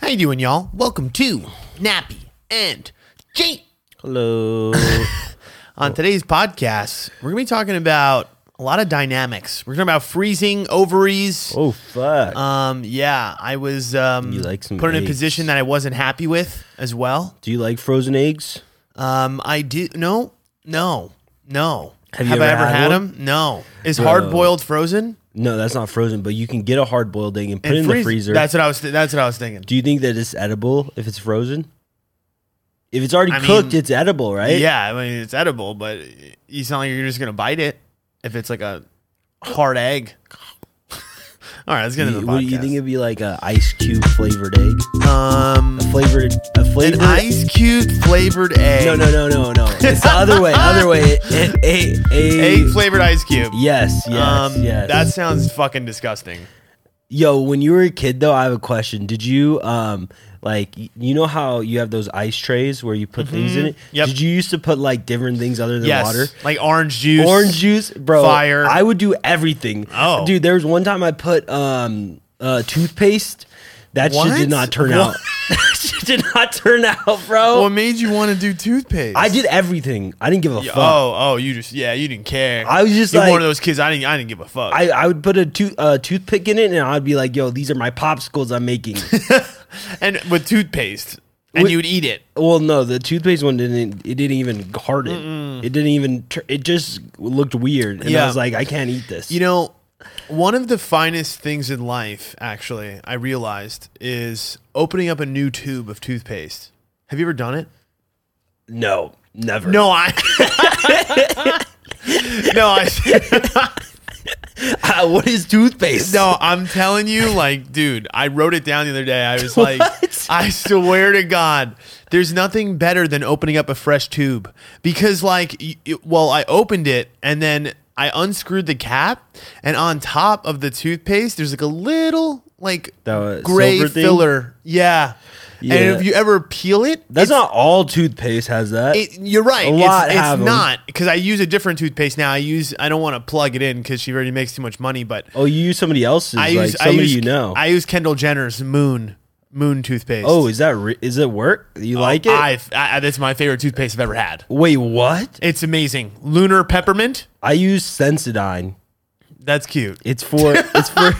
How you doing, y'all? Welcome to Nappy and Jake. Hello. On today's podcast, we're gonna be talking about a lot of dynamics. We're talking about freezing ovaries. oh fuck. Um, yeah, I was um You like some put in a eggs. position that I wasn't happy with as well. Do you like frozen eggs? Um, I do no, no, no. Have you I ever ever had had, one? them? No. Is hard boiled frozen No, that's not frozen, but you can get a hard boiled egg and put it in the freeze- freezer. That's what I was. Th- that's what I was thinking. Do you think that it's edible if it's frozen? If it's already I cooked, mean, it's edible, right? Yeah, I mean it's edible, but you sound like you're just gonna bite it if it's like a hard egg. All right, let's get into You, the what, podcast. do you think it'd be like a ice cube flavored egg? um, Flavored a flavored an ice cube flavored egg. No, no, no, no, no. It's the other way. Other way. A, a, a, egg flavored ice cube. Yes, yes, um, yes. that sounds fucking disgusting. Yo, when you were a kid though, I have a question. Did you um like y- you know how you have those ice trays where you put things in it? Mm-hmm. Yep. Did you used to put like different things other than Yes, water? like orange juice, Orange juice, bro. fire. I would do everything. Oh. Dude, there was one time I put um uh toothpaste. That shit What? did not turn What? out. that shit did not turn out, bro. What made you want to do toothpaste? I did everything. I didn't give a fuck. Oh, oh, you just yeah, you didn't care. I was just You're like- one of those kids. I didn't, I didn't give a fuck. I, I would put a tooth, uh, toothpick in it and I'd be like, yo, these are my popsicles I'm making. and with toothpaste, and Wh- you would eat it. Well, no, the toothpaste one didn't. e, It didn't even harden. It didn't even. tur- It just looked weird, and Yeah. I was like, I can't eat this. You know, one of the finest things in life, actually, I realized is opening up a new tube of toothpaste. Have you ever done it? no, never. No, I. no, I. Ah, what is toothpaste? No, I'm telling you, like, dude, I wrote it down the other day. I was like, What? I swear to God, there's nothing better than opening up a fresh tube because, like, y- y- well, I opened it and then I unscrewed the cap, and on top of the toothpaste, there's like a little like The gray silver thing? filler. Yeah. Yeah. and if you ever peel it, it's- that's not all toothpaste has that. it, you're right. A It's, lot it's have 'em. not because I use a different toothpaste now. I use I don't want to plug it in because she already makes too much money, but oh, you use somebody else's, I like use I somebody use you know. I use Kendall Jenner's Moon Moon toothpaste. oh, is that re- is it work? You like it? Oh, I, I that's my favorite toothpaste I've ever had. Wait, what? It's amazing. Lunar peppermint. I use Sensodyne. That's cute. It's for it's for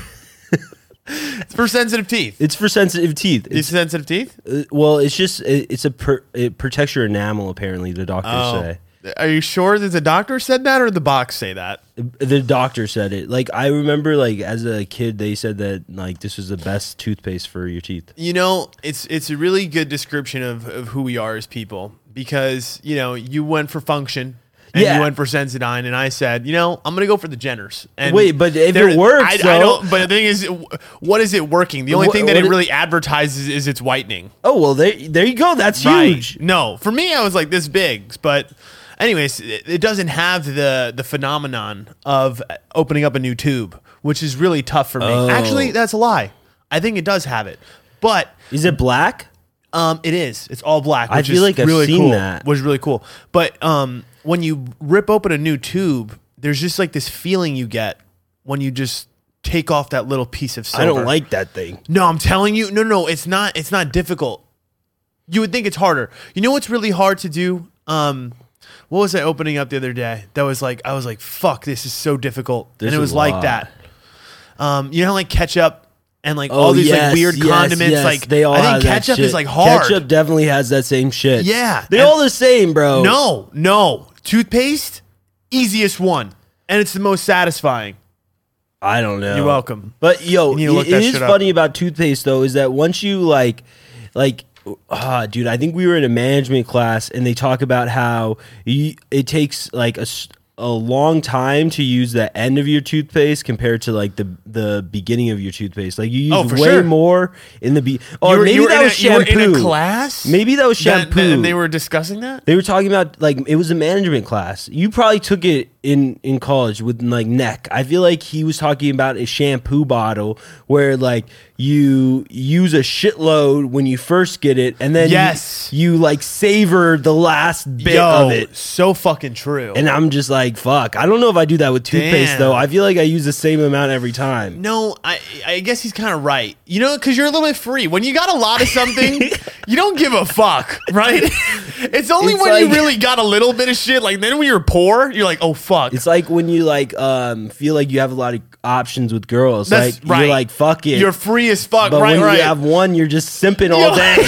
It's for sensitive teeth. it's for sensitive teeth. These It's, sensitive teeth. uh, well, it's just it, it's a per, it protects your enamel. Apparently, the doctors Oh. say. Are you sure that the doctor said that or the box say that? The doctor said it. Like I remember, like as a kid, they said that like this was the best toothpaste for your teeth. You know, it's it's a really good description of, of who we are as people because you know you went for function. And Yeah. you went for Sensodyne, and I said, you know, I'm gonna go for the Jenners. And Wait, but if it there- works, I, I though- don't. But the thing is, w- what is it working? The only Wha- thing that what it it- really advertises is its whitening. Oh well, there there you go. That's huge. Right. No, for me, I was like this big, but anyways, it, it doesn't have the the phenomenon of opening up a new tube, which is really tough for me. Oh. Actually, that's a lie. I think it does have it, but Is it black? um, it is. It's all black. Which I is feel like I've really seen cool. that. Was really cool. But um, when you rip open a new tube, there's just like this feeling you get when you just take off that little piece of silver. I don't like that thing. No, I'm telling you, no, no, it's not. It's not difficult. You would think it's harder. You know what's really hard to do? Um, what was I opening up the other day? That was like I was like, fuck, this is so difficult, There's and it a was like lot. that. Um, you know, how, like ketchup and like Oh, all these yes, like weird yes, condiments. yes. Like they all. I have think that ketchup shit. is like hard. Ketchup definitely has that same shit. Yeah. they're And- all the same, bro. No, no, toothpaste, easiest one, and it's the most satisfying. I don't know. You're welcome. But yo, need to look it that is shit up. funny about toothpaste though is that once you like, like, ah, dude, I think we were in a management class and they talk about how you, it takes like a s- a long time to use the end of your toothpaste compared to like the the beginning of your toothpaste. Like you use Oh, for way sure. more in the be. Or You were- maybe you were that in was a- you were in shampoo. a class Maybe that was That- shampoo. that- and they were discussing that. They were talking about like it was a management class. You probably took it in in college with like neck. I feel like he was talking about a shampoo bottle where like you use a shitload when you first get it, and then you- Yes. you, like savor the last bit Yo, of it. so fucking true. And I'm just like, fuck. I don't know if I do that with toothpaste Damn. though. I feel like I use the same amount every time. No, I I guess he's kind of right. You know, because you're a little bit free. When you got a lot of something, you don't give a fuck, right? It's only It's when you like- really got a little bit of shit. Like then when you're poor, you're like, oh fuck. It's like when you like um feel like you have a lot of options with girls. That's like right. you're like fuck it. You're free as fuck, but right? when Right. you have one, you're just simping all day.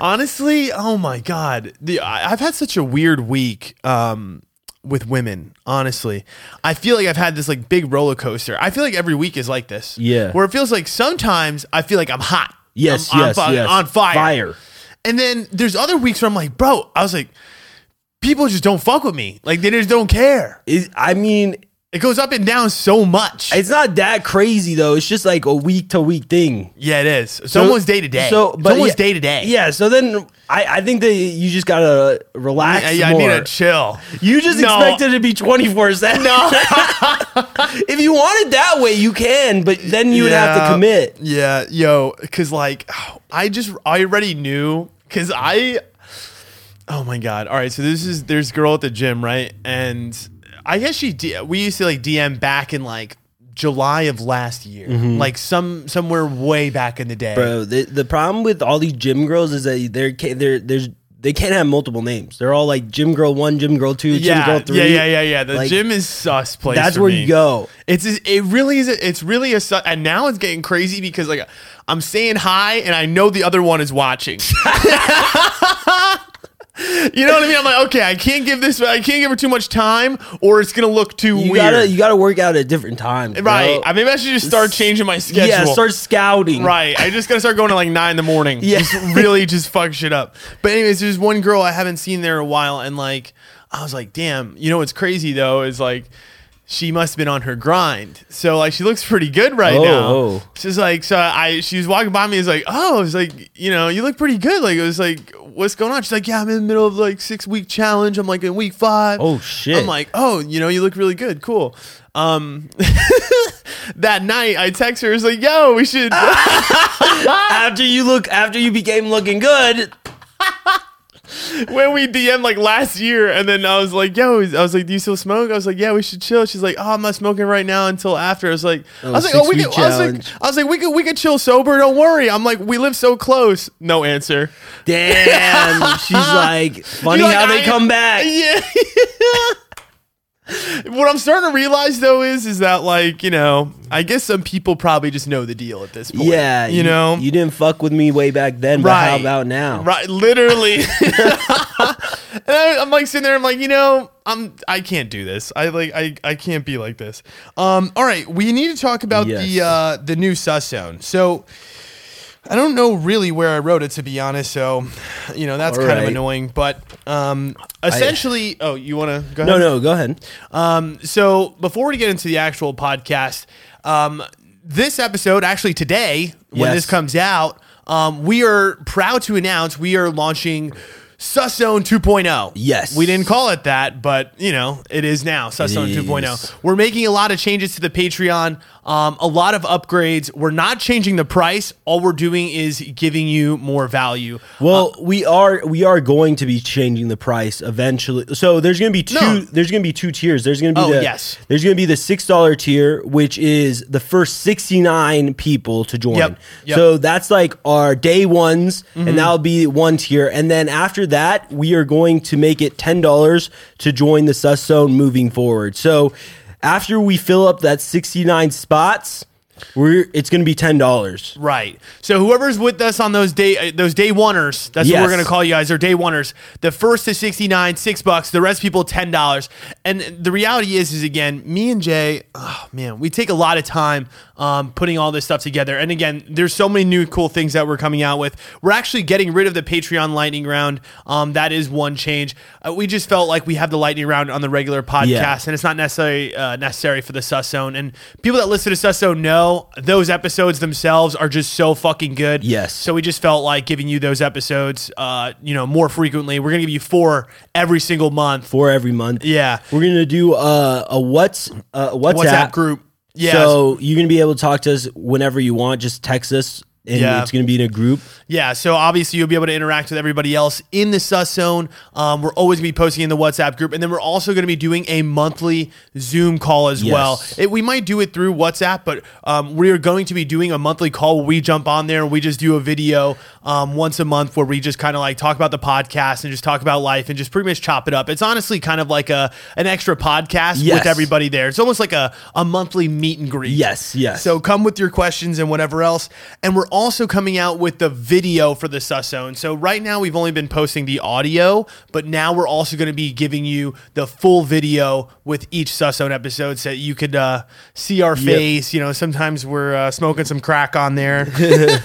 Honestly, oh my god, the I, I've had such a weird week um, with women. Honestly, I feel like I've had this like big roller coaster. I feel like every week is like this. Yeah. where it feels like sometimes I feel like I'm hot. yes, I'm, I'm yes, fucking yes. on fire. Fire. And then there's other weeks where I'm like, bro, I was like, people just don't fuck with me. Like they just don't care. It, I mean, It goes up and down so much. it's not that crazy though. It's just like a week to week thing. yeah, it is. It's almost day to day. So, it's but almost yeah- day to day. Yeah. So then I, I think that you just gotta relax I, I more. need a chill. you just No. expected to be twenty four seven. No. if you want it that way, you can, but then you would have Yeah. to commit. Yeah, yo, because like I just I already knew because I. Oh my god! All right, so this is there's a girl at the gym, right? And I guess she D- we used to like DM back in like July of last year, like some somewhere way back in the day. Mm-hmm. Bro, the, the problem with all these gym girls is that they're ca- they're there's they can't have multiple names. They're all like gym girl one, gym girl two, gym yeah, girl three. yeah, yeah, yeah, yeah. The Like, gym is sus place. That's for where me. you go. It's it really is. It's really a su- and now it's getting crazy because like I'm saying hi and I know the other one is watching. you know what I mean? I'm like, okay, I can't give this. I can't give her too much time, or it's gonna look too You weird. gotta you gotta work out at different times. bro. right? I, maybe I should just start changing my schedule. yeah, start scouting. Right. I just gotta start going to like nine in the morning. Yeah. Just really just fuck shit up. But anyways, there's one girl I haven't seen there in a while, and like I was like, damn, you know what's crazy though is like she must have been on her grind. So like she looks pretty good right Oh, now. oh. She's like, so I she was walking by me, is like, oh, I was like, you know, you look pretty good. Like it was like, what's going on? She's like, yeah, I'm in the middle of like six week challenge. I'm like in week five. Oh, shit. I'm like, oh, you know, you look really good. Cool. Um, that night I text her. I was like, yo, we should. After you look after you became looking good, when we DM like last year, and then I was like, "Yo," I was like, "Do you still smoke?" I was like, "Yeah, we should chill." She's like, "Oh, I'm not smoking right now until after." I was like, "I was like, oh, we could." six-week I was like, challenge. "I was like, we could we could chill sober. Don't worry." I'm like, "We live so close." No answer. damn. she's like funny You're like, how they I- come back. Yeah. what I'm starting to realize though is is that like you know I guess some people probably just know the deal at this point. yeah, you know you didn't fuck with me way back then, but how Right. about now? Right, literally. and I, I'm like sitting there. I'm like, you know, I'm I can't do this. I like I I can't be like this. Um. All right, we need to talk about the Yes. uh the new sus zone. So. I don't know really where I wrote it to be honest, so you know that's All kind of right. annoying. But um, essentially, oh, you want to go? No, ahead? no, go ahead. Um, so before we get into the actual podcast, um, this episode, actually today, when Yes. this comes out, um, we are proud to announce we are launching Suszone 2.0. Yes. We didn't call it that, but you know, it is now Suszone It is. 2.0. We're making a lot of changes to the Patreon, um, a lot of upgrades. We're not changing the price. All we're doing is giving you more value. Well, we are we are going to be changing the price eventually. So there's going to be two. No. There's going to be two tiers. There's going to be Oh, the yes. There's going to be the six dollar tier, which is the first sixty nine people to join. Yep, yep. Mm-hmm. So that's like our day ones, and that'll be one tier. And then after that, we are going to make it ten dollars to join the sus zone moving forward. So after we fill up that sixty nine spots, we're it's going to be ten dollars. Right. So whoever's with us on those day uh, those day oneers, that's what Yes. we're gonna call you guys. They're day oneers. The first to sixty nine, six bucks. The rest people ten dollars. And the reality is, is again, me and Jay, oh man, we take a lot of time um, putting all this stuff together. And again, there's so many new cool things that we're coming out with. We're actually getting rid of the Patreon lightning round. Um, that is one change. Uh, we just felt like we have the lightning round on the regular podcast, Yeah. and it's not necessary uh, necessary for the sus zone. And people that listen to sus zone know show. Those episodes themselves are just so fucking good. Yes. So we just felt like giving you those episodes, uh, you know, more frequently. We're gonna give you four every single month. for every month. Yeah. We're gonna do uh, a what's uh, WhatsApp, WhatsApp group. Yeah. So you're gonna be able to talk to us whenever you want. Just text us, and Yeah. it's gonna be in a group. Yeah, so obviously you'll be able to interact with everybody else in the Sus Zone. Um, we're always going to be posting in the WhatsApp group, and then we're also going to be doing a monthly Zoom call as Yes. well. It, we might do it through WhatsApp, but um, we are going to be doing a monthly call where we jump on there and we just do a video um, once a month where we just kind of like talk about the podcast and just talk about life and just pretty much chop it up. It's honestly kind of like a an extra podcast Yes. with everybody there. It's almost like a a monthly meet and greet. Yes, yes. So come with your questions and whatever else. And we're also coming out with the video for the Sus Zone. So right now we've only been posting the audio, but now we're also going to be giving you the full video with each Sus Zone episode so that you could uh, see our face. You know, sometimes we're uh, smoking some crack on there.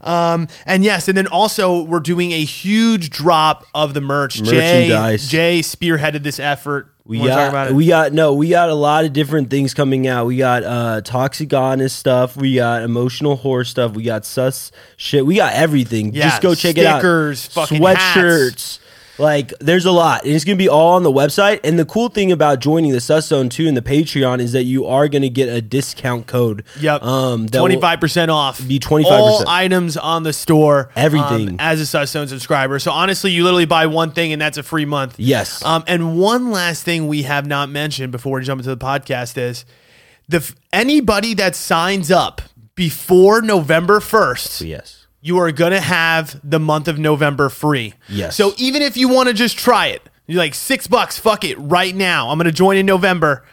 Um, and yes, and then also we're doing a huge drop of the merch. Merchandise. Jay, Jay spearheaded this effort. We Wanna got, talk about it? we got no, we got a lot of different things coming out. We got uh toxic honest stuff, we got emotional horror stuff, we got sus shit, we got everything. Yeah, Just go check it out. stickers, fucking sweatshirts. Like there's a lot, and it's gonna be all on the website. And the cool thing about joining the Sus Zone too and the Patreon is that you are gonna get a discount code. Yep. Um. That will- twenty five percent off. be 25%. All items on the store. Everything. um, as a Suszone subscriber. So honestly, you literally buy one thing and that's a free month. Yes. Um, and one last thing we have not mentioned before we jump into the podcast is the f- anybody that signs up before November first yes. you are going to have the month of November free. Yes. So even if you want to just try it, you're like six bucks, fuck it, right now. I'm going to join in November.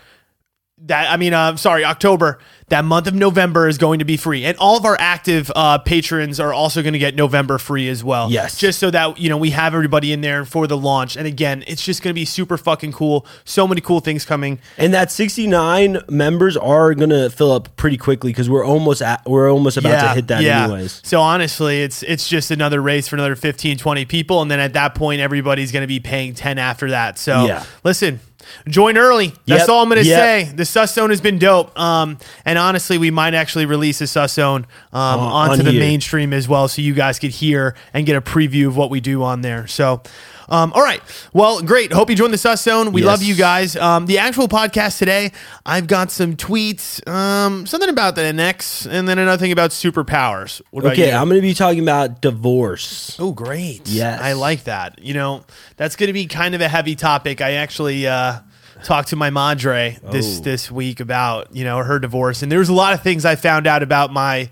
That I mean, uh, sorry, October. That month of November is going to be free, and all of our active uh, patrons are also going to get November free as well. Yes. just so that you know we have everybody in there for the launch. And again, it's just going to be super fucking cool. So many cool things coming. And that 69 members are gonna fill up pretty quickly because we're almost at, we're almost about to hit that anyways. So honestly, it's it's just another race for another 15, 20 people. And then at that point, everybody's going to be paying 10 after that. So Yeah. listen, join early. That's Yep. all I'm going to Yep. say. The Sus Zone has been dope. Um, and honestly, we might actually release a Sus Zone um, onto on the here. mainstream as well so you guys could hear and get a preview of what we do on there. So. Um, all right. Well, great. Hope you joined the Sus Zone. We Yes. love you guys. Um, the actual podcast today, I've got some tweets, um, something about the NX, and then another thing about superpowers. What about Okay, you? I'm going to be talking about divorce. Oh, great. Yes. I like that. You know, that's going to be kind of a heavy topic. I actually uh, talked to my madre this, Oh. this week about, you know, her divorce. And there was a lot of things I found out about my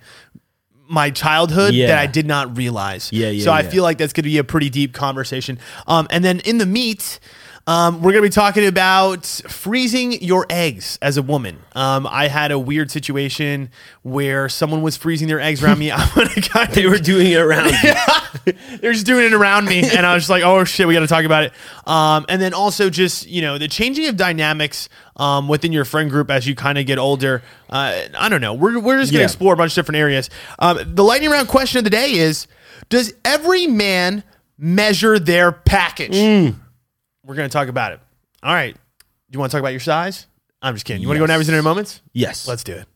my childhood Yeah. that I did not realize. Yeah, yeah, So I yeah. feel like that's going to be a pretty deep conversation. Um, and then in the meat, um, we're going to be talking about freezing your eggs as a woman. Um, I had a weird situation where someone was freezing their eggs around me. I'm going to kind of They were doing it around. they're just doing it around me and i was just like oh shit we gotta talk about it um, and then also just you know the changing of dynamics um, within your friend group as you kind of get older uh, i don't know we're, we're just gonna Yeah. explore a bunch of different areas um, the lightning round question of the day is does every man measure their package we're gonna talk about it all right you want to talk about your size i'm just kidding you want to go Yes. Navi's in a moments yes. let's do it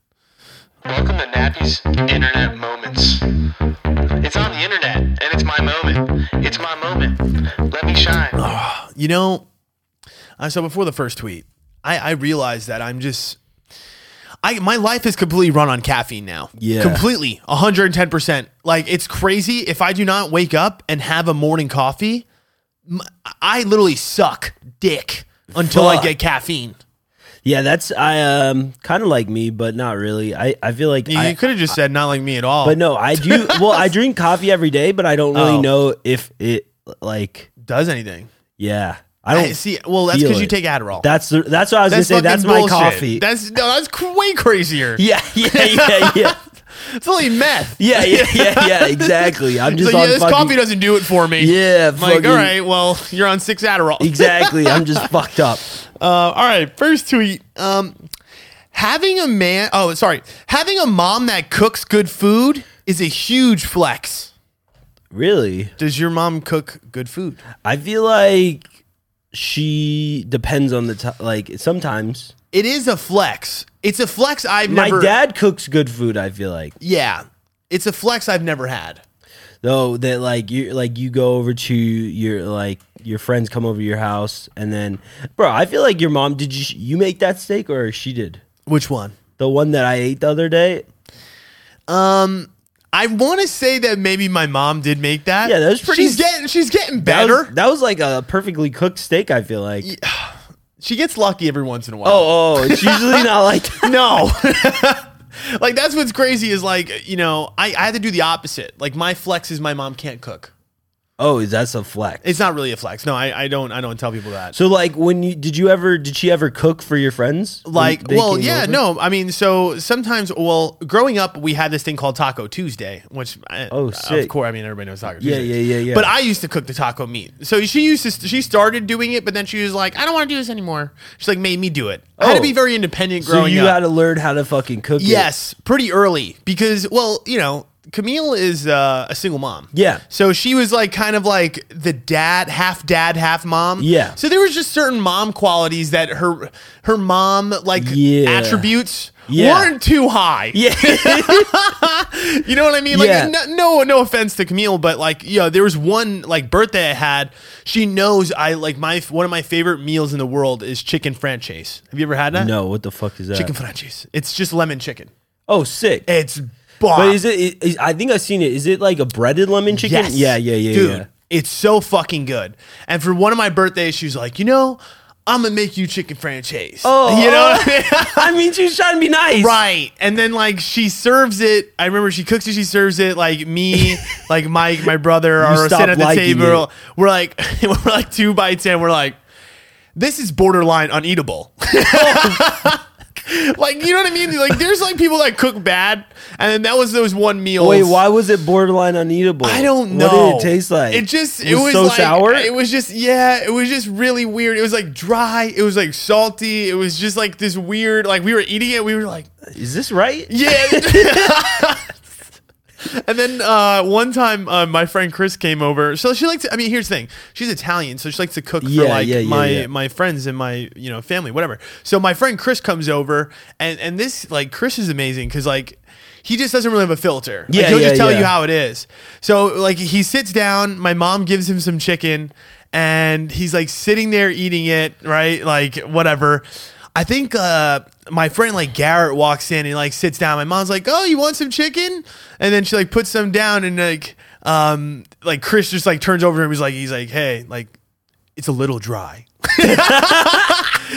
Welcome to Nappy's Internet Moments. It's on the internet, and it's my moment. It's my moment. Let me shine. you know, I so before the first tweet, I, I realized that I'm just, I my life is completely run on caffeine now. Yeah. completely, 110. percent Like it's crazy. If I do not wake up and have a morning coffee, m- I literally suck dick until I Fuck. get caffeine. Yeah, that's I um kind of like me, but not really. I I feel like You I could have just said not like me at all. but no, I do well, I drink coffee every day, but I don't really Oh. know if it like does anything? yeah. I I don't see. Well, that's feel because you it. take Adderall. That's the, that's what I was going to say. fucking That's my bullshit. coffee. That's no, that's cr- way crazier. yeah, yeah, yeah, yeah. It's only meth. Yeah, yeah, yeah, yeah, exactly. I'm just So, yeah, on this fucking- coffee doesn't do it for me. Yeah, I'm like, fucking- all right, well, you're on six Adderall. Exactly. I'm just fucked up. Uh, all right, first tweet. Um, having a man, oh, sorry, having a mom that cooks good food is a huge flex. Really? Does your mom cook good food? I feel like she depends on the t- like sometimes. it is a flex. It's a flex I've My never. dad cooks good food. I feel like Yeah, it's a flex I've never had. though that like you like you go over to your like your friends come over to your house and then bro, I feel like your mom did you you make that steak or she did Which one? the one that I ate the other day. I want to say that maybe my mom did make that. Yeah, that was pretty- She's getting she's getting That better. was, that was like a perfectly cooked steak. I feel like. she gets lucky every once in a while. Oh, oh, it's usually not like that. no. like that's what's crazy is like, you know, I, I had to do the opposite. Like my flex is my mom can't cook. Oh, is that's a flex? It's not really a flex. No, I, I don't I don't tell people that. so like when you did you ever did she ever cook for your friends? when like they well came yeah over? no i mean so sometimes well growing up we had this thing called taco tuesday which I, Oh, of sick. course i mean everybody knows taco Yeah, tuesday yeah, yeah, yeah. but i used to cook the taco meat so she used to she started doing it but then she was like i don't want to do this anymore she like made me do it i had to Oh. be very independent So growing you up had to learn how to fucking cook. it. yes pretty early because well you know camille is uh, a single mom Yeah. so she was like kind of like the dad, half dad, half mom. Yeah. So there was just certain mom qualities that her her mom like Yeah. attributes Yeah. weren't too high. Yeah. You know what I mean? Like Yeah. no, no no offense to Camille, but like you know, there was one like birthday I had. She knows I like my one of my favorite meals in the world is chicken franchise. Have you ever had that? no, what the fuck is that? Chicken franchise. It's just lemon chicken. Oh, sick. It's But bomb. is it? Is, I think I've seen it. Is it like a breaded lemon chicken? Yes. Yeah, yeah, yeah, Dude, yeah. it's so fucking good. And for one of my birthdays, she was like, you know, I'm gonna make you chicken franchise. Oh. you know what I mean? I mean, she was trying to be nice, Right. And then like she serves it. I remember she cooks it, she serves it, like me, like Mike, my brother, are stopped sitting at the liking table. it. We're like we're like two by ten. We're like, this is borderline uneatable. like you know what I mean? Like there's like people that cook bad, and then that was those one meal. Wait, why was it borderline uneatable? I don't know. What did it taste like? It just it was, so like, sour. It was just yeah. It was just really weird. It was like dry. It was like salty. It was just like this weird. Like we were eating it. We were like is this right? yeah. and then uh, one time, uh, my friend Chris came over. So she likes. To, I mean, here's the thing. She's Italian, so she likes to cook for Yeah, like yeah, yeah, my yeah. my friends and my you know family, whatever. So my friend Chris comes over, and and this like Chris is amazing because like. He just doesn't really have a filter. Like, Yeah, he'll yeah, just tell yeah. you how it is. So like he sits down, my mom gives him some chicken, and he's like sitting there eating it, right? Like whatever. I think uh, my friend like Garrett walks in and like sits down. My mom's like, "Oh, you want some chicken?" And then she like puts some down, and like um like Chris just like turns over and he's like, he's like, "Hey, like it's a little dry."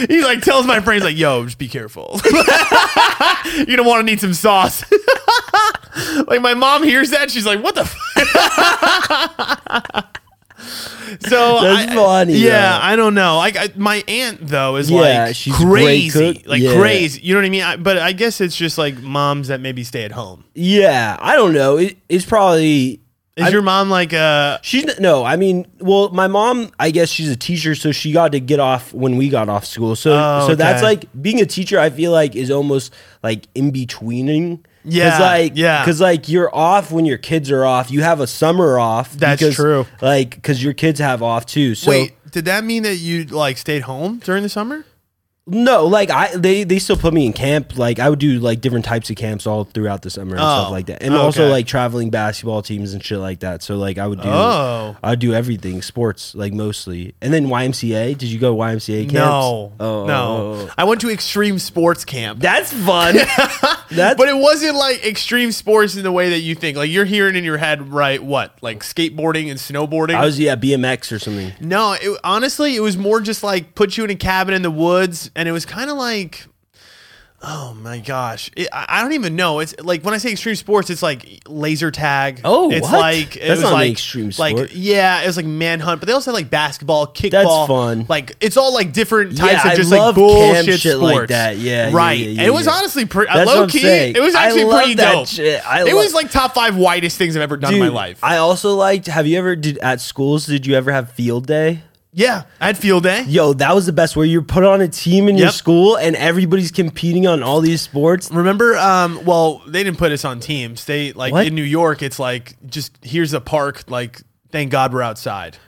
he like tells my friend, he's like, "Yo, just be careful. You're gonna want to need some sauce." like my mom hears that, she's like, "What the?" F-? so That's I- funny, Yeah, though. I don't know. Like I, my aunt though is Yeah, like she's a great crazy, cook. like Yeah. crazy. You know what I mean? I, but I guess it's just like moms that maybe stay at home. Yeah, I don't know. It, it's probably Is your mom like uh She's n- no, I mean, well, my mom, I guess she's a teacher, so she got to get off when we got off school. So, Oh, so that's okay. like being a teacher. I feel like is almost like in betweening. Yeah, like, yeah. because like you're off when your kids are off. You have a summer off. That's true. Like, because your kids have off too. So wait? Did that mean that you like stayed home during the summer? no, like I they they still put me in camp. Like I would do like different types of camps all throughout the summer and Oh, stuff like that, and okay. also like traveling basketball teams and shit like that. So like I would do. Oh. I do everything, sports, like mostly. And then YMCA. Did you go YMCA camps? No, Oh, oh, no. oh. I went to extreme sports camp. That's fun. That's But it wasn't like extreme sports in the way that you think. Like you're hearing in your head, right? What like skateboarding and snowboarding? I was yeah, BMX or something. no, it, honestly, it was more just like put you in a cabin in the woods, and it was kind of like, oh my gosh, it, I I don't even know. It's like when I say extreme sports, it's like laser tag. Oh, it's what? like it That's was not an like extreme Like sport. yeah, it was like manhunt, but they also had like basketball, kickball. fun. Like it's all like different types Yeah, of I just like love camp bullshit shit sports like that. Yeah, yeah, right. yeah, yeah, And it was yeah. honestly pretty That's what low I'm key. saying. It was I actually love pretty that dope. shit. I it lo- was like top five widest things I've ever done in my life. I also liked have you ever did at schools, did you ever have field day? yeah, I had field day. Yo, that was the best where you're put on a team in your Yep. school and everybody's competing on all these sports. Remember, um, well, they didn't put us on teams. They like What? in New York, it's like just here's a park. Like, thank God we're outside.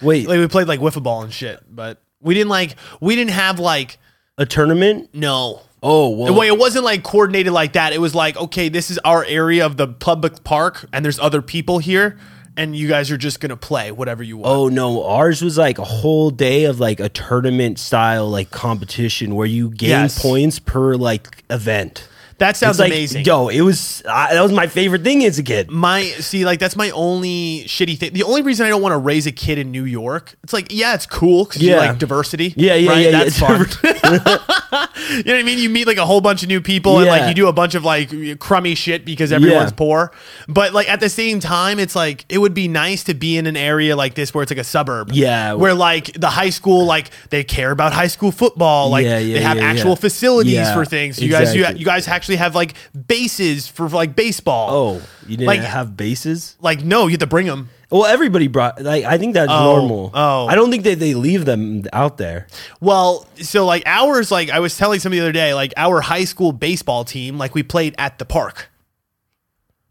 Wait, Like we played like wiffle ball and shit, but we didn't like we didn't have like a tournament? No. Oh, well, Wait, it wasn't like coordinated like that. It was like, okay, this is our area of the public park, and there's other people here, and you guys are just gonna play whatever you want. Oh no, ours was like a whole day of like a tournament style like competition where you gain Yes. points per like event. that sounds Oh, It's like, amazing. yo, it was I, that was my favorite thing as a kid. my see, like that's my only shitty thing. The only reason I don't want to raise a kid in New York, it's like, yeah, it's cool because you Yeah. like diversity. Yeah, yeah, right? yeah, That's yeah. fun. you know what I mean? You meet like a whole bunch of new people, and like Yeah. you do a bunch of like crummy shit because everyone's Yeah. poor. But like at the same time, it's like it would be nice to be in an area like this where it's like a suburb. Yeah. where like the high school, like they care about high school football. Like Yeah, yeah, they have yeah, actual yeah. facilities Yeah, for things. You guys, you, exactly. you guys actually have like bases for like baseball. Oh, you didn't Like- have bases? Like no, you have to bring them. Well, everybody brought like I think that's Oh, normal. oh. I don't think that they leave them out there. Well, so like ours, like I was telling somebody the other day, like our high school baseball team, like we played at the park.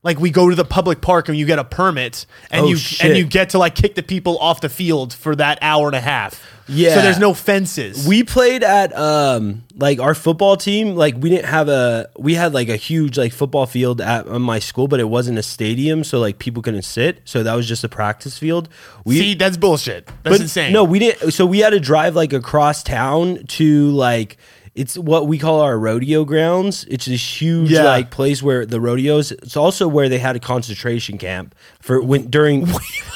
Like we go to the public park and you get a permit and Oh, you shit. and you get to like kick the people off the field for that hour and a half. So Yeah. there's no fences. We played at um like our football team. Like we didn't have a we had like a huge like football field at on my school, but it wasn't a stadium, so like people couldn't sit. So that was just a practice field. We see that's bullshit. That's insane. No, we didn't. So we had to drive like across town to like it's what we call our rodeo grounds. It's this huge Yeah. like place where the rodeos. It's also where they had a concentration camp for when during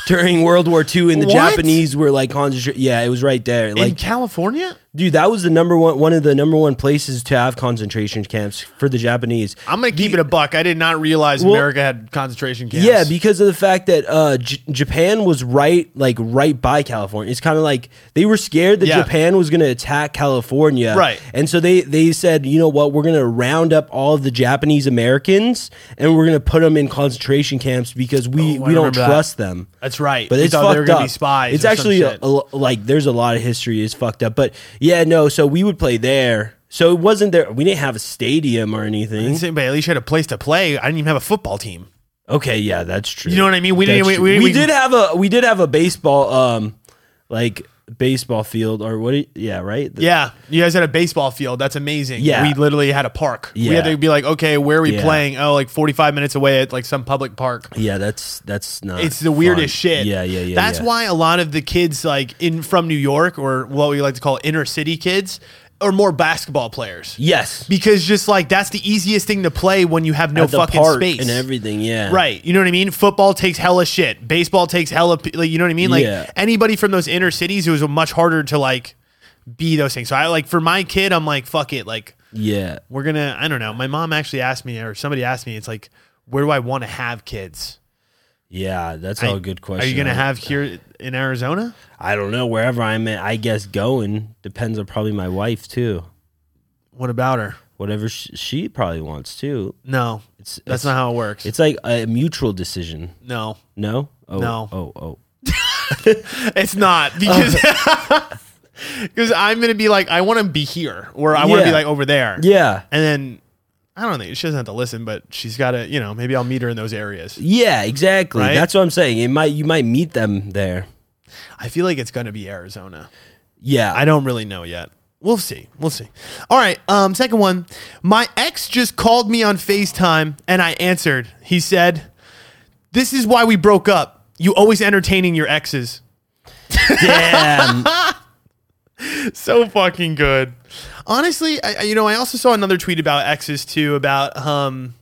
during World War II and the What? Japanese were like concentrate. Yeah, it was right there. in Like California, Dude, that was the number one one of the number one places to have concentration camps for the Japanese. I'm gonna keep it a buck. I did not realize Well- America had concentration camps. Yeah, because of the fact that uh, J- Japan was right, like right by California. It's kind of like they were scared that Yeah. Japan was going to attack California, Right. And so they they said, you know what, we're going to round up all of the Japanese Americans and we're going to put them in concentration camps because we Oh, I we don't remember that. trust them. that's right. But We it's thought fucked they were gonna up. be spies. It's or some actually a, shit. a lo- like there's a lot of history is fucked up. But yeah, no. So we would play there. So it wasn't there. We didn't have a stadium or anything. Insane, but at least you had a place to play. I didn't even have a football team. Okay, yeah, that's true. You know what I mean? We That's didn't. We, true. we, we- did have a we did have a baseball um like baseball field or what? do you- Yeah, right. The- Yeah, you guys had a baseball field. That's amazing. Yeah. we literally had a park. we Yeah. had to be like, okay, where are we Yeah. playing? Oh, like forty-five minutes away at like some public park. yeah. That's that's not. It's the weirdest fun. shit. Yeah, yeah, yeah. That's yeah. why a lot of the kids like in from New York or what we like to call inner city kids are more basketball players Yes, because just like that's the easiest thing to play when you have no At the fucking park space and everything. Yeah, Right. You know what I mean? Football takes hella shit. Baseball takes hella, p- like, you know what I mean? Like Yeah. anybody from those inner cities, it was much harder to like be those things. So I like, for my kid, I'm like, fuck it. Like Yeah. we're going to, I don't know. My mom actually asked me or somebody asked me, it's like, where do I want to have kids? Yeah, that's I- all Oh, good question. Are you going to I- have here in Arizona? I don't know. Wherever I'm at, I guess going depends on probably my wife too. What about her? Whatever sh- she probably wants too. No, It's that's it's, not how it works. It's like a mutual decision. no, No. Oh, No. Oh. Oh. it's not because. Because I'm gonna be like, I want to be here, or I want to Yeah. be like over there. Yeah. And then I don't think she doesn't have to listen, but she's got to, you know, maybe I'll meet her in those areas. Yeah, exactly. Right? That's what I'm saying. It might you might meet them there. I feel like it's going to be Arizona. Yeah, I don't really know yet. We'll see. We'll see. All right. Um, second one. My ex just called me on FaceTime and I answered. He said, This is why we broke up. You always entertaining your exes. damn. so fucking good. Honestly, I, I- you know, I also saw another tweet about exes too. About um,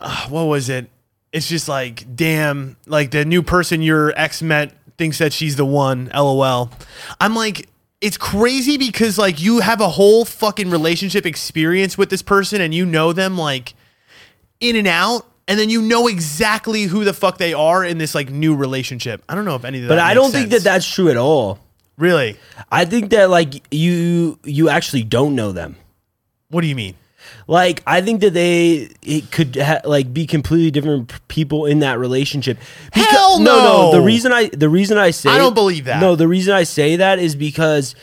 ah, what was it? It's just like, damn, like the new person your ex met thinks that she's the one. LOL. I'm like. It's crazy because like you have a whole fucking relationship experience with this person and you know them like in and out and then you know exactly who the fuck they are in this like new relationship. I don't know if any of that but I makes don't think that sense. that's true at all. Really? I think that like you you actually don't know them. What do you mean? Like I think that they it could ha- like be completely different p- people in that relationship. Beca- Hell no! The reason I the reason I say I don't believe that. No, the reason I say that is because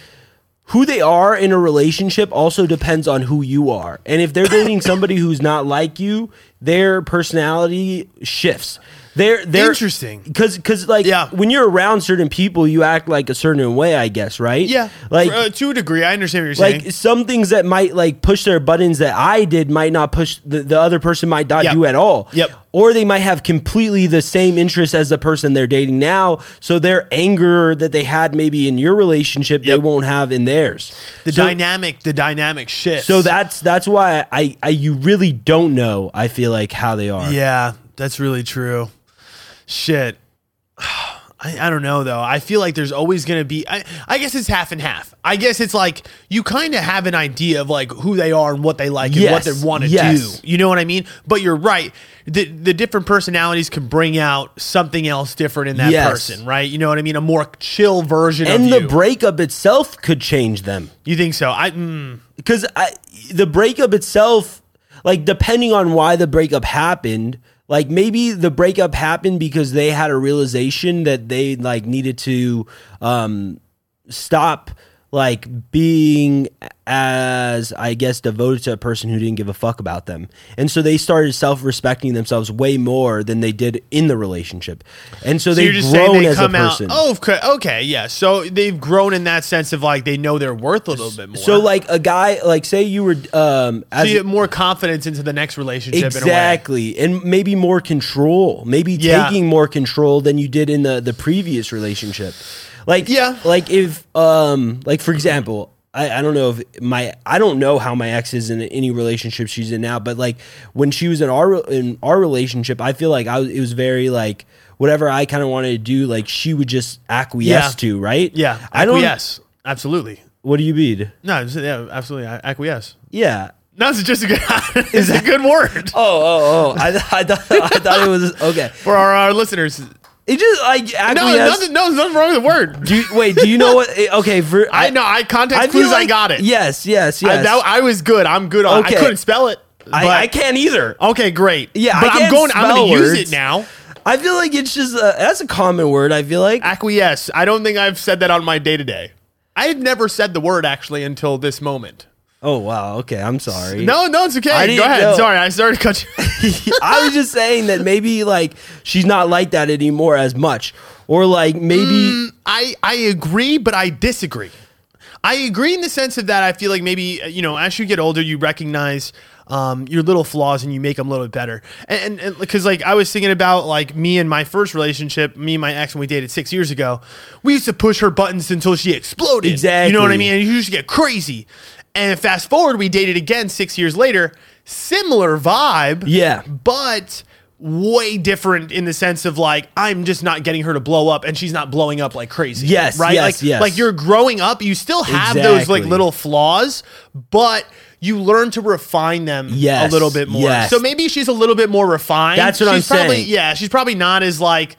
who they are in a relationship also depends on who you are. And if they're dating somebody who's not like you, their personality shifts. They're they're Interesting. because because like Yeah. when you're around certain people, you act like a certain way, I guess, right? Yeah, like For, uh, to a degree, I understand what you're saying. like some things that might like push their buttons that I did might not push the, the other person might not Yep. do at all. Yep. Or they might have completely the same interest as the person they're dating now. So their anger that they had maybe in your relationship, they Yep. won't have in theirs. the so, dynamic, the dynamic shifts. So that's that's why I, I you really don't know, I feel like, how they are. Yeah, that's really true. Shit. I, I don't know though. I feel like there's always gonna be. I, I guess it's half and half. I guess it's like you kind of have an idea of like who they are and what they like and what Yes, they want to yes. do. You know what I mean? But you're right. The the different personalities can bring out something else different in that Yes. person, right? You know what I mean? A more chill version And of the you. breakup itself could change them. you think so? I mm, because I the breakup itself, like depending on why the breakup happened, like maybe the breakup happened because they had a realization that they like needed to um stop like being as I guess devoted to a person who didn't give a fuck about them. And so they started self-respecting themselves way more than they did in the relationship. And so, so you're they've just grown saying they as come a out. person. Oh, okay, okay, yeah. So they've grown in that sense of like they know their worth a little bit more. so like a guy like say you were um as so you get more confidence into the next relationship exactly and maybe more control maybe Yeah. taking more control than you did in the the previous relationship like Yeah. like if um like for example I, I don't know if my I don't know how my ex is in any relationship she's in now, but like when she was in our in our relationship, I feel like I was, it was very like whatever I kind of wanted to do, like she would just acquiesce Yeah. to, right? in a way. Yeah. I don't. Yes. Absolutely. What do you mean? No, just- yeah, absolutely. I acquiesce. Yeah. No, it's just a good, it's a good word Oh, oh, oh! I, I thought I thought it was okay. for our, our listeners. It just like No, acquiesce. nothing, no, there's nothing wrong with the word. Do you, wait, do you know what? eh, Okay, for, I know. I context feel clues. I got it. Yes, yes, I, yes. that- I was good. I'm good on. Okay. I couldn't spell it. I, but- I can't either. Okay, great. Yeah, but I am can't going. I'm spell going to use it words. now. I feel like it's just a, that's a common word. I feel like Acquiesce. I don't think I've said that on my day to day. I had never said the word actually until this moment. oh wow, okay, I'm sorry. No, no, it's okay. I Go didn't ahead. know. Sorry, I started to cut you. I was just saying that maybe like she's not like that anymore as much, or like maybe I, I agree, but I disagree. I agree in the sense of that I feel like maybe, uh, you know, as you get older, you recognize um, your little flaws and you make them a little bit better. And because, like, I was thinking about, like, me and my first relationship, me and my ex, when we dated six years ago, we used to push her buttons until she exploded. You know what I Exactly. mean? And you used to get crazy. And fast forward, we dated again six years later. Similar vibe Yeah. but way different in the sense of like I'm just not getting her to blow up and she's not blowing up like crazy. Yes, right. yes, like, yes. like you're growing up, you still have those like Exactly. little flaws, but you learn to refine them Yes, a little bit more. yes. So maybe she's a little bit more refined. That's what she's I'm probably, saying. Yeah, she's probably not as like.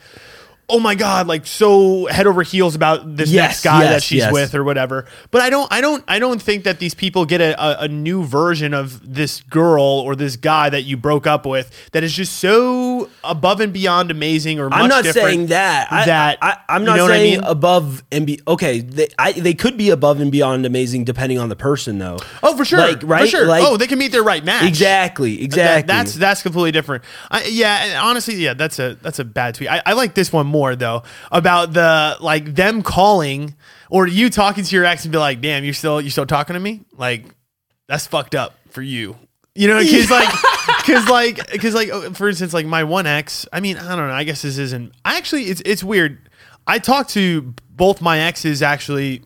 Oh my god! Like so, head over heels about this Yes, next guy yes, that she's yes. with, or whatever. But I don't, I don't, I don't think that these people get a, a, a new version of this girl or this guy that you broke up with that is just so above and beyond amazing or much I'm not different saying that. I, that I, I, am you not know what I saying mean? above and be okay. They, I, they could be above and beyond amazing depending on the person though. Oh, for sure, Like, right? For sure. Like- oh, they can meet their right match. Exactly, exactly. That- that's that's completely different. I, yeah, and honestly, yeah, that's a that's a bad tweet. I, I like this one more though about the like them calling or you talking to your ex and be like, "Damn, you're still you're still talking to me." Like that's fucked up for you. You know, because like, because like, because like, oh, for instance, like my one ex. I mean, I don't know. I guess this isn't. I actually, it's it's weird. I talked to both my exes actually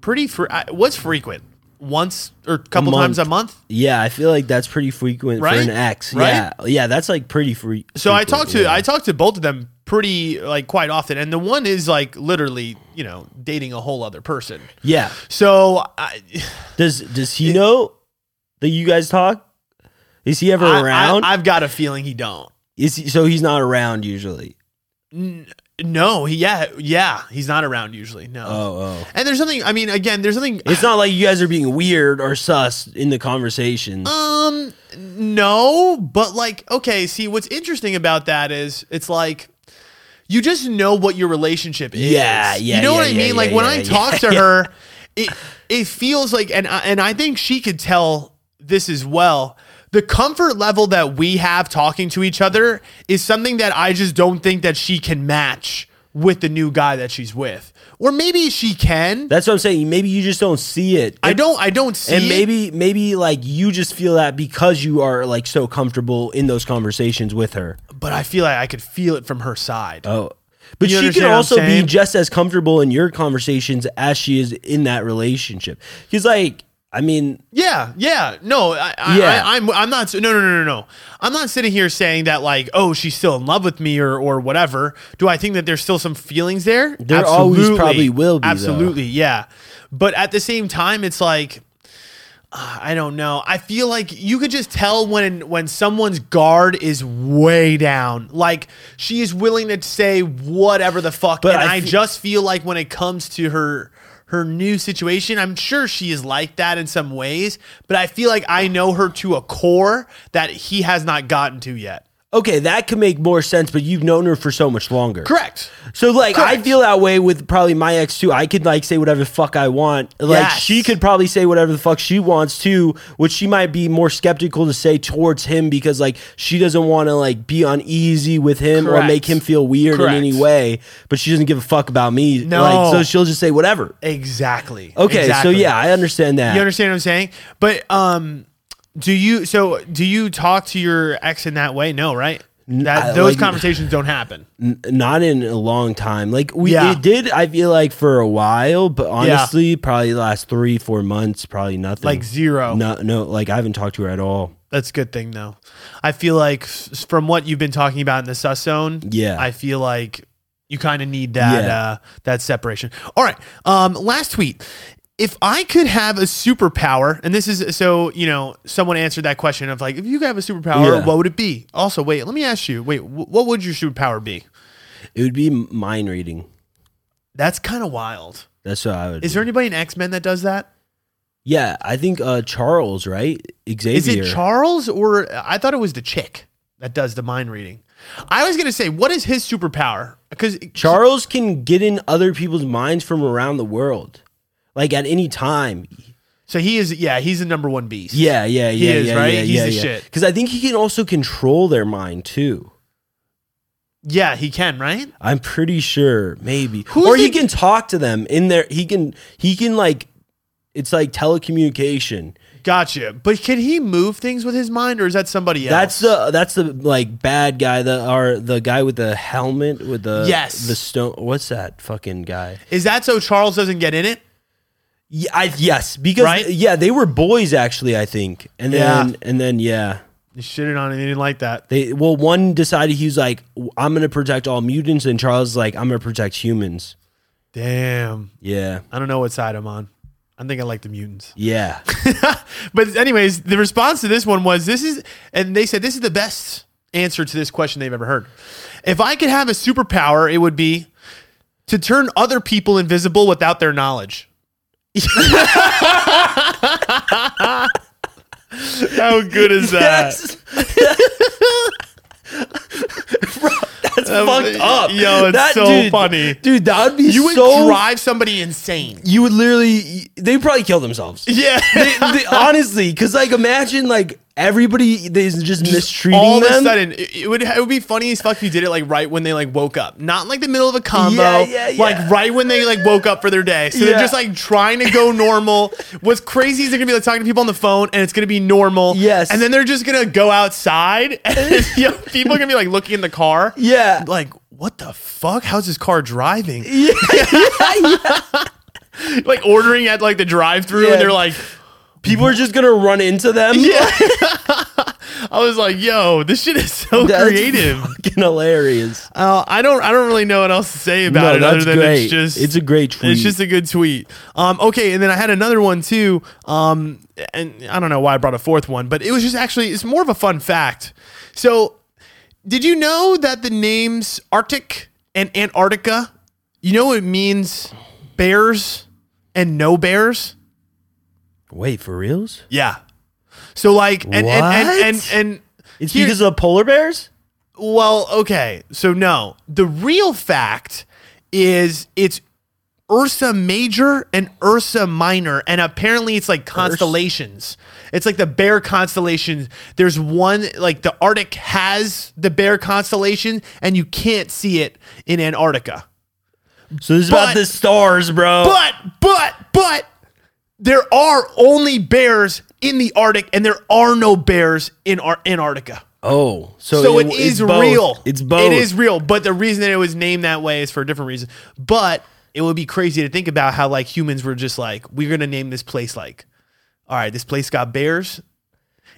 pretty fre- I- what's frequent once or a couple times a month. month. Yeah, I feel like that's pretty frequent for Right? an ex. Right? Yeah, yeah, that's like pretty free. So I frequent, talked to yeah. I talked to both of them pretty like quite often, and the one is like literally you know dating a whole other person. yeah. So I, Does does he know that you guys talk? Is he ever I, around? I, have got a feeling he don't. Is he, so he's not around usually. No, he yeah yeah he's not around usually. No. Oh, oh. And there's something. I mean, again, there's something. It's not like you guys are being weird or sus in the conversation. Um, no, but like, okay. See, what's interesting about that is it's like you just know what your relationship is. Yeah, yeah, You know yeah, what I yeah, mean? yeah, like when yeah, I yeah, talk to her, it it feels like, and I, and I think she could tell this as well. the comfort level that we have talking to each other is something that I just don't think that she can match with the new guy that she's with. Or maybe she can. That's what I'm saying. Maybe you just don't see it. I don't I don't see and it. maybe maybe like you just feel that because you are like so comfortable in those conversations with her. but I feel like I could feel it from her side. Oh. But You she could understand what I'm also be saying? just as comfortable in your conversations as she is in that relationship. Cuz like I mean, Yeah, yeah. No, I, I, Yeah. I, I'm I'm not no no no no no. I'm not sitting here saying that like, oh, she's still in love with me or or whatever. Do I think that there's still some feelings there? There always probably will be, though. Absolutely, yeah. But at the same time, it's like ah, I don't know. I feel like you could just tell when when someone's guard is way down. Like she is willing to say whatever the fuck. But and I I, fe- just feel like when it comes to her her new situation, I'm sure she is like that in some ways. But I feel like I know her to a core that he has not gotten to yet. okay, that could make more sense, but you've known her for so much longer. Correct. So like I Correct. feel that way with probably my ex too. I could like say whatever the fuck I want. Like Yes. she could probably say whatever the fuck she wants too, which she might be more skeptical to say towards him because like she doesn't want to like be uneasy with him or Correct. make him feel weird Correct. in any way. But she doesn't give a fuck about me. No. Like, so she'll just say whatever. Exactly. Okay, Exactly. so yeah, I understand that. You understand what I'm saying? But um, do you so do you talk to your ex in that way? No, right? That I- those like- conversations don't happen. N- not in a long time. Like we Yeah. it did, I feel like for a while, but honestly, probably the last three, four months, probably nothing. Like zero. No, no, like I haven't talked to her at all. That's a good thing though. I feel like s- from what you've been talking about in the sus zone, Yeah. I feel like you kind of need that Yeah. uh, that separation. All right. Um, last tweet. If I could have a superpower, and this is so you know, someone answered that question of like, if you could have a superpower, Yeah. what would it be? Also, wait, let me ask you. Wait, wh- what would your superpower be? It would be m- mind reading. That's kind of wild. That's what I would. Is there anybody in X Men that does that? yeah, I think uh, Charles, right? Xavier. Is it Charles or I thought it was the chick that does the mind reading? I was gonna say, what is his superpower? Because Charles can get in other people's minds from around the world, like at any time. so he is, yeah, he's the number one beast. Yeah, yeah, yeah, He is, yeah, right? yeah, He's yeah, the yeah. shit. Because I think he can also control their mind too. yeah, he can, right? I'm pretty sure, maybe, Who's or he the- can talk to them in there. He can, he can like, it's like telecommunication. Gotcha. But can he move things with his mind, or is that somebody else? That's the that's the like bad guy the or the guy with the helmet with the Yes. the stone. What's that fucking guy? is that so Charles doesn't get in it? Yeah, I, yes, because Right? yeah, they were boys actually, I think, and then Yeah. and then yeah, He shitted on him. He didn't like that. they well one decided he was like, I'm gonna protect all mutants, and Charles is like, I'm gonna protect humans. Damn. Yeah, I don't know what side I'm on. I think I like the mutants. yeah, but anyways, the response to this one was this is, and they said this is the best answer to this question they've ever heard. If I could have a superpower, it would be to turn other people invisible without their knowledge. How good is that? That's- Bro, that's fucked up. Yo, it's so dude- funny. dude. That would be You would so. drive somebody insane. you would literally. They probably kill themselves. Yeah. they, they, honestly, because like imagine like everybody is just, mistreating all of them. a sudden it, it would it would be funny as fuck if you did it like right when they like woke up not in, like the middle of a combo Yeah, yeah, yeah. like right when they like woke up for their day so Yeah. they're just like trying to go normal what's crazy is they're gonna be like talking to people on the phone and it's gonna be normal Yes. and then they're just gonna go outside and you know, people are gonna be like looking in the car yeah. like what the fuck how's this car driving like ordering at like the drive-through Yeah. and they're like People are just gonna run into them. yeah i was like yo this shit is so That's creative Fucking hilarious. Uh, I don't. I don't really know what else to say about No, it other that's than great. it's just. It's a great tweet. It's just a good tweet. Um, okay, and then I had another one too. Um, and I don't know why I brought a fourth one, but it was just actually it's more of a fun fact. So, did you know that the names Arctic and Antarctica, you know, it means bears and no bears. Wait for reals? Yeah. So like and and and What? and, and It's here- because of the polar bears. well, okay. So no, the real fact is it's Ursa Major and Ursa Minor, and apparently it's like constellations. It's like the bear constellations. There's one like the Arctic has the bear constellation, and you can't see it in Antarctica. So this is about But- the stars, bro. But but but there are only bears in the Arctic, and there are no bears in Ar- Antarctica. oh, so, So it- it is both. real. It's both. It is real. But the reason that it was named that way is for a different reason. But it would be crazy to think about how like humans were just like, we're gonna name this place like, all right, this place got bears,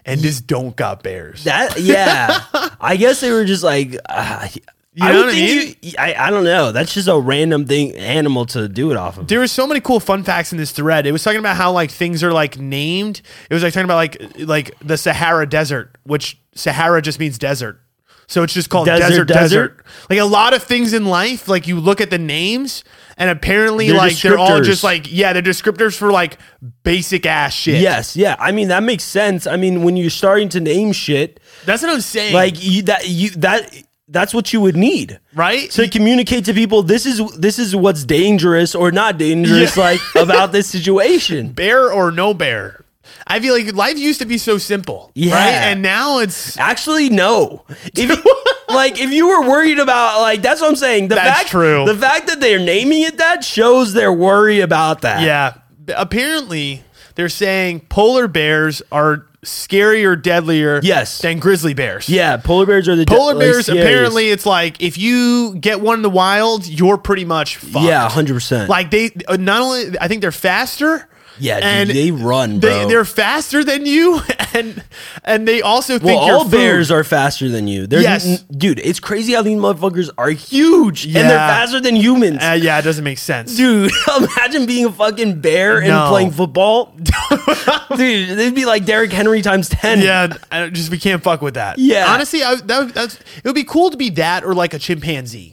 and this don't got bears. That yeah. I guess they were just like. Uh, know I would what I think you- I, I don't know. That's just a random thing animal to do it off of. there were so many cool fun facts in this thread. It was talking about how like things are like named. It was like talking about like like the Sahara Desert, which Sahara just means desert. So it's just called Desert, desert desert. desert? Like a lot of things in life, like you look at the names and apparently They're like they're all descriptors. just like yeah, they're descriptors for like basic ass shit. Yes, yeah. I mean that makes sense. I mean when you're starting to name shit, That's what I'm saying. like you that you that that's what you would need. right? To communicate to people this is this is what's dangerous or not dangerous like about this situation. bear or no bear. I feel like life used to be so simple. Yeah. Right? And now it's Actually no. If you, like if you were worried about like that's what I'm saying. The That's fact true. the fact that they're naming it that shows their worry about that. Yeah. B- Apparently, they're saying polar bears are scarier, deadlier Yes. than grizzly bears. Yeah, polar bears are the Polar like, bears, scariest. apparently, it's like if you get one in the wild, you're pretty much fucked. Yeah, 100%. Like they uh, not only I think they're faster. Yeah, dude, and they run, They, bro. They're faster than you, and and they also think Well, you're all food. bears are faster than you. They're Yes. n- dude. It's crazy how these motherfuckers are huge and they're Yeah. faster than humans. Uh, yeah, it doesn't make sense. dude, imagine being a fucking bear and No. playing football. dude, they'd be like Derrick Henry times ten. Yeah, I don't- just we can't fuck with that. Yeah. honestly, I, that would- that's, it would be cool to be that or like a chimpanzee.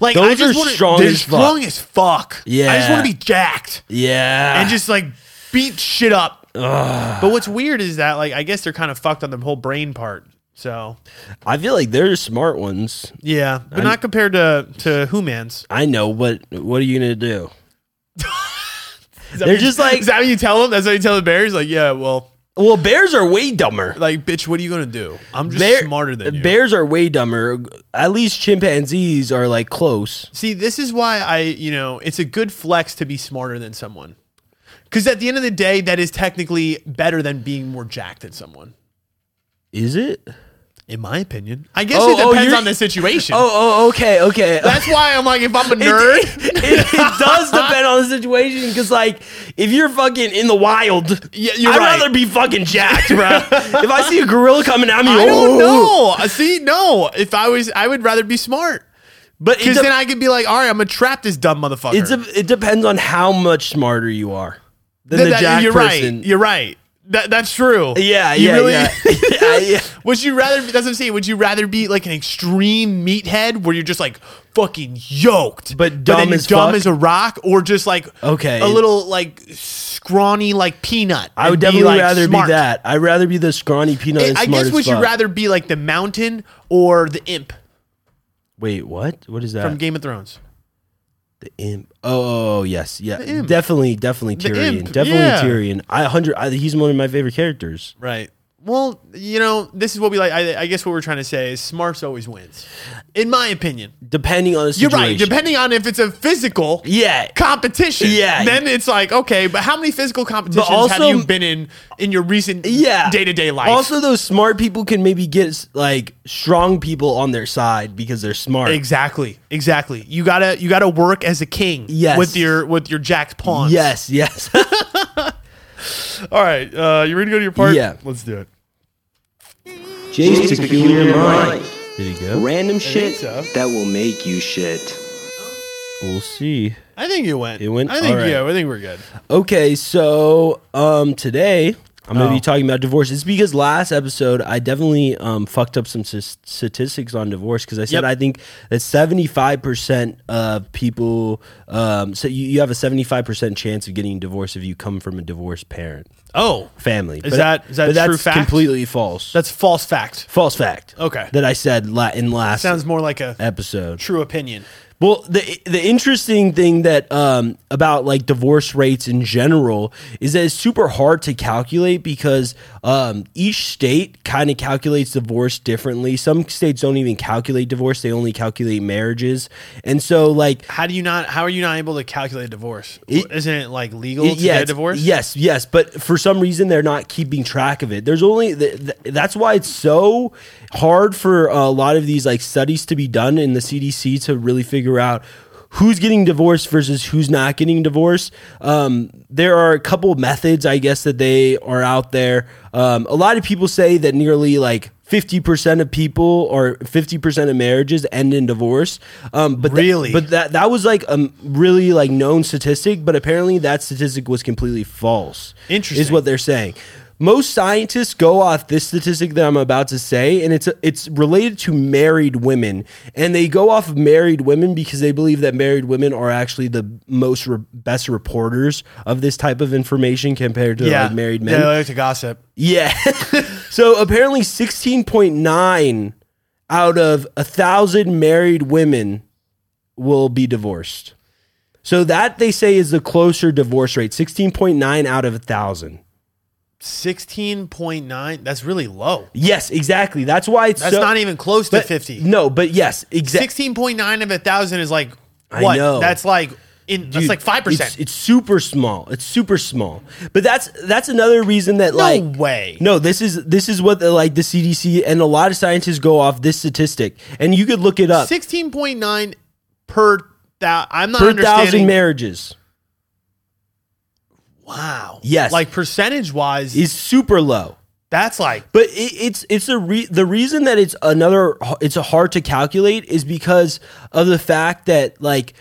Like Those I just are wanna, strong they're as fuck. strong as fuck. I just Yeah. want to be jacked yeah. and just like beat shit up. But what's weird is that like I guess they're kind of fucked on the whole brain part. So I feel like they're smart ones. yeah, but not compared to to humans. I know, but what are you gonna do? They're just like, Is that what you tell them? That's what you tell the bears. Like yeah, well, well, bears are way dumber. like bitch, what are you gonna do? I'm just Bear- smarter than you. Bears are way dumber. At least chimpanzees are like close. See, this is why I, you know, it's a good flex to be smarter than someone. Because at the end of the day, that is technically better than being more jacked than someone, Is it? in my opinion. I guess Oh, it oh, depends you're- on the situation. Oh, oh, okay, okay. That's why I'm like, if I'm a It- nerd, It, it- it does depend on the situation because, like, if you're fucking in the wild, Yeah, you're I'd right. rather be fucking jacked, bro. if I see a gorilla coming at me, I don't oh. know. Uh, See, no. If I was, I would rather be smart. But it, Because de- then I could be like, all right, I'm going to trap this dumb motherfucker. it's a, it depends on how much smarter you are than Th- the that- jacked You're person. right. You're right. That, that's true. yeah, You yeah, really- yeah. yeah, yeah. Would you rather? That's what I'm saying. Would you rather be like an extreme meathead where you're just like fucking yoked, But then dumb you're as dumb fuck? as a rock, or just like Okay. a little like scrawny like peanut? I and would be, definitely like, rather smart? be that. I'd rather be the scrawny peanut. I- and I smart guess as would you fuck. rather be like the mountain or the imp Wait, what? What is that? from Game of Thrones? The imp. Oh, oh, yes, yeah, imp. definitely, definitely Tyrion. imp, Definitely yeah. Tyrion. I hundred. I, he's one of my favorite characters. Right. Well, you know, this is what we like. I, I guess what we're trying to say is smarts always wins, in my opinion. Depending on the You're situation. right. Depending on if it's a physical, Yeah. competition. Yeah. Then it's like, okay, but how many physical competitions also- have you been in in your recent Yeah. day to day life? Also, those smart people can maybe get like strong people on their side because they're smart. exactly, exactly. You gotta you gotta work as a king. Yes. With your with your jacked pawns. Yes. Yes. All right. Uh, you ready to go to your part? Yeah. Let's do it. Jay's peculiar mind. Did he go? Random shit so. that will make you shit. We'll see. I think you went. It went? I think All right. yeah. I think we're good. Okay, so um, today I'm going to Oh. be talking about divorce. It's because last episode I definitely um, fucked up some s- statistics on divorce because I said Yep. I think that 75% of people, um, so you, you have a 75% chance of getting divorced if you come from a divorced parent. Oh, family. Is that- is that but true that's fact? Completely false. that's false fact. false fact. Okay. that I said la- in last Sounds more like a episode. true opinion. Well, the the interesting thing that um, about like divorce rates in general is that it's super hard to calculate because um, each state kind of calculates divorce differently. Some states don't even calculate divorce; they only calculate marriages. And so, like, How do you not? How are you not able to calculate a divorce? It- Isn't it like legal Y- to get a it's- divorce? Yes, yes, but for some reason they're not keeping track of it. There's only th- th- that's why it's so hard for a lot of these like studies to be done in the CDC to really figure out who's getting divorced versus who's not getting divorced. Um, there are a couple methods, I guess, that they are out there. Um, a lot of people say that nearly like. 50% of people or 50% of marriages end in divorce. Um, but tha- Really? but that that was like a m- really like known statistic, but apparently that statistic was completely false. is Interesting. what they're saying. Most scientists go off this statistic that I'm about to say, and it's it's related to married women, and they go off of married women because they believe that married women are actually the most re- best reporters of this type of information compared to like married men. Yeah, they like to gossip. Yeah. so apparently 16.9 out of a thousand married women will be divorced. So that they say is the closer divorce rate, 16.9 out of a thousand. Sixteen point nine. That's really low. Yes, exactly. That's why it's That's so- not even close to but- fifty. No, but yes, exactly. Sixteen point nine of a thousand is like I what? know. That's like in. that's like five It's, percent. it's super small. It's super small. But that's that's another reason that No like way. No, this is this is what the, like the CDC and a lot of scientists go off this statistic, and you could look it up. Sixteen point nine per. That I'm not per thousand understanding. marriages wow. Yes. Like percentage wise, is super low. that's like But it, it's it's a re- the reason that it's another it's a hard to calculate is because of the fact that like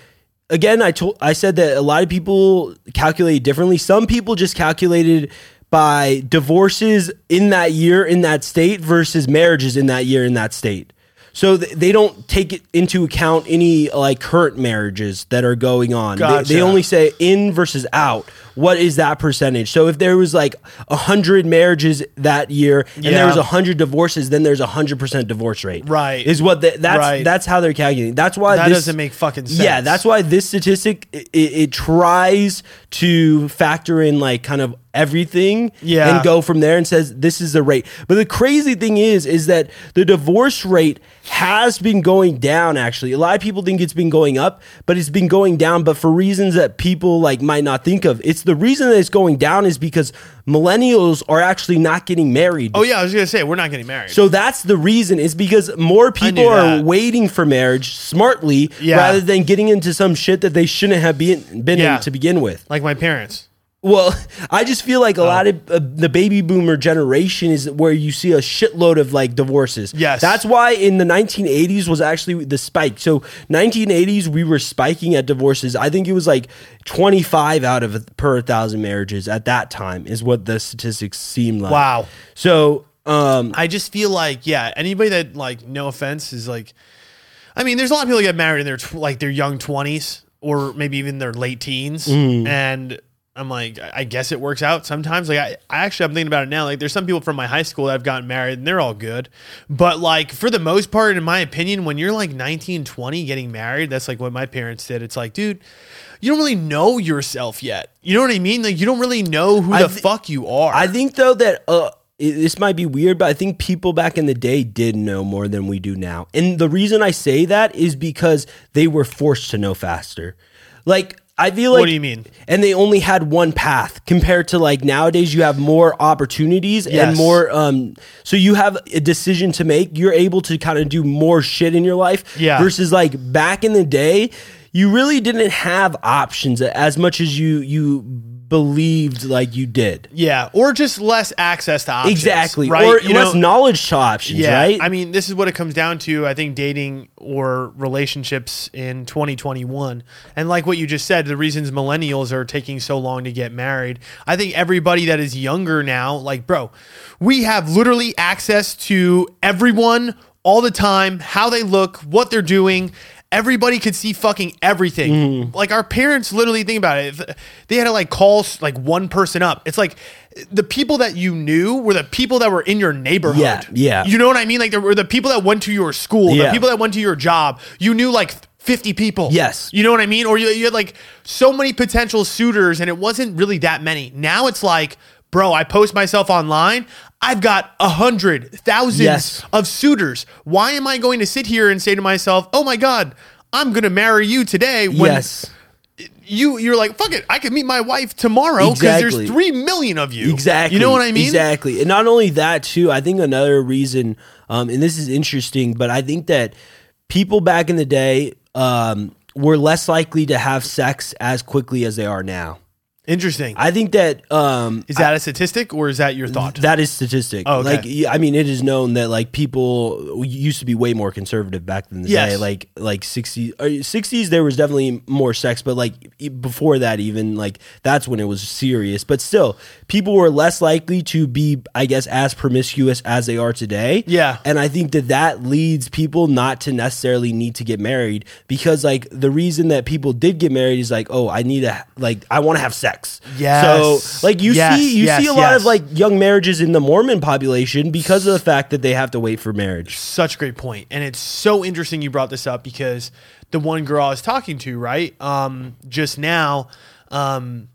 again I told I said that a lot of people calculate differently. Some people just calculated by divorces in that year in that state versus marriages in that year in that state. So th- they don't take it into account any like current marriages that are going on. They- They, Gotcha. only say in versus out. What is that percentage? So if there was like a hundred marriages that year and there Yeah. was a hundred divorces, then there's a hundred percent divorce rate. Right. Is what the, that's Right. that's how they're calculating. That's why That this- doesn't make fucking Yeah, sense. that's why this statistic it, it tries to factor in like kind of everything Yeah. and go from there and says this is the rate. But the crazy thing is, is that the divorce rate has been going down. Actually, a lot of people think it's been going up, but it's been going down. But for reasons that people like might not think of, it's the reason that it's going down is because millennials are actually not getting married. Oh yeah, I was gonna say we're not getting married. So that's the reason is because more people knew are that. waiting for marriage smartly Yeah. rather than getting into some shit that they shouldn't have been, been Yeah. in to begin with. like my parents. Well, I just feel Oh. like a lot of uh, the baby boomer generation is where you see a shitload of like divorces. Yes. That's why in the 1980s was actually the spike. So 1980s we were spiking at divorces. I think it was like 25 out of a- per 1000 marriages at that time is what the statistics seem like. Wow. So um I just feel like yeah, anybody that like no offense is like, I mean, there's a lot of people that get married in their tw- like their young twenties or maybe even their late teens, and I'm like, I I guess it works out sometimes. Like I, I actually I'm thinking about it now. Like there's some people from my high school that have gotten married and they're all good, but like for the most part, in my opinion, when you're like 19, 20 getting married, that's like what my parents did. It's like, dude. You don't really know yourself yet. You know what I mean? Like you don't really know who I the thi- fuck you are. I think though that uh, it- this might be weird, but I think people back in the day did know more than we do now, and the reason I say that is because they were forced to know faster. Like I feel like do you mean? And they only had one path compared to like nowadays you have more opportunities and Yes. more. Um, so you have a decision to make. You're able to kind of do more shit in your life. Yeah. Versus like back in the day. You really didn't have options as much as you you believed like you did. Yeah, or just less access to options. Exactly. Right. Or You less know- knowledge to options, yeah. right? I mean, this is what it comes down to. I think dating or relationships in 2021, and like what you just said, the reasons millennials are taking so long to get married. I think everybody that is younger now, like bro, we have literally access to everyone all the time, how they look, what they're doing. everybody could see fucking everything. Mm-hmm. Like our parents literally think about it. If They had to like call s- like one person up. It's like the people that you knew were the people that were in your neighborhood. Yeah, yeah. You know what I mean? Like there were the people that went to your school, the Yeah. people that went to your job. You knew like 50 people. Yes. You know what I mean? Or you, you had like so many potential suitors and it wasn't really that many. Now it's like, bro, I post myself online. I've got a hundred thousands Yes. of suitors. Why am I going to sit here and say to myself, oh my God, I'm going to marry you today when yes. you, you're like, fuck it, I could meet my wife tomorrow because Exactly. there's three million of you. Exactly. You know what I mean? Exactly. And not only that, too, I think another reason, um, and this is interesting, but I think that people back in the day um, were less likely to have sex as quickly as they are now. Interesting. I think that um, is that a statistic or is that your thought? that is statistic. Oh, okay. Like y- I mean, it is known that like people used to be way more conservative back in the Yes. day. Like like sixties sixties, there was definitely more sex, but like e- before that, even like that's when it was serious. But still, people were less likely to be, I guess, as promiscuous as they are today. Yeah. and I think that that leads people not to necessarily need to get married because like the reason that people did get married is like, oh, I need to like I want to have sex. Yes. So like you Yes, see you yes, see a lot yes. of like young marriages in the Mormon population because of the fact that they have to wait for marriage. such a great point and it's so interesting you brought this up because the one girl i was talking to right um just now um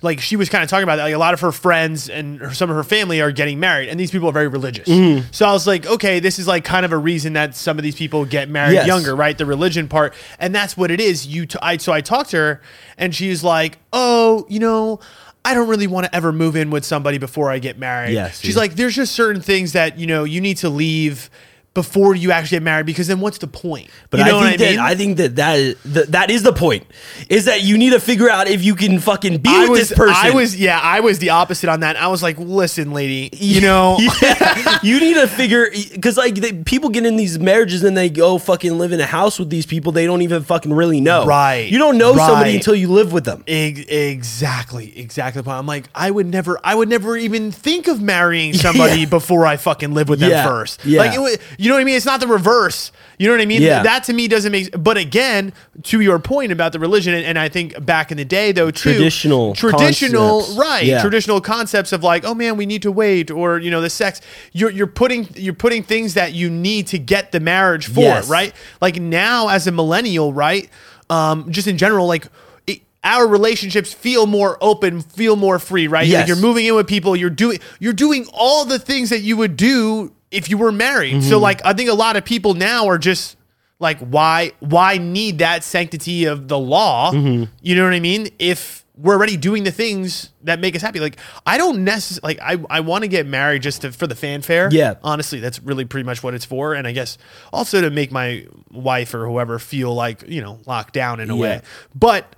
like she was kind of talking about that like a lot of her friends and her, some of her family are getting married and these people are very religious so i was like okay this is like kind of a reason that some of these people get married Yes. younger right the religion part and that's what it is you t- I, so i talked to her and she's like oh you know I don't really want to ever move in with somebody before I get married. Yes, She's yeah. like, like there's just certain things that you know you need to leave before you actually get married because then what's the point? But you know I think that I think that that is, that, that is the point is that you need to figure out if you can fucking be I with was, this person. I was, yeah, I was the opposite on that. I was like, listen, lady, you know, Yeah. you need to figure because like they, people get in these marriages and they go fucking live in a house with these people they don't even fucking really know. Right. You don't know somebody Right. until you live with them. Ex- exactly, exactly. the point. I'm like, I would never, I would never even think of marrying somebody Yeah. before I fucking live with them Yeah, first. yeah. Like, it, wa- you know what I mean? It's not the reverse. You know what I mean? Yeah. That to me doesn't make. But again, to your point about the religion, and, and I think back in the day though, too, Traditional traditional, concepts. right? Yeah. Traditional concepts of like, oh man, we need to wait, or you know, the sex. You're you're putting you're putting things that you need to get the marriage for, Yes. right? Like now, as a millennial, right? Um, just in general, like it, our relationships feel more open, feel more free, right? Like, Yes. you're moving in with people. You're doing you're doing all the things that you would do if you were married. Mm-hmm. So, like, I think a lot of people now are just like, why why need that sanctity of the law? Mm-hmm. You know what I mean? If we're already doing the things that make us happy. Like I don't necessarily like I, I want to get married just to, for the fanfare. Yeah. Honestly, that's really pretty much what it's for. And I guess also to make my wife or whoever feel like, you know, locked down in a way. But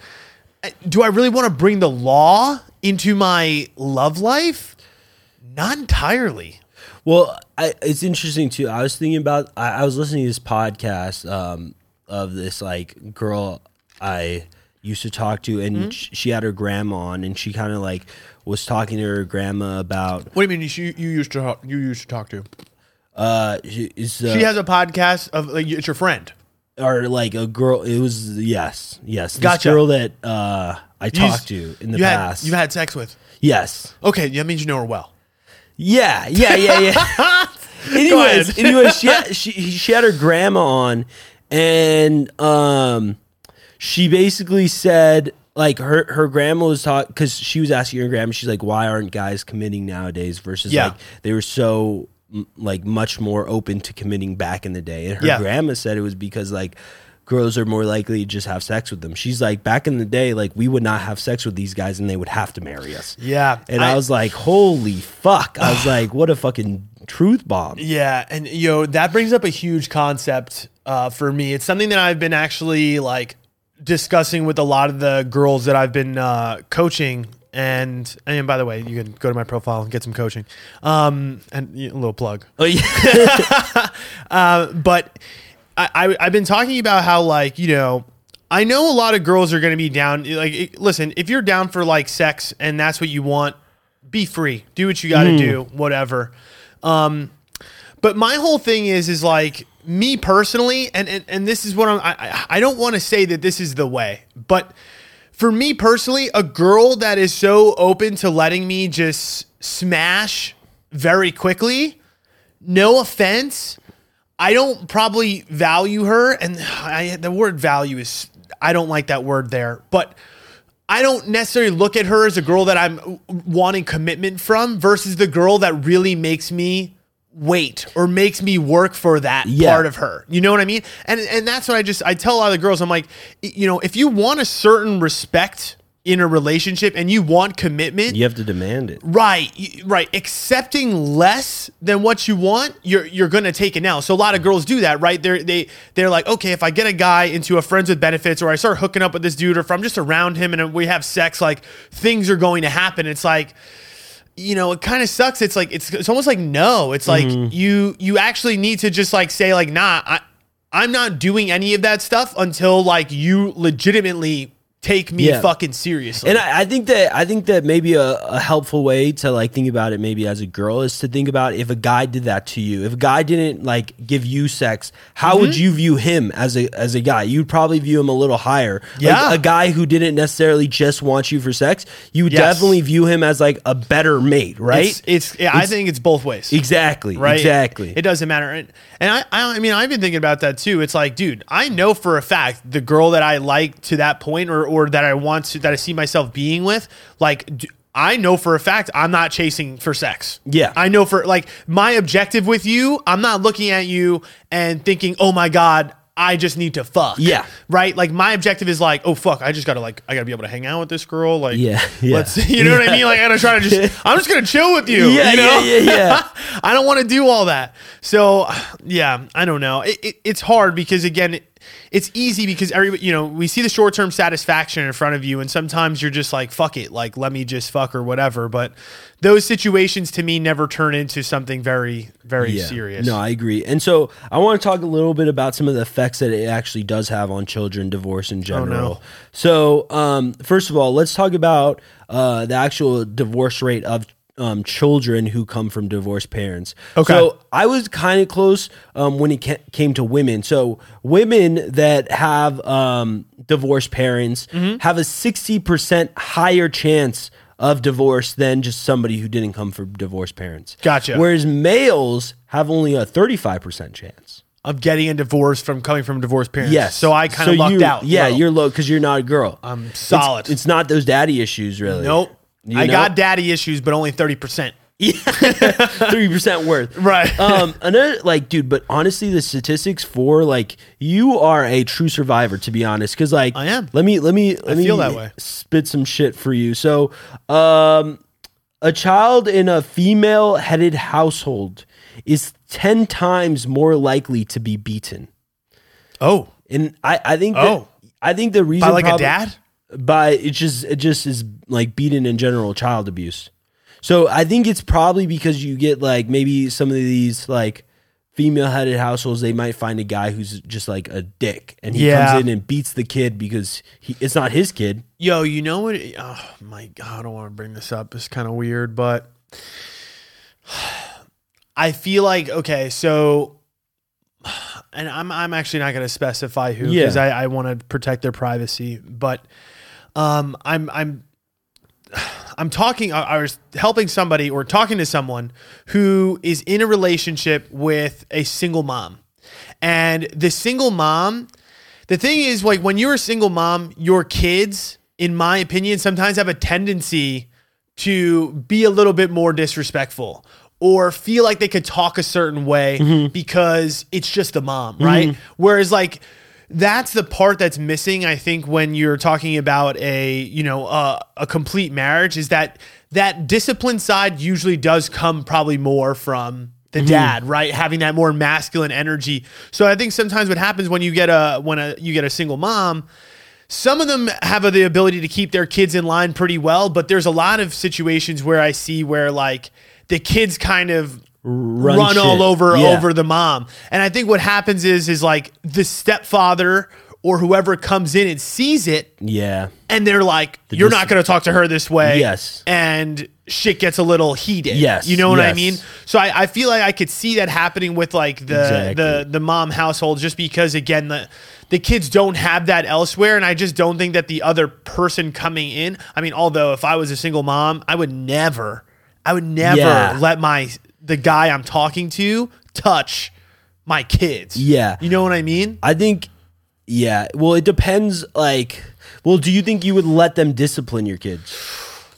uh, do I really want to bring the law into my love life? Not entirely. Well, I, it's interesting too. I was thinking about. I, I was listening to this podcast um, of this like girl I used to talk to, Mm-hmm. and sh- she had her grandma on, and she kind of like was talking to her grandma about. What do you mean you, you used to you used to talk to? Uh, she, is, uh, She has a podcast of like, it's your friend. or like a girl. It was yes, yes. This Gotcha. girl that uh, I You talked to used- in the you past. Had, you had sex with. yes. Okay, that means you know her well. Yeah, yeah, yeah, yeah. anyways, ahead. anyways, she had, she she had her grandma on, and um, she basically said like her her grandma was talking because she was asking her grandma, she's like, why aren't guys committing nowadays versus Yeah. like they were so m- like much more open to committing back in the day, and her Yeah. grandma said it was because like. Girls are more likely to just have sex with them. She's like, back in the day, like we would not have sex with these guys, and they would have to marry us. Yeah, And I, I- was like, holy fuck. I was like, what a fucking truth bomb. Yeah, and yo, that brings up a huge concept uh, for me. It's something that I've been actually like discussing with a lot of the girls that I've been uh, coaching. And and by the way, you can go to my profile and get some coaching. Um, and y- a little plug. Oh, yeah. but I, I I've been talking about how like you know I know a lot of girls are going to be down. Like, it- listen, if you're down for like sex and that's what you want, be free. Do what you got to do. Whatever. Um, but my whole thing is is like me personally, and and, and this is what I'm. I, I- I don't want to say that this is the way, but for me personally, a girl that is so open to letting me just smash very quickly, no offense, I don't probably value her, and I, the word value is I don't like that word there, but. I don't necessarily look at her as a girl that I'm w- wanting commitment from versus the girl that really makes me wait or makes me work for that Yeah. part of her. You know what I mean? And and that's what I just I tell a lot of the girls I'm like, y- you know, if you want a certain respect in a relationship and you want commitment, You have to demand it. Right, y- right. Accepting less than what you want, you're you're gonna take it now. So a lot of girls do that, right? They're they they're like, okay, if I get a guy into a friends with benefits, or I start hooking up with this dude, or if I'm just around him and we have sex, like things are going to happen. It's like, you know, it kind of sucks. It's like it's it's almost like no. It's like Mm-hmm. you you actually need to just like say like, nah, I I'm not doing any of that stuff until like you legitimately take me Yeah. fucking seriously. And I, I think that I think that maybe a, a helpful way to like think about it maybe as a girl is to think about if a guy did that to you. If a guy didn't like give you sex, how would Mm-hmm. you view him as a as a guy? You'd probably view him a little higher. Like, Yeah. a guy who didn't necessarily just want you for sex, you would Yes. definitely view him as like a better mate, right? It's, it's, yeah, I think it's both ways. exactly. right? Exactly. It doesn't matter. And, and I, I, I mean, I've been thinking about that too. It's like, dude, I know for a fact the girl that I like to that point, or or that I want to, that I see myself being with, like. d I I know for a fact I'm not chasing for sex. Yeah. I know for like my objective with you, I'm not looking at you and thinking, "Oh my god, I just need to fuck." Yeah. Right? Like my objective is like, "Oh fuck, I just got to like I got to be able to hang out with this girl." Like Yeah, yeah. Let's you know what I mean? Like I got to try to just I'm just going to chill with you, Yeah, you know? yeah, yeah, yeah. I don't want to do all that. So, yeah, I don't know. It, it, it's hard because again, it- it's easy because every you know we see the short term satisfaction in front of you, and sometimes you're just like fuck it, like let me just fuck or whatever. But those situations to me never turn into something very very Yeah. serious. No, I agree. And so I want to talk a little bit about some of the effects that it actually does have on children, divorce Oh, in general. So, um, first of all, let's talk about uh, the actual divorce rate of um, children who come from divorced parents. Okay. So I was kind of close um, when it ca- came to women. So women that have um, divorced parents Mm-hmm. have a sixty percent higher chance of divorce than just somebody who didn't come from divorced parents. Gotcha. Whereas males have only a thirty-five percent chance. I'm getting a divorce from coming from divorced parents. so I kind of So lucked you- out. Yeah, low. you're low because you're not a girl. I'm solid. It's, not those daddy issues, really. nope. You I know? got daddy issues, but only thirty percent. three percent worth. Right. um. Another like, dude. But honestly, the statistics for like you are a true survivor, to be honest. Because like I am. Let me. Let me. Let me feel that way. Spit some shit for you. So, um, a child in a female-headed household is ten times more likely to be beaten. Oh, And I, I think. that- Oh. I think the reason by like a probably- dad. by it just it just is like beaten in general child abuse. So I think it's probably because you get like maybe some of these like female headed households they might find a guy who's just like a dick and he Yeah. comes in and beats the kid because he, it's not his kid. Yo, you know what? Oh my god, I don't want to bring this up. It's kind of weird, but I feel like okay, so and I'm I'm actually not going to specify who because Yeah. I, I want to protect their privacy, but um, I'm I'm I'm talking. I, I was helping somebody or talking to someone who is in a relationship with a single mom, and the single mom. The thing is, like when you're a single mom, your kids, in my opinion, sometimes have a tendency to be a little bit more disrespectful or feel like they could talk a certain way because it's just the mom, right? Whereas like that's the part that's missing i think when you're talking about a you know uh, a complete marriage is that that discipline side usually does come probably more from the dad right having that more masculine energy so i think sometimes what happens when you get a when a you get a single mom some of them have the ability to keep their kids in line pretty well but there's a lot of situations where i see where like the kids kind of run, shit. all over Yeah. over the mom. And I think what happens is is like the stepfather or whoever comes in and sees it Yeah. and they're like, "You're dis- not going to talk to her this way." Yes. and shit gets a little heated. Yes, you know what I yes. mean. So I, I feel like I could see that happening with like the Exactly. the the mom household, just because again the the kids don't have that elsewhere, and I just don't think that the other person coming in. I mean, although if I was a single mom, I would never, I would never Yeah. let my the guy I'm talking to touch my kids. Yeah. you know what I mean. I think, yeah. Well, it depends. Like, well, do you think you would let them discipline your kids?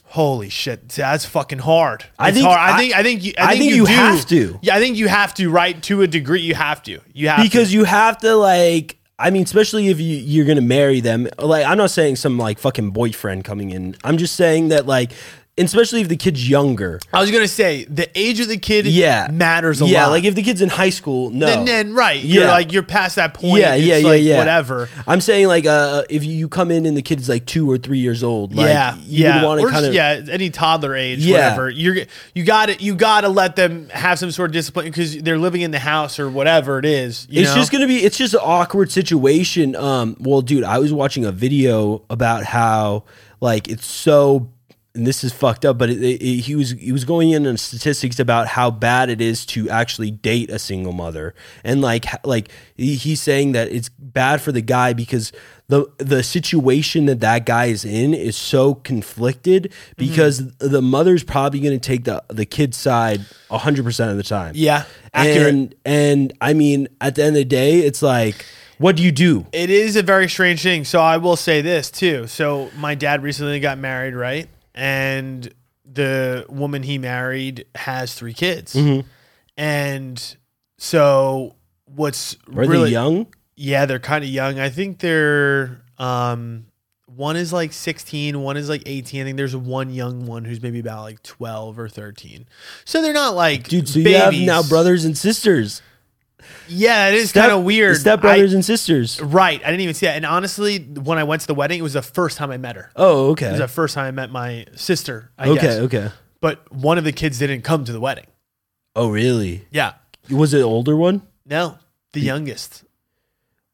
Holy shit, that's fucking hard. I It's think- hard. I, I- think I think you, I I think, think you, you do. have to. Yeah, I think you have to, right? To a degree, you have to. You have Because to. you have to, like, I mean, especially if you, you're going to marry them. Like, I'm not saying some, like, fucking boyfriend coming in. I'm just saying that, like, and especially if the kid's younger. I was gonna say the age of the kid, Yeah. matters a yeah, lot. like, if the kid's in high school, no. and then right, you're Yeah. like you're past that point. It's like, Whatever. I'm saying like uh, if you come in and the kid's like two or three years old, like, yeah, you yeah. would want Or to just- kind of yeah, any toddler age, Yeah. whatever. You're you got to You got to let them have some sort of discipline because they're living in the house or whatever it is. you it's know? just gonna be it's just an awkward situation. Um, well, dude, I was watching a video about how like it's so, and this is fucked up, but it, it, it- he was he was going in on statistics about how bad it is to actually date a single mother, and like h- like he- he's saying that it's bad for the guy because the the situation that that guy is in is so conflicted because Mm-hmm. the mother's probably gonna take the the kid's side hundred percent of the time. Yeah, accurate. And and I mean, at the end of the day, it's like, what do you do? It is a very strange thing. So I will say this too. So my dad recently got married, right? And the woman he married has three kids. Mm-hmm. And so what's Are really they young? Yeah, they're kind of young. I think they're um one is like 16, one is like 18. I think there's one young one who's maybe about like 12 or 13. So they're not like Dude, so you have babies. now brothers and sisters. Yeah, it is kind of weird. Step I- brothers and sisters. Right. I didn't even see that. And honestly, when I went to the wedding, it was the first time I met her. Oh, It okay. was the first time I met my sister. I okay, guess. okay. But one of the kids didn't come to the wedding. Oh, really? Yeah. Was it an older one? No, the youngest.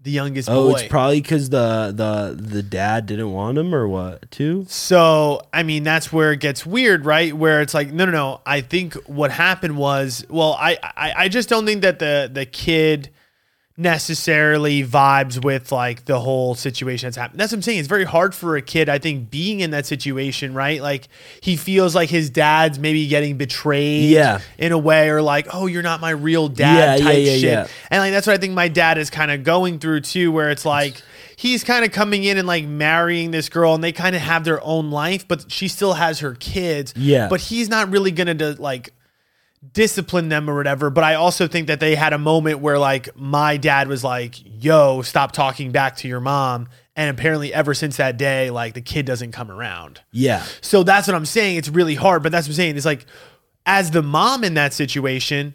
The youngest Oh, boy. it's probably because the the the dad didn't want him or what? Too. So, I mean, that's where it gets weird, right? Where it's like, no, no, no. I think what happened was, well, I, I, I just don't think that the the kid necessarily vibes with like the whole situation that's happened. That's what I'm saying. It's very hard for a kid, I think, being in that situation, right? Like he feels like his dad's maybe getting betrayed Yeah. in a way, or like, oh, you're not my real dad Yeah, type yeah, yeah, shit. yeah. And like that's what I think my dad is kind of going through too, where it's like he's kind of coming in and like marrying this girl, and they kind of have their own life, but she still has her kids. Yeah. but he's not really gonna do, like discipline them or whatever. But I also think that they had a moment where like my dad was like, "Yo, stop talking back to your mom." And apparently, ever since that day, like the kid doesn't come around. Yeah. So that's what I'm saying. It's really hard, but that's what I'm saying. It's like, as the mom in that situation,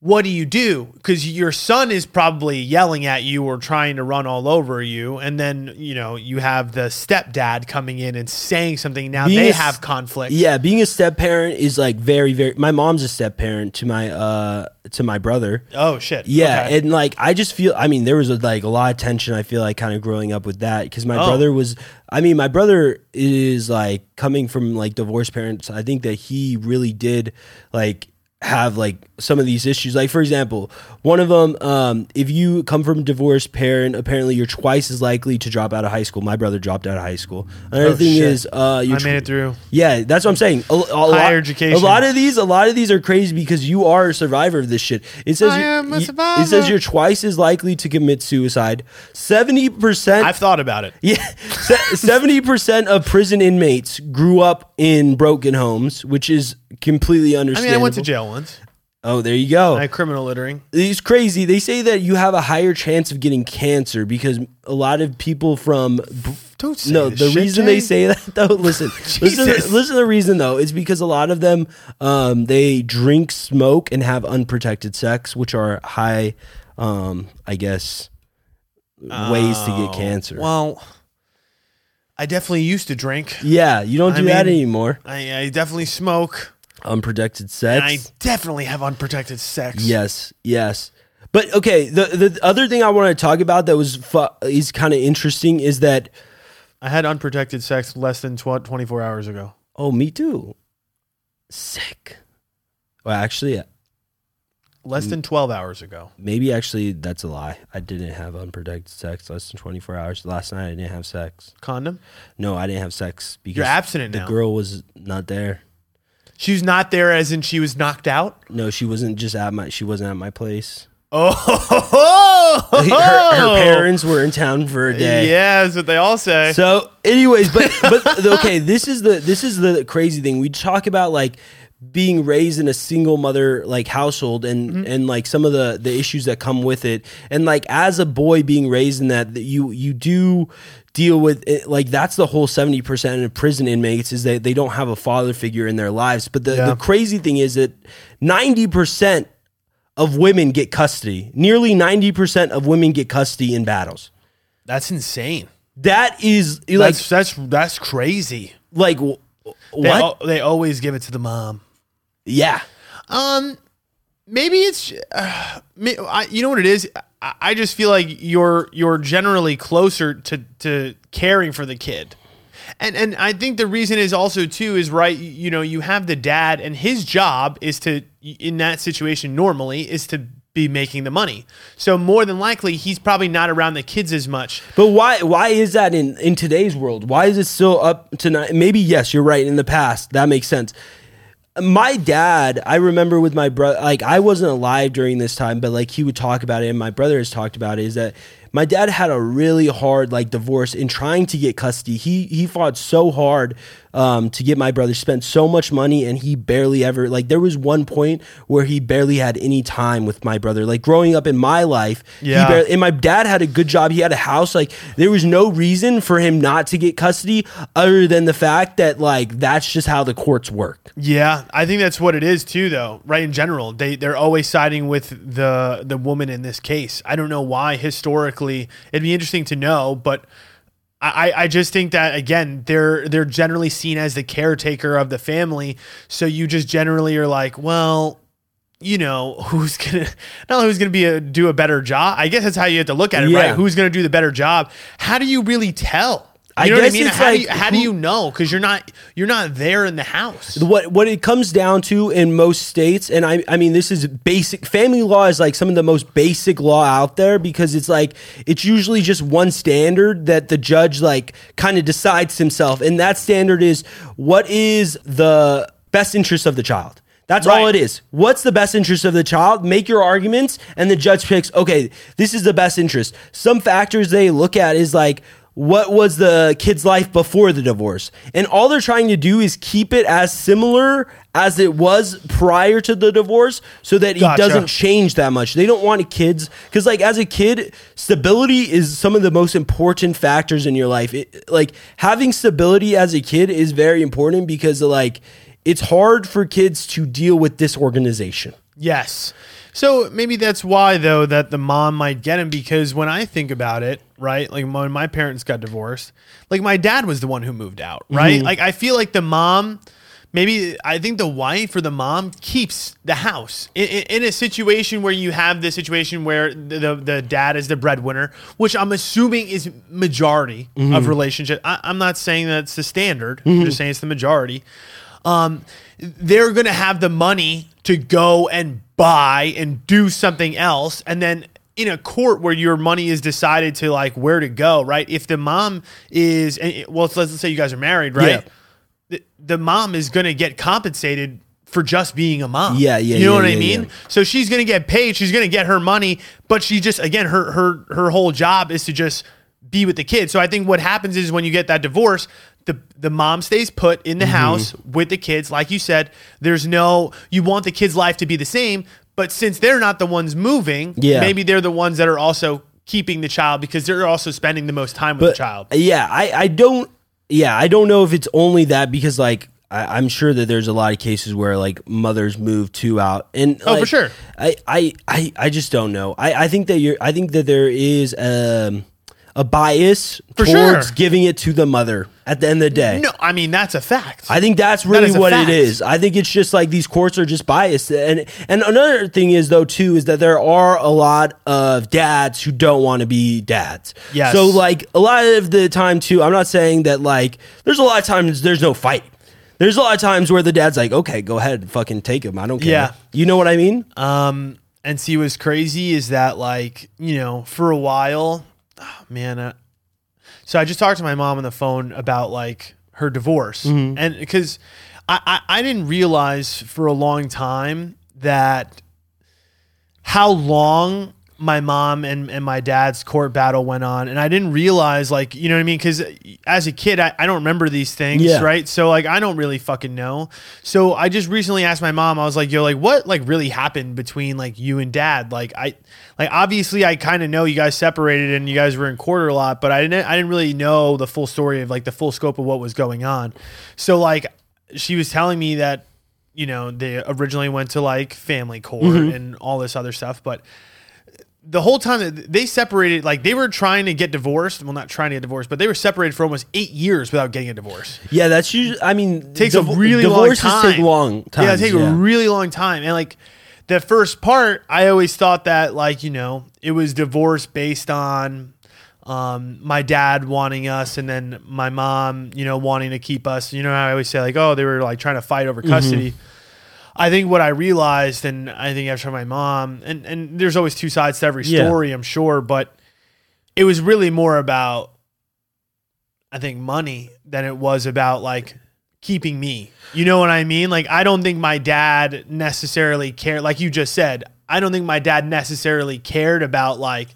what do you do? Because your son is probably yelling at you or trying to run all over you, and then you know you have the stepdad coming in and saying something. Now Being they a s- have conflict. Yeah, being a step parent is like very, very. My mom's a step parent to my uh to my brother. Oh shit. Yeah, Okay. and like I just feel. I mean, there was like a lot of tension. I feel like kind of growing up with that because my Oh. brother was. I mean, my brother is like coming from like divorced parents. I think that he really did like have like some of these issues. Like for example, one of them, um, if you come from a divorced parent, apparently you're twice as likely to drop out of high school. My brother dropped out of high school. Another thing Oh, shit. is, uh, you're I made it through. yeah, that's what I'm saying. A, a lot, education. A lot of these, a lot of these are crazy because you are a survivor of this shit. It says I you- am a you- survivor. It says you're twice as likely to commit suicide. Seventy percent. I've thought about it. Yeah, seventy percent of prison inmates grew up in broken homes, which is completely I understandable. mean, I went to jail once. Oh, there you go. I criminal littering. it's crazy. They say that you have a higher chance of getting cancer because a lot of people from Don't say no, this the shit, reason Jay. they say that though, listen, listen, to, Jesus. the- listen to the reason though, is because a lot of them, um, they drink, smoke, and have unprotected sex, which are high, um, I guess, ways to get cancer. Oh, Well, I definitely used to drink. yeah, you don't I do that mean- anymore. I, I definitely smoke. Unprotected And I sex. definitely have unprotected sex. yes, yes. But okay, the the other thing I want to talk about that was fu- is kind of interesting is that I had unprotected sex less than tw- 24 hours ago. oh, me too. Sick. Well, actually, Less Mm. than 12 hours ago. maybe actually that's a lie. I didn't have unprotected sex less than 24 hours. Last night I didn't have sex. Condom? No, I didn't have sex because You're abstinent the now. girl was not there. She's not there as in she was knocked out? No, she wasn't just at my she wasn't at my place. Oh, Her, her parents were in town for a day. Yeah, that's what they all say. So, anyways, but but okay, this is the this is the crazy thing. We talk about like being raised in a single mother like household and Mm-hmm. and like some of the the issues that come with it. And like as a boy being raised in that, that you you do deal with it, like that's the whole 70% of prison inmates is that they don't have a father figure in their lives. But the, Yeah. the crazy thing is that 90% of women get custody. Nearly 90% of women get custody in battles. that's insane. That is like That's that's that's crazy. like wh- They, what? al- they always give it to the mom. yeah. Um, maybe it's uh, may- I, you know what it is. I, I just feel like you're you're generally closer to to caring for the kid, and and I think the reason is also too is right. You know, you have the dad, and his job is to in that situation normally is to be making the money. So more than likely, he's probably not around the kids as much. But why why is that in in today's world? Why is it still up to nine? Maybe yes, you're right. In the past, that makes sense. My dad, I remember with my brother, like I wasn't alive during this time, but like he would talk about it, and my brother has talked about it. Is that my dad had a really hard like divorce in trying to get custody. He he fought so hard um, to get my brother. Spent so much money, and he barely ever like. There was one point where he barely had any time with my brother. Like growing up in my life, Yeah. he barely, and my dad had a good job. He had a house. Like there was no reason for him not to get custody other than the fact that like that's just how the courts work. Yeah, I think that's what it is too, though. Right in general, they they're always siding with the the woman in this case. I don't know why historically. It'd be interesting to know, but I I I just think that again, they're they're generally seen as the caretaker of the family. So you just generally are like, well, you know, who's gonna not who's gonna be a, do a better job. I guess that's how you have to look at it, Yeah. right? Who's gonna do the better job? How do you really tell? You I know what I guess mean? it's How, do you, like how do who- you know? Because you're not you're not there in the house. What what it comes down to in most states, and I I mean this is basic family law is like some of the most basic law out there because it's like it's usually just one standard that the judge like kind of decides himself, and that standard is what is the best interest of the child. That's all Right. it is. What's the best interest of the child? Make your arguments, and the judge picks. Okay, this is the best interest. Some factors they look at is like what was the kid's life before the divorce, and all they're trying to do is keep it as similar as it was prior to the divorce, so that Gotcha. he doesn't change that much. They don't want kids because, like, as a kid, stability is some of the most important factors in your life. It, like having stability as a kid is very important because, like, it's hard for kids to deal with disorganization. Yes. So maybe that's why though that the mom might get him because when I think about it, right? Like when my parents got divorced, like my dad was the one who moved out, right? Like I feel like the mom maybe I think the wife or the mom keeps the house in, in, in a situation where you have this situation where the, the, the dad is the breadwinner, which I'm assuming is majority of relationships. I, I'm not saying that's the standard. I'm just saying it's the majority um, they're going to have the money to go and buy and do something else. And then in a court where your money is decided to like where to go, right? If the mom is, and it- well, let's, let's say you guys are married, right? Yeah. The, the mom is going to get compensated for just being a mom. Yeah, yeah, You know yeah, what I yeah, mean? yeah. So she's going to get paid, she's going to get her money, but she just again her her her whole job is to just be with the kid. So I think what happens is when you get that divorce, the the mom stays put in the Mm-hmm. house with the kids like you said. There's no you want the kids life to be the same, but since they're not the ones moving, Yeah. maybe they're the ones that are also keeping the child because they're also spending the most time with the child. Yeah, I, I don't. Yeah, I don't know if it's only that because like I, I'm sure that there's a lot of cases where like mothers move two out and Oh, for like, sure. I, I I I just don't know. I I think that you're. I think that there is um a bias For towards sure. giving it to the mother at the end of the day. No, I mean that's a fact. I think that's really is a what fact. it is. I think it's just like these courts are just biased. And and another thing is though too is that there are a lot of dads who don't want to be dads. Yes. So like a lot of the time too, I'm not saying that like there's a lot of times there's no fight. There's a lot of times where the dad's like, okay, go ahead, fucking take him. I don't care. Yeah. You know what I mean? Um, and see what's crazy is that like you know for a while, oh, man. Uh, so I just talked to my mom on the phone about like her divorce, and because I, I I didn't realize for a long time that how long my mom and, and my dad's court battle went on and i didn't realize like you know what i mean because as a kid I, I don't remember these things Yeah. right so like i don't really fucking know so i just recently asked my mom i was like yo like what like really happened between like you and dad like i like obviously i kind of know you guys separated and you guys were in quarter a lot but i didn't i didn't really know the full story of like the full scope of what was going on so like she was telling me that you know they originally went to like family court and all this other stuff but the whole time that they separated like they were trying to get divorced well not trying to get divorced but they were separated for almost eight years without getting a divorce Yeah, that's usually. I mean, takes a div- really long divorces time. take long time. Yeah, they take a really long time. And like the first part, I always thought that like you know it was divorce based on um, my dad wanting us and then my mom, you know, wanting to keep us. You know how I always say like, oh, they were like trying to fight Mm-hmm. over custody. I think what I realized, and I think after my mom, and and there's always two sides to every Yeah. story, I'm sure, but it was really more about I think money than it was about like keeping me. You know what I mean? Like I don't think my dad necessarily cared like you just said. I don't think my dad necessarily cared about like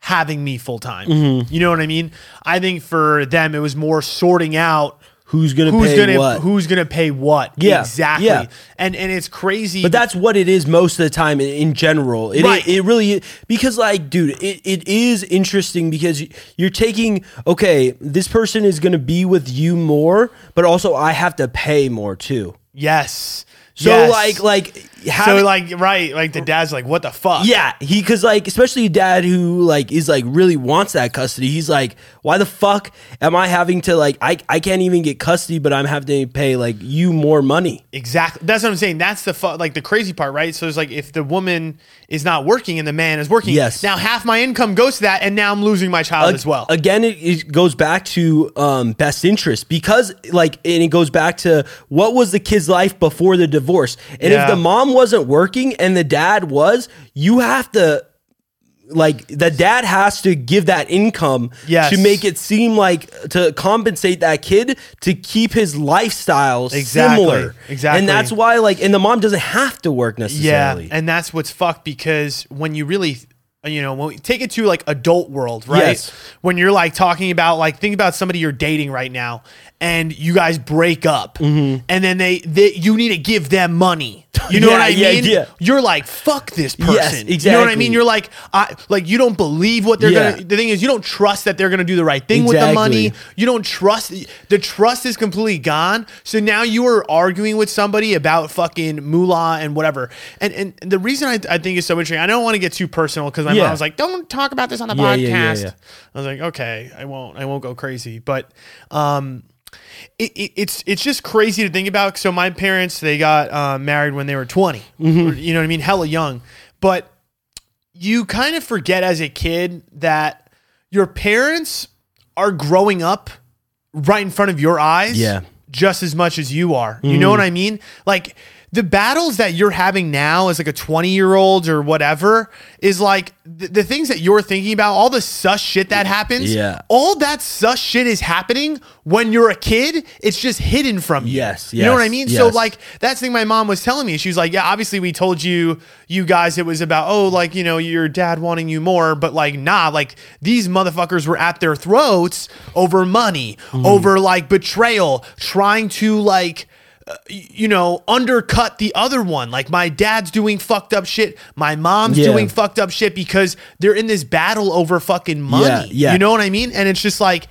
having me full time. Mm-hmm. You know what I mean? I think for them it was more sorting out who's gonna who's pay gonna what? who's gonna pay what. Yeah, Exactly. yeah. And and it's crazy. But that's what it is most of the time in, in general. It, Right. it, really because like dude, it, it is interesting because you- you're taking okay, this person is going to be with you more, but also I have to pay more too. yes. So Yes. like like how So like right, like the dad's like, what the fuck? yeah, he because like especially a dad who like is like really wants that custody. He's like, why the fuck am I having to like I I can't even get custody, but I'm having to pay like you more money. Exactly. That's what I'm saying. That's the fu- like the crazy part, right? So it's like if the woman is not working and the man is working, Yes. Now half my income goes to that, and now I'm losing my child as well. Again, it, it goes back to um, best interest because, like, and it goes back to what was the kid's life before the divorce. And Yeah. if the mom wasn't working and the dad was, you have to, like, the dad has to give that income Yes. to make it seem like to compensate that kid to keep his lifestyle Exactly. similar. Exactly. And that's why, like, and the mom doesn't have to work yeah, necessarily. and that's what's fucked because when you really, you know, when we take it to like adult world, right? Yes. When you're like talking about like think about somebody you're dating right now, and you guys break up, and then they, they you need to give them money. You know Mm-hmm. Yeah, what I yeah, mean? yeah. You're like fuck this person. Yes, You know what I exactly. mean? You're like I like you don't believe what they're Yeah. gonna. The thing is, you don't trust that they're gonna do the right thing with the Exactly. money. You don't trust the trust is completely gone. So now you are arguing with somebody about fucking moolah and whatever. And and the reason I, I think it's so interesting, I don't want to get too personal because my Yeah. mom was like, "Don't talk about this on the Yeah, podcast." yeah, yeah, yeah. I was like, "Okay, I won't. I won't go crazy." But um, it, it, it's it's just crazy to think about. So my parents they got uh, married when they were 20 Mm-hmm. You know what I mean? Hella young, but you kind of forget as a kid that your parents are growing up right in front of your eyes Yeah. Mm. just as much as you are. You know what I mean? Like the battles that you're having now as like a 20 year old or whatever is like th- the things that you're thinking about, all the sus shit that happens. Yeah. All that sus shit is happening when you're a kid. It's just hidden from you. Yes, You know what I yes, mean? So yes. like, that's the thing my mom was telling me. She was like, Yeah, obviously we told you you guys it was about, oh, like, you know, your dad wanting you more, but like, nah, like these motherfuckers were at their throats over money, Mm. over like betrayal, trying to like uh, y- you know, undercut the other one. Like my dad's doing fucked up shit, my mom's Yeah. doing fucked up shit because they're in this battle over fucking money. yeah. You know what I mean? And it's just like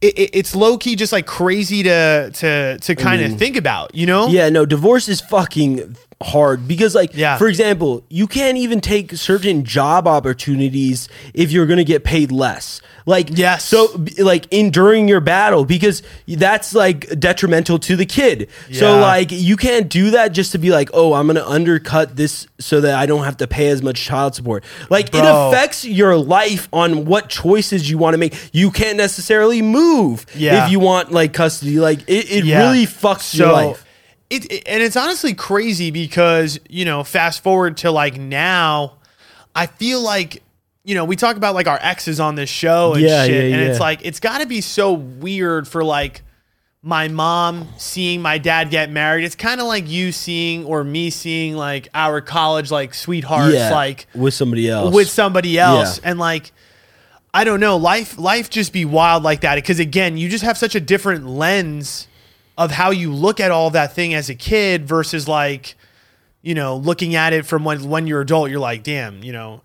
it, it- it's low key, just like crazy to to to kind of think about, you know? Yeah, no, divorce is fucking hard because like Yeah. for example you can't even take certain job opportunities if you're gonna get paid less like Yes. so b- like enduring your battle because that's like detrimental to the kid so Yeah. like you can't do that just to be like oh i'm gonna undercut this so that i don't have to pay as much child support like it Bro. affects your life on what choices you want to make you can't necessarily move Yeah. if you want like custody like it, it Yeah. really fucks your life It, it- and it's honestly crazy because you know, fast forward to like now, I feel like you know we talk about like our exes on this show and Yeah, shit, yeah, and it's yeah. like it's got to be so weird for like my mom seeing my dad get married. It's kind of like you seeing or me seeing like our college like sweethearts like with somebody else with somebody else Yeah. and like i don't know life life just be wild like that because again you just have such a different lens of how you look at all that thing as a kid versus like you know looking at it from when when you're adult you're like damn you know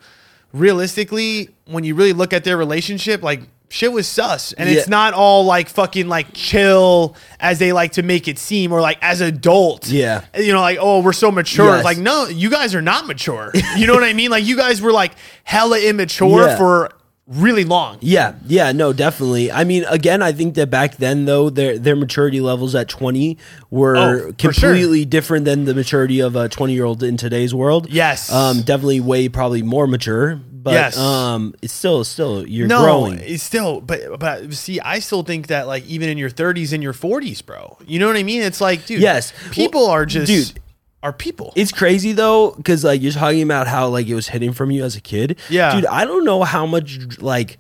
realistically when you really look at their relationship like shit was sus and it's Yeah. not all like fucking like chill as they like to make it seem or like as adult Yeah. you know like oh we're so mature Yes. It's like no you guys are not mature you know what i mean like you guys were like hella immature Yeah. for really long Yeah, yeah, no, definitely. I mean, again, I think that back then though, their their maturity levels at twenty were Oh, for sure. completely different than the maturity of a twenty year old in today's world. Yes. um, definitely way probably more mature, but Yes. um, it's still still you're no growing. it's still but but see i still think that like even in your 30s and your 40s bro you know what i mean it's like dude Yes. people Well, are just dude, are people It's crazy though, because like you're talking about how like it was hidden from you as a kid. Yeah. dude, I don't know how much like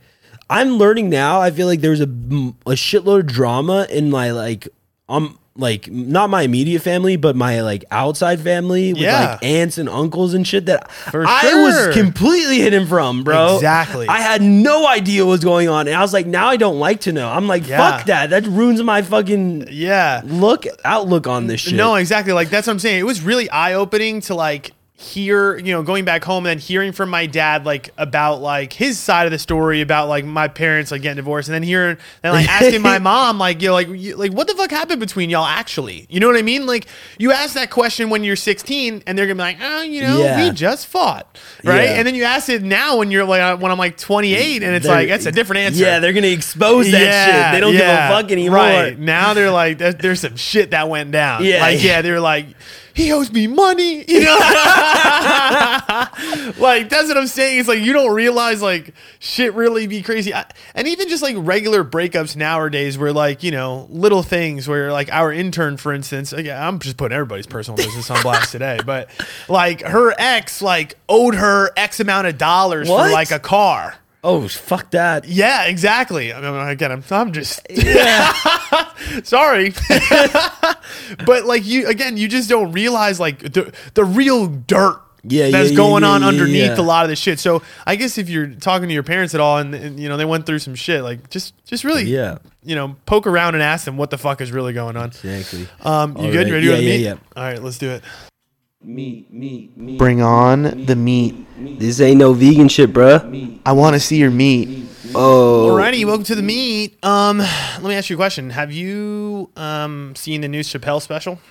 I'm learning now. I feel like there's a m- a shitload of drama in my like um like not my immediate family, but my like outside family with Yeah. like aunts and uncles and shit that For I sure. was completely hidden from, bro. Exactly. I had no idea what was going on, and I was like, now I don't like to know. I'm like, Yeah. fuck that. That ruins my fucking yeah look outlook on this shit. No, exactly. Like that's what I'm saying. It was really eye opening to like hear, you know, going back home and then hearing from my dad like about like his side of the story about like my parents like getting divorced and then hearing and like asking my mom like yo like you, like what the fuck happened between y'all actually? You know what I mean? Like you ask that question when you're 16 and they're going to be like, "Oh, you know, Yeah. we just fought." Right? Yeah. And then you ask it now when you're like uh, when I'm like 28 and it's They're- like that's a different answer. Yeah, they're gonna expose that shit. They don't yeah, give a fuck anymore. Right now, they're like, there's, there's some shit that went down. Yeah. like yeah, they're like, he owes me money. You know, like that's what I'm saying. It's like you don't realize like shit really be crazy, I, and even just like regular breakups nowadays, where like you know little things where like our intern, for instance, again, I'm just putting everybody's personal business on blast today, but like her ex like owed her X amount of dollars What? for like a car. Oh fuck that. Yeah, exactly. I mean, again, I'm, I'm just Yeah. sorry but like you again you just don't realize like the the real dirt Yeah, yeah, that's yeah, going yeah, on yeah, underneath yeah. a lot of this shit so i guess if you're talking to your parents at all and, and, you know they went through some shit like just just really Yeah. you know poke around and ask them what the fuck is really going on Exactly. Uh, um you All good right. you ready Yeah, to yeah, meet yeah. all right let's do it Meat, meat, meat. Bring on the meat. This ain't no vegan shit, bruh. I want to see your meat. Oh, alrighty welcome to the meet um let me ask you a question have you um seen the new chappelle special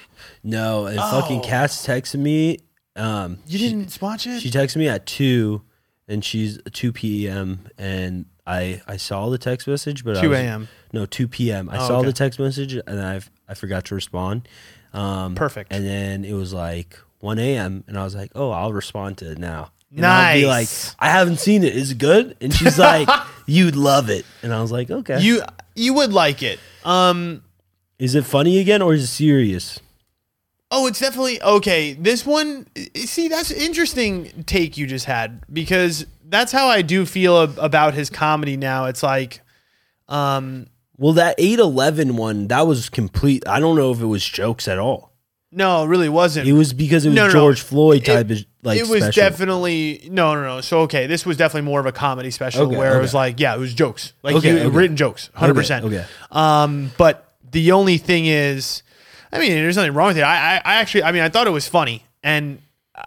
No, and Oh. fucking Cass texted me. Um, you didn't watch it she texted me at two, and she's two p.m. and I I saw the text message, but I 2 was- a.m.. No, two p.m. I Oh, saw okay. the text message and I I forgot to respond. Um, Perfect. And then it was like one a.m. and I was like, oh, I'll respond to it now. And I'll be like, Nice. I haven't seen it. Is it good? And she's like, you'd love it. And I was like, okay. you you would like it um Is it funny again or is it serious? Oh, it's definitely okay. This one, i- see, that's an interesting take you just had because that's how I do feel ab- about his comedy now. It's like, um, Well, that 811 one, that was complete. I don't know if it was jokes at all. no, it really wasn't. It was because it was No, no, no. George Floyd It- type of like it was special. definitely no, no, no. So okay, this was definitely more of a comedy special Okay, where it was okay. like, yeah, it was jokes, like Okay, you, okay. written jokes, hundred percent. Okay, okay. Um, but the only thing is, I mean, there's nothing wrong with it. I, I, I actually, I mean, I thought it was funny, and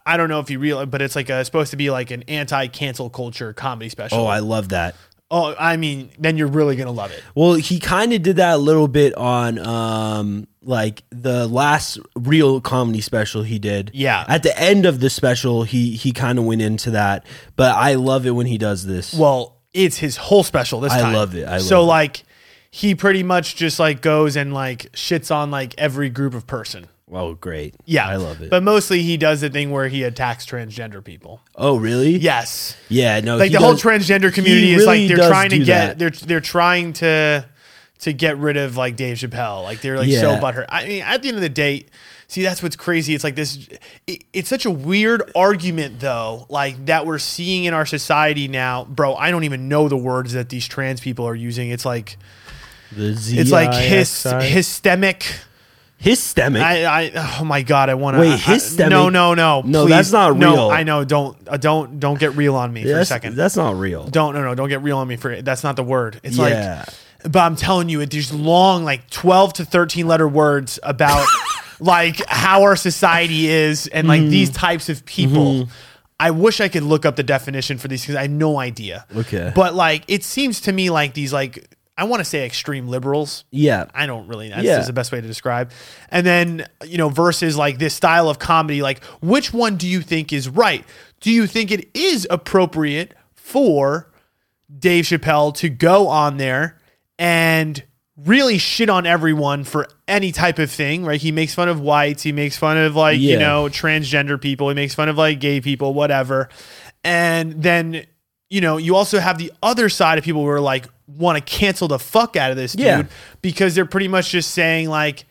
I don't know if you realize, but it's like a, supposed to be like an anti-cancel culture comedy special. Oh, I love that. Oh, I mean, then you're really gonna love it. Well, he kind of did that a little bit on um like the last real comedy special he did. Yeah. At the end of the special, he he kind of went into that, but I love it when he does this. Well, it's his whole special this I time. love it. I so love it. like he pretty much just like goes and like shits on like every group of person. oh, great. Yeah. I love it. But mostly he does the thing where he attacks transgender people. oh, really? Yes. Yeah, no. Like he the whole does- transgender he community is really like they're does trying to do get that. they're they're trying to to get rid of like Dave Chappelle. Like they're like so Yeah. butthurt. I mean, at the end of the day, see that's what's crazy. It's like this. It, it's such a weird argument though, like that we're seeing in our society now, bro. I don't even know the words that these trans people are using. It's like the Z it's like E I his X I. hystemic. his stomach. I, I oh my god, I want to Wait, his No, stomach- no, no. No, that's please. not No, real. I know. Don't uh, don't don't get real on me for a that's, second. that's not real. Don't no no don't get real on me for it. That's not the word. It's Yeah. like, but I'm telling you, it there's long like twelve to thirteen letter words about like how our society is and Mm-hmm. like these types of people. I wish I could look up the definition for these because I have no idea. Okay. but like it seems to me like these like I want to say extreme liberals. Yeah. I don't really. That's Yeah. just the best way to describe. And then you know, versus like this style of comedy, like which one do you think is right? Do you think it is appropriate for Dave Chappelle to go on there and really shit on everyone for any type of thing? Right? He makes fun of whites. He makes fun of like you Yeah. know transgender people. He makes fun of like gay people, whatever. And then you know, you also have the other side of people who are like want to cancel the fuck out of this dude Yeah. because they're pretty much just saying like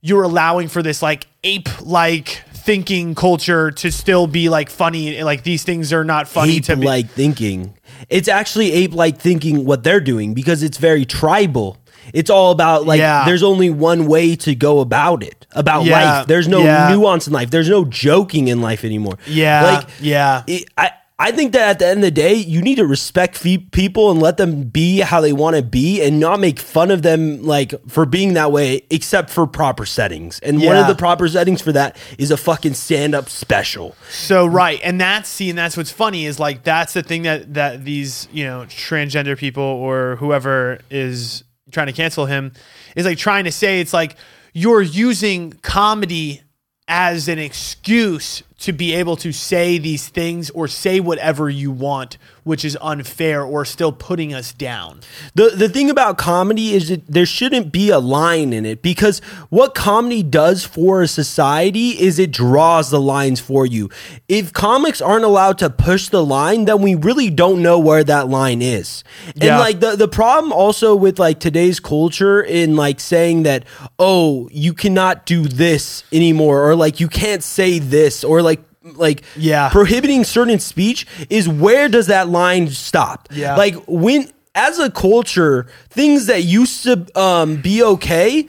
you're allowing for this like ape like thinking culture to still be like funny and like these things are not funny to me. ape-like thinking. It's actually ape-like thinking what they're doing because it's very tribal. It's all about like Yeah. there's only one way to go about it about Yeah. life. There's no Yeah. nuance in life. There's no joking in life anymore. Yeah. like yeah. it, I I think that at the end of the day, you need to respect fe- people and let them be how they want to be, and not make fun of them like for being that way, except for proper settings. And one Yeah. of the proper settings for that is a fucking stand-up special. So right, and that's see, and that's what's funny is like that's the thing that that these you know transgender people or whoever is trying to cancel him is like trying to say it's like you're using comedy as an excuse to be able to say these things or say whatever you want, which is unfair or still putting us down. The the thing about comedy is that there shouldn't be a line in it because what comedy does for a society is it draws the lines for you. If comics aren't allowed to push the line, then we really don't know where that line is. And Yeah. like the, the problem also with like today's culture in like saying that, oh, you cannot do this anymore, or like you can't say this, or like like Yeah. prohibiting certain speech is where does that line stop? Yeah. Like when as a culture, things that used to um, be okay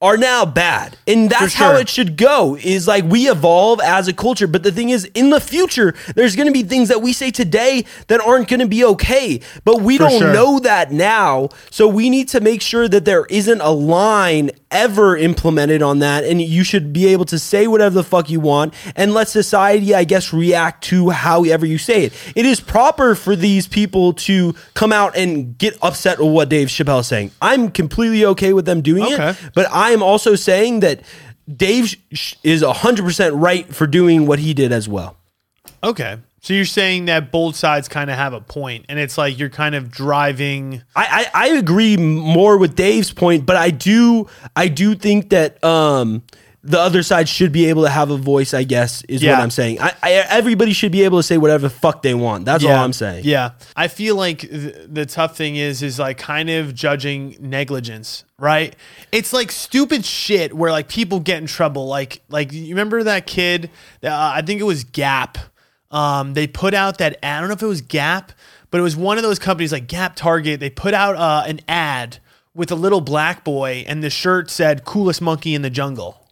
are now bad. And that's how sure. it should go. Is like we evolve as a culture, but the thing is in the future there's going to be things that we say today that aren't going to be okay, but we don't sure. know that now. So we need to make sure that there isn't a line ever implemented on that and you should be able to say whatever the fuck you want and let society I guess react to however you say it. It is proper for these people to come out and get upset with what Dave Chappelle is saying. I'm completely okay with them doing it. Okay. But I am also saying that Dave sh- is 100% right for doing what he did as well. Okay. So you're saying that both sides kind of have a point, and it's like you're kind of driving. I, I, I agree more with Dave's point, but I do I do think that um, the other side should be able to have a voice. I guess is Yeah. what I'm saying. I, I everybody should be able to say whatever the fuck they want. That's all I'm saying. Yeah. I feel like th- the tough thing is, is like kind of judging negligence, right? It's like stupid shit where like people get in trouble. Like, like you remember that kid, uh, I think it was Gap. Um, they put out that ad. I don't know if it was Gap, but it was one of those companies like Gap Target. They put out uh, an ad with a little black boy and the shirt said coolest monkey in the jungle.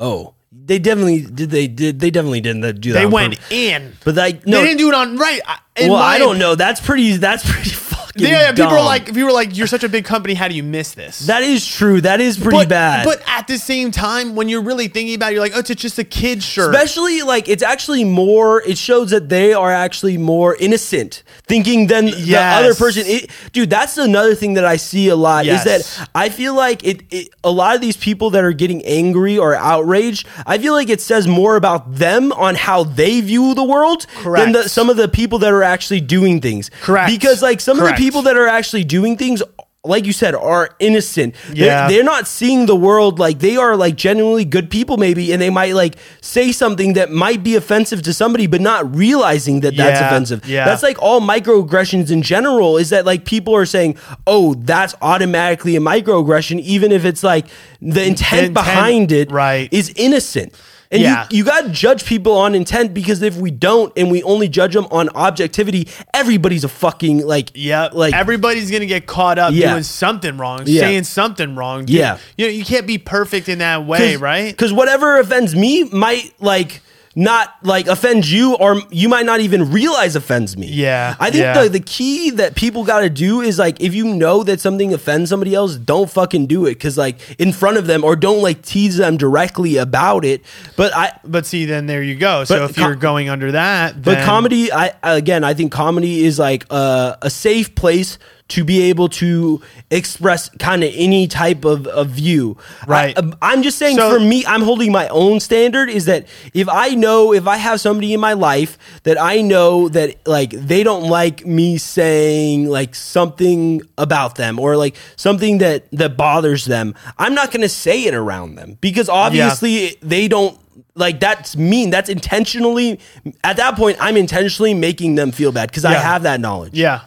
Oh, they definitely did. They did. They definitely didn't do that. They on went purpose. in, but like no. they didn't do it on right. I- in well, my I don't know. That's pretty. That's pretty fucked fucking yeah, yeah, people are dumb. like, people are like, you're such a big company. How do you miss this? that is true. That is pretty but, bad. But at the same time, when you're really thinking about it, you're like, oh, it's just a kid's shirt. especially like it's actually more it shows that they are actually more innocent thinking than the Yes. other person it, dude that's another thing that i see a lot Yes. is that i feel like it, it a lot of these people that are getting angry or outraged i feel like it says more about them on how they view the world than Correct. the, some of the people that are actually doing things Correct. because like some of Correct. the people that are actually doing things like you said are innocent They're- Yeah. they're, not seeing the world like they are like genuinely good people maybe and they might like say something that might be offensive to somebody but not realizing that that's Yeah, offensive yeah. that's like all microaggressions in general is that like people are saying oh that's automatically a microaggression even if it's like the intent, intent, behind it right. is innocent and Yeah. you, you got to judge people on intent because if we don't and we only judge them on objectivity everybody's a fucking like Yeah, like like everybody's gonna get caught up Yeah. doing something wrong, Yeah. saying something wrong. Yeah. you know you can't be perfect in that way, right? Because whatever offends me might like not like offend you, or you might not even realize offends me. Yeah, I think yeah. the the key that people got to do is like if you know that something offends somebody else, don't fucking do it because like in front of them, or don't like tease them directly about it. But I. But see, then there you go. So But if com- you're going under that, But then- comedy, I again, I think comedy is like a, a safe place to be able to express kind of any type of, of view. Right. I, am just saying So- for me, I'm holding my own standard is that if I know, if I have somebody in my life that I know that like they don't like me saying like something about them or like something that, that bothers them, I'm not going to say it around them because obviously they don't like that's mean that's intentionally at that point i'm intentionally making them feel bad because i Yeah. have that knowledge yeah.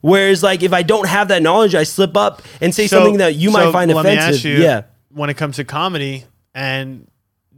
whereas like if i don't have that knowledge i slip up and say So- something that you might so find let me ask offensive you, yeah when it comes to comedy, and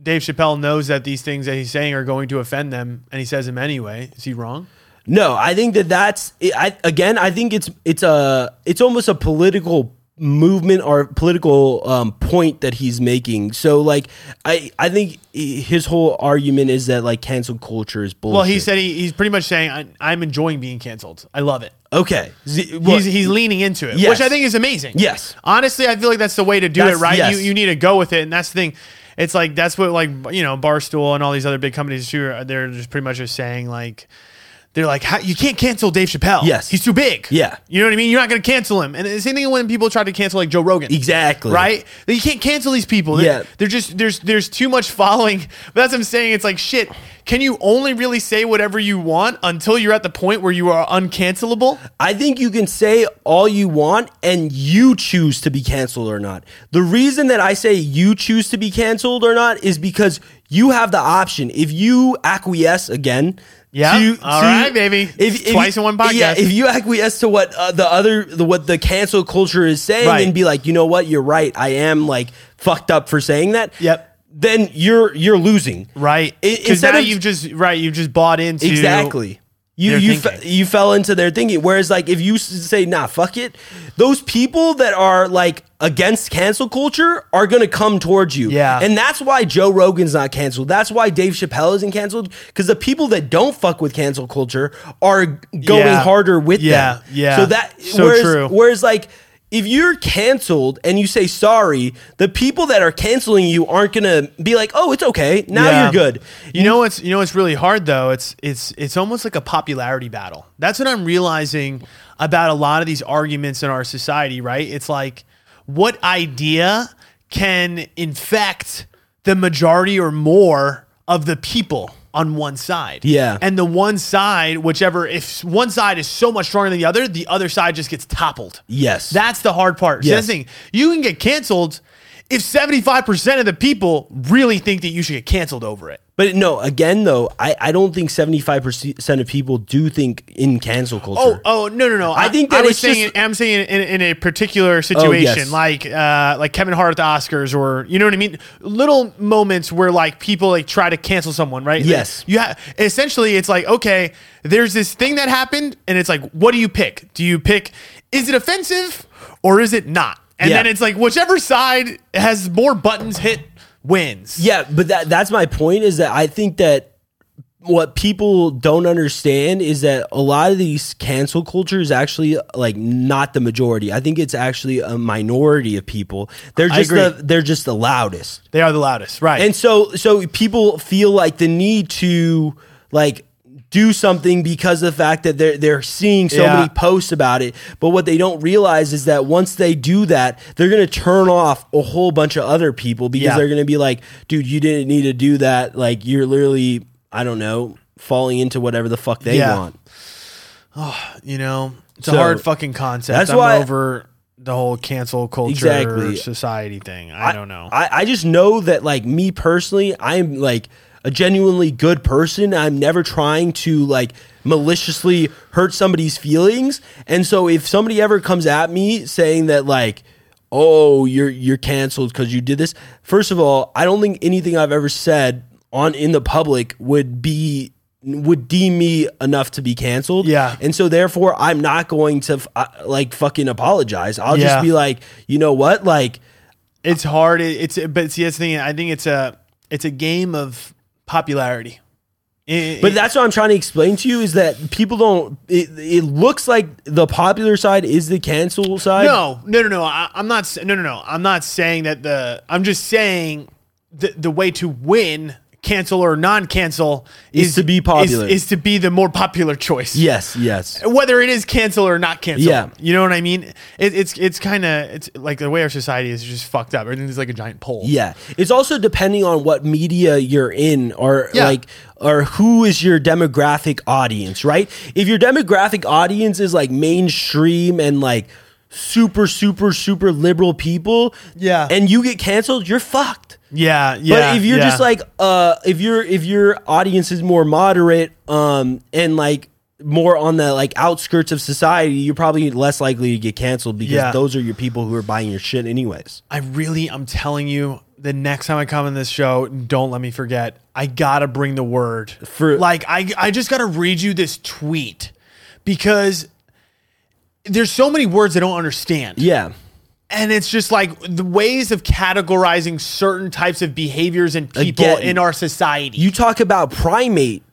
Dave Chappelle knows that these things that he's saying are going to offend them, and he says them anyway. Is he wrong? no i think that that's i again i think it's it's a it's almost a political movement or political um, point that he's making so like i i think his whole argument is that like cancel culture is bullshit Well, he said he, he's pretty much saying I, I'm enjoying being canceled. I love it. okay Z- well, he's he's leaning into it, Yes. which I think is amazing. Yes. honestly, I feel like that's the way to do That's- it. Right? yes. You you need to go with it, and that's the thing. It's like that's what like you know Barstool and all these other big companies too. are- They're just pretty much just saying like. They're like, How, you can't cancel Dave Chappelle. Yes. he's too big. Yeah. you know what I mean. You're not going to cancel him. And the same thing when people try to cancel like Joe Rogan. Exactly. Right? That You can't cancel these people. They're, Yeah. they're just there's there's too much following. But that's what I'm saying. It's like shit. Can you only really say whatever you want until you're at the point where you are uncancelable? I think you can say all you want and you choose to be canceled or not. The reason that I say you choose to be canceled or not is because you have the option. If you acquiesce again, Yeah. to- All to- right, baby. Twice in one podcast. Yeah, if you acquiesce to what uh, the other, the, what the cancel culture is saying, Right. and be like, you know what, you're right. I am like fucked up for saying that. Yep. Then you're you're losing. Right. I- Because instead now of- you've just right, you've just bought into exactly you their you fe- thinking. you fell into their thinking whereas like if you s- say nah fuck it those people that are like against cancel culture are gonna come towards you Yeah. and that's why joe rogan's not canceled that's why dave chappelle isn't canceled because the people that don't fuck with cancel culture are going Yeah. harder with Yeah, them yeah. so that So whereas, true. whereas like if you're canceled and you say sorry, the people that are canceling you aren't gonna be like, "Oh, it's okay. Now Yeah. you're good." You know what's you know what's really hard though? It's it's it's almost like a popularity battle. That's what I'm realizing about a lot of these arguments in our society, right? It's like what idea can infect the majority or more of the people on one side. Yeah. And the one side, whichever if one side is so much stronger than the other, the other side just gets toppled. Yes. That's the hard part. So Yes. that's the thing. You can get canceled if 75% of the people really think that you should get canceled over it. But no, again though, I, I don't think seventy five percent of people do think in cancel Oh, culture. oh no, no, no! I think that I was it's saying just- Oh, I'm saying in, in a particular situation, yes. like uh, like Kevin Hart at the Oscars, or you know what I mean. Little moments where like people like try to cancel someone, right? Like, Yes. you ha- essentially it's like okay, there's this thing that happened, and it's like, what do you pick? Do you pick is it offensive or is it not? And Yeah. then it's like whichever side has more buttons hit wins. Yeah, but that that's my point is that I think that what people don't understand is that a lot of these cancel culture is actually like not the majority. I think it's actually a minority of people. They're I just agree. the, they're just the loudest. They are the loudest, right? And so so people feel like the need to like do something because of the fact that they're they're seeing so Yeah. many posts about it. But what they don't realize is that once they do that, they're gonna turn off a whole bunch of other people because Yeah. they're gonna be like, dude, you didn't need to do that. Like you're literally, I don't know, falling into whatever the fuck they Yeah. want. you know, it's a So, hard fucking concept. that's I'm why- over the whole cancel culture Exactly. society thing. I, don't know. I, I just know that like me personally, I'm like a genuinely good person. I'm never trying to like maliciously hurt somebody's feelings. And so if somebody ever comes at me saying that like, oh, you're you're canceled because you did this, first of all, I don't think anything I've ever said on in the public would be would deem me enough to be canceled. Yeah. And so therefore I'm not going to f- uh, like fucking apologize. I'll Yeah. just be like, you know what? Like it's hard. It, it's but see that's the thing. I think it's a it's a game of popularity. It- But it- that's what I'm trying to explain to you is that people don't. It, it looks like the popular side is the cancel side. no, no, no, no. I, I'm not. s- No, no, no. I'm not saying that the. I'm just saying the the way to win. Cancel or non-cancel Is to be popular. Is, is to be the more popular choice. Yes. Yes. whether it is cancel or not cancel. Yeah. you know what I mean. It, it's it's kind of it's like the way our society is just fucked up. Everything's like a giant pole. Yeah. It's also depending on what media you're in or Yeah. like or who is your demographic audience, right? If your demographic audience is like mainstream and like super super super liberal people, Yeah. and you get canceled, you're fucked. yeah, yeah. but if you're yeah. just like uh if your if your audience is more moderate um and like more on the like outskirts of society you're probably less likely to get canceled because Yeah. those are your people who are buying your shit anyways I really, I'm telling you, the next time I come in this show, don't let me forget. I gotta bring the word. For- like, I, I just gotta read you this tweet because there's so many words I don't understand. yeah and it's just like the ways of categorizing certain types of behaviors and people Again, in our society. you talk about primate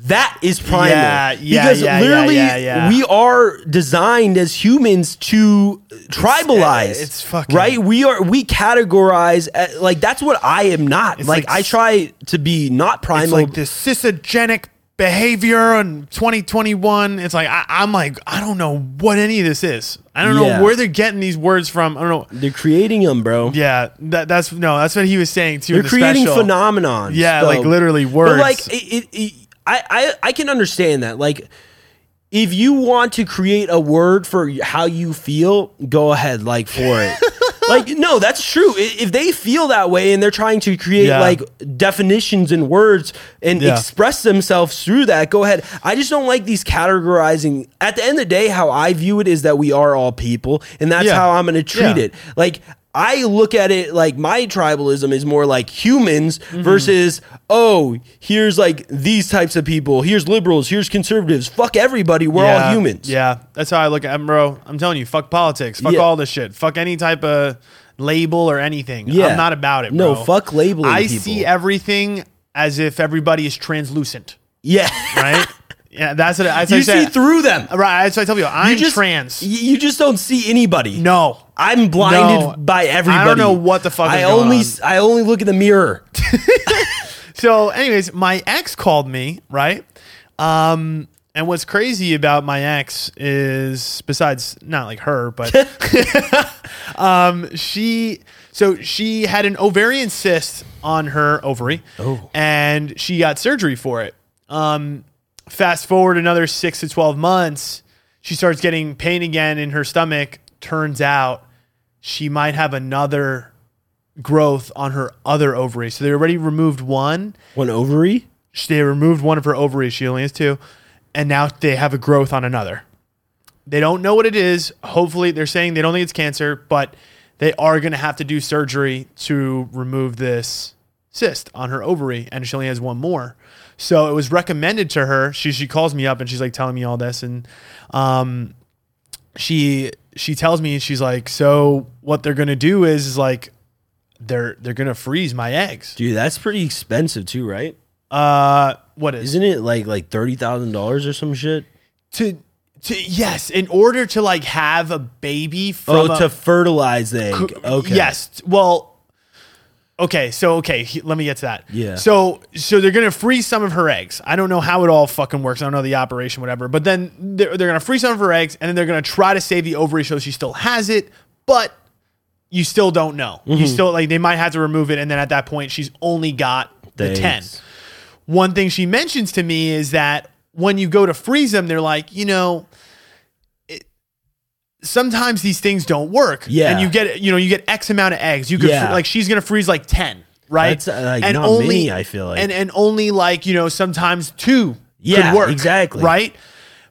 that is primate Yeah, yeah, because yeah, yeah, literally yeah, yeah. we are designed as humans to tribalize it's fucking- right we are we categorize uh, like that's what i am not like, like i s- try to be not primal it's like this cisogenic behavior in 2021. It's like I, I'm like I don't know what any of this is. I don't Yeah. know where they're getting these words from. I don't know. They're creating them, bro. Yeah, that, that's no, that's what he was saying too. in They're the creating special. phenomenons. Yeah, though. like, literally words. But like, it, it, it, I, I, I can understand that. Like, if you want to create a word for how you feel, go ahead, like for it. like, no, that's true. I- If they feel that way and they're trying to create Yeah. like definitions and words and Yeah. express themselves through that, go ahead. I just don't like these categorizing. At the end of the day, how I view it is that we are all people, and that's Yeah. how I'm going to treat Yeah. it. Like I look at it like my tribalism is more like humans Mm-hmm. versus oh here's like these types of people here's liberals here's conservatives fuck everybody we're Yeah, all humans Yeah, that's how I look at it, bro. I'm telling you, fuck politics, fuck Yeah. all this shit, fuck any type of label or anything. Yeah. I'm not about it. No, bro. fuck labeling I people. see everything as if everybody is translucent, yeah right? yeah, that's what I, that's what I you say. see through them Right, that's what I tell people. I'm you just trans. y- you just don't see anybody no, I'm blinded No. by I don't everybody know what the fuck I is going only on. s- I only look in the mirror So, anyways, my ex called me, right? Um, and what's crazy about my ex is, besides not like her, but um, she, so she had an ovarian cyst on her ovary, Oh. and she got surgery for it. Um, fast forward another six to twelve months, she starts getting pain again in her stomach. Turns out she might have another growth on her other ovary. So they already removed one. one ovary They removed one of her ovaries. She only has two. And now they have a growth on another. They don't know what it is. Hopefully, they're saying they don't think it's cancer, but they are going to have to do surgery to remove this cyst on her ovary. And she only has one more. So it was recommended to her. She, she calls me up and she's like telling me all this. And um, she she tells me she's like, so what they're going to do is, is like, they're they're going to freeze my eggs. dude that's pretty expensive too right Uh, what is Isn't it like like thirty thousand dollars or some shit? to to yes, in order to like have a baby from oh, a- to fertilize the egg. okay. Yes. Well, okay. So okay, he- let me get to that. Yeah. So so they're gonna freeze some of her eggs. I don't know how it all fucking works. I don't know the operation, whatever. But then they're they're gonna freeze some of her eggs, and then they're gonna try to save the ovary so she still has it, but. You still don't know. Mm-hmm. You still like they might have to remove it, and then at that point, she's only got the ten Thanks. one thing she mentions to me is that when you go to freeze them, they're like, you know, it, sometimes these things don't work. Yeah. and you get you know you get X amount of eggs. You could fr- Yeah. like she's gonna freeze like ten, right? That's, uh, like, not many, I feel like. and and only like you know sometimes two. Yeah, could work, exactly. Right,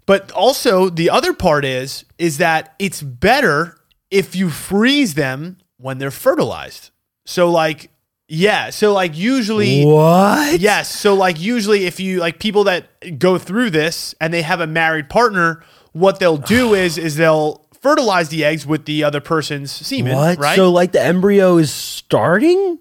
but also the other part is is that it's better if you freeze them when they're fertilized. So like yeah, so like usually What? Yes. So like usually if you like people that go through this and they have a married partner, what they'll do is is they'll fertilize the eggs with the other person's semen, What? right? So like the embryo is starting?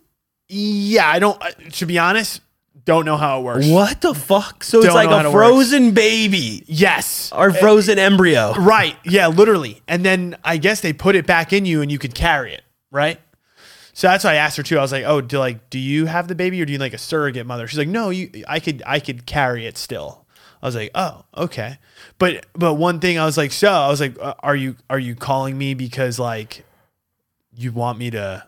yeah, I don't uh, to be honest, don't know how it works. What the fuck? So Don't it's like know how a it works. frozen baby Yes. or frozen embryo. Right. Yeah, literally. And then I guess they put it back in you and you could carry it, right? So that's why I asked her too. I was like, "Oh, do like do you have the baby or do you like a surrogate mother?" She's like, "No, you I could I could carry it still." I was like, "Oh, okay." But but one thing I was like, "So, I was like, uh, are you are you calling me because like you want me to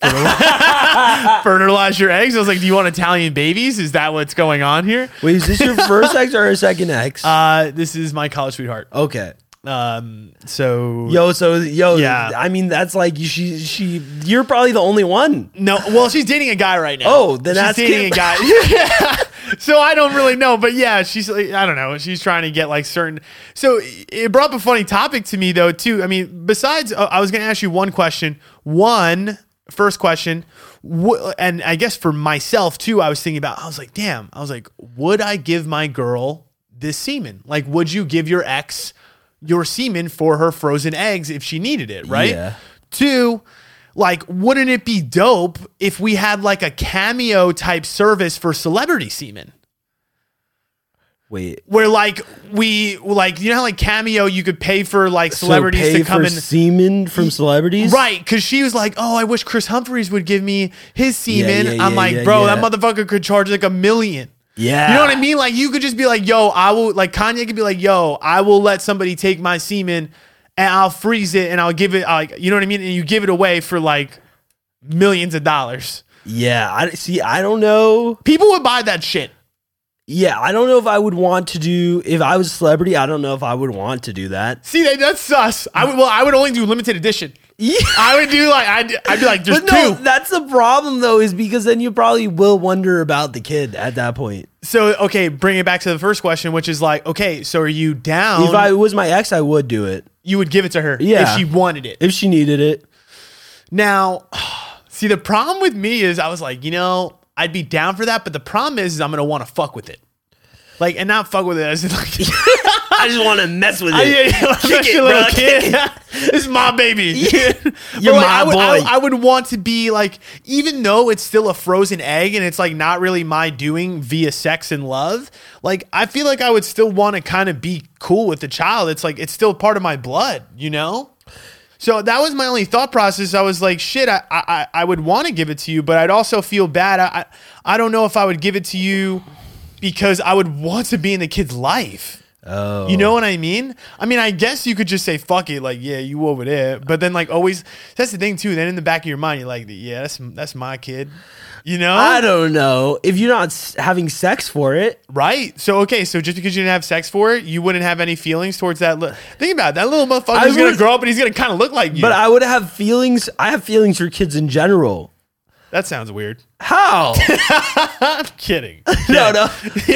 fertilize, fertilize your eggs?" I was like, "Do you want Italian babies? Is that what's going on here?" Wait, is this your first ex or a second ex? Uh, this is my college sweetheart. okay. Um, so Yo, so yo, Yeah. I mean that's like you- she she you're probably the only one. No, well, she's dating a guy right now. Oh, then she's that's dating good. a guy. Yeah. So I don't really know, but yeah, she's like, I don't know. She's trying to get like certain. So it brought up a funny topic to me though too. I mean, besides, uh, I was going to ask you one question. One first question, wh- and I guess for myself too, I was thinking about. I was like, damn. I was like, would I give my girl this semen? Like, would you give your ex your semen for her frozen eggs if she needed it? Right. Yeah. Two, like, wouldn't it be dope if we had like a cameo type service for celebrity semen? Wait. Where like we like you know how like cameo you could pay for like celebrities so pay to come for and semen from celebrities? Right, because she was like, "Oh, I wish Chris Humphries would give me his semen." yeah, I'm yeah, like, yeah, "Bro, yeah. that motherfucker could charge like a million. Yeah. You know what I mean? Like, you could just be like, "Yo, I will." Like Kanye could be like, "Yo, I will let somebody take my semen, and I'll freeze it, and I'll give it like, you know what I mean?" And you give it away for like millions of dollars. Yeah, I see. I don't know. People would buy that shit. Yeah, I don't know if I would want to do. If I was a celebrity, I don't know if I would want to do that. See, that, that's sus. I would. Well, I would only do limited edition. Yeah. I would do like I'd, I'd be like, "There's But no, two. that's the problem though, is because then you probably will wonder about the kid at that point. So okay, bring it back to the first question, which is like, okay, so are you down? If I was my ex, I would do it you would give it to her Yeah. if she wanted it. if she needed it. Now, see, the problem with me is I was like, you know, I'd be down for that, but the problem is, is I'm gonna want to fuck with it, like, and not fuck with it as in like, I just want to mess with it. I, yeah, like, Kick it, your little bro, kid. kick this is my baby. But, You're like, my I would, I- boy. I would want to be like, even though it's still a frozen egg and it's like not really my doing via sex and love. Like, I feel like I would still want to kind of be cool with the child. It's like it's still part of my blood, you know. So that was my only thought process. I was like, shit, I I, I would want to give it to you, but I'd also feel bad. I, I I don't know if I would give it to you because I would want to be in the kid's life. Oh, You know what I mean? I mean, I guess you could just say "fuck it," like yeah, you over there. But then, like, always that's the thing too. Then in the back of your mind, you're like, yeah, that's that's my kid. You know, I don't know if you're not s- having sex for it. right? So okay, so just because you didn't have sex for it, you wouldn't have any feelings towards that. Li- Think about it, that little I motherfucker's gonna would- grow up and he's gonna kind of look like you. But I would have feelings. I have feelings for kids in general. that sounds weird. How? I'm kidding. no, no.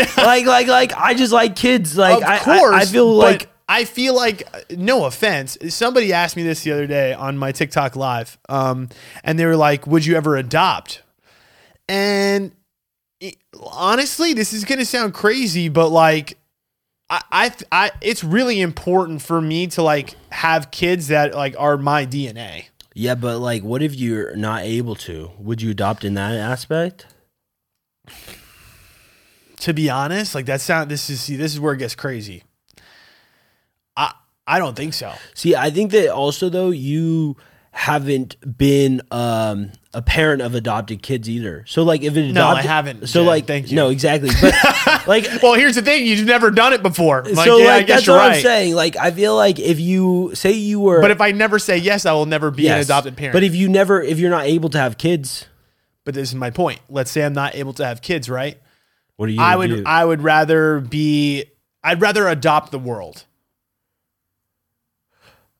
Like, like, like. I just like kids. Like, of I- I- course. I, feel but like I feel like no offense. Somebody asked me this the other day on my TikTok live, um, and they were like, "Would you ever adopt?" And it- honestly, this is gonna sound crazy, but like. I, I, I, it's really important for me to like have kids that like are my DNA. Yeah, but like, what if you're not able to? Would you adopt in that aspect? to be honest, like that's not this is see this is where it gets crazy. I I don't think so. See, I think that also though you haven't been um, a parent of adopted kids either. So like if it No, I adopted- haven't, So Jen. like Thank you. No, exactly. But like Well, here's the thing: you've never done it before. Like, so yeah, like I guess that's you're what right. I'm saying. Like I feel like if you say you were But if I never say yes, I will never be an Yes. adopted parent. But if you never if you're not able to have kids, but this is my point. Let's say I'm not able to have kids, right? what are you I gonna would do? I would rather be I'd rather adopt the world.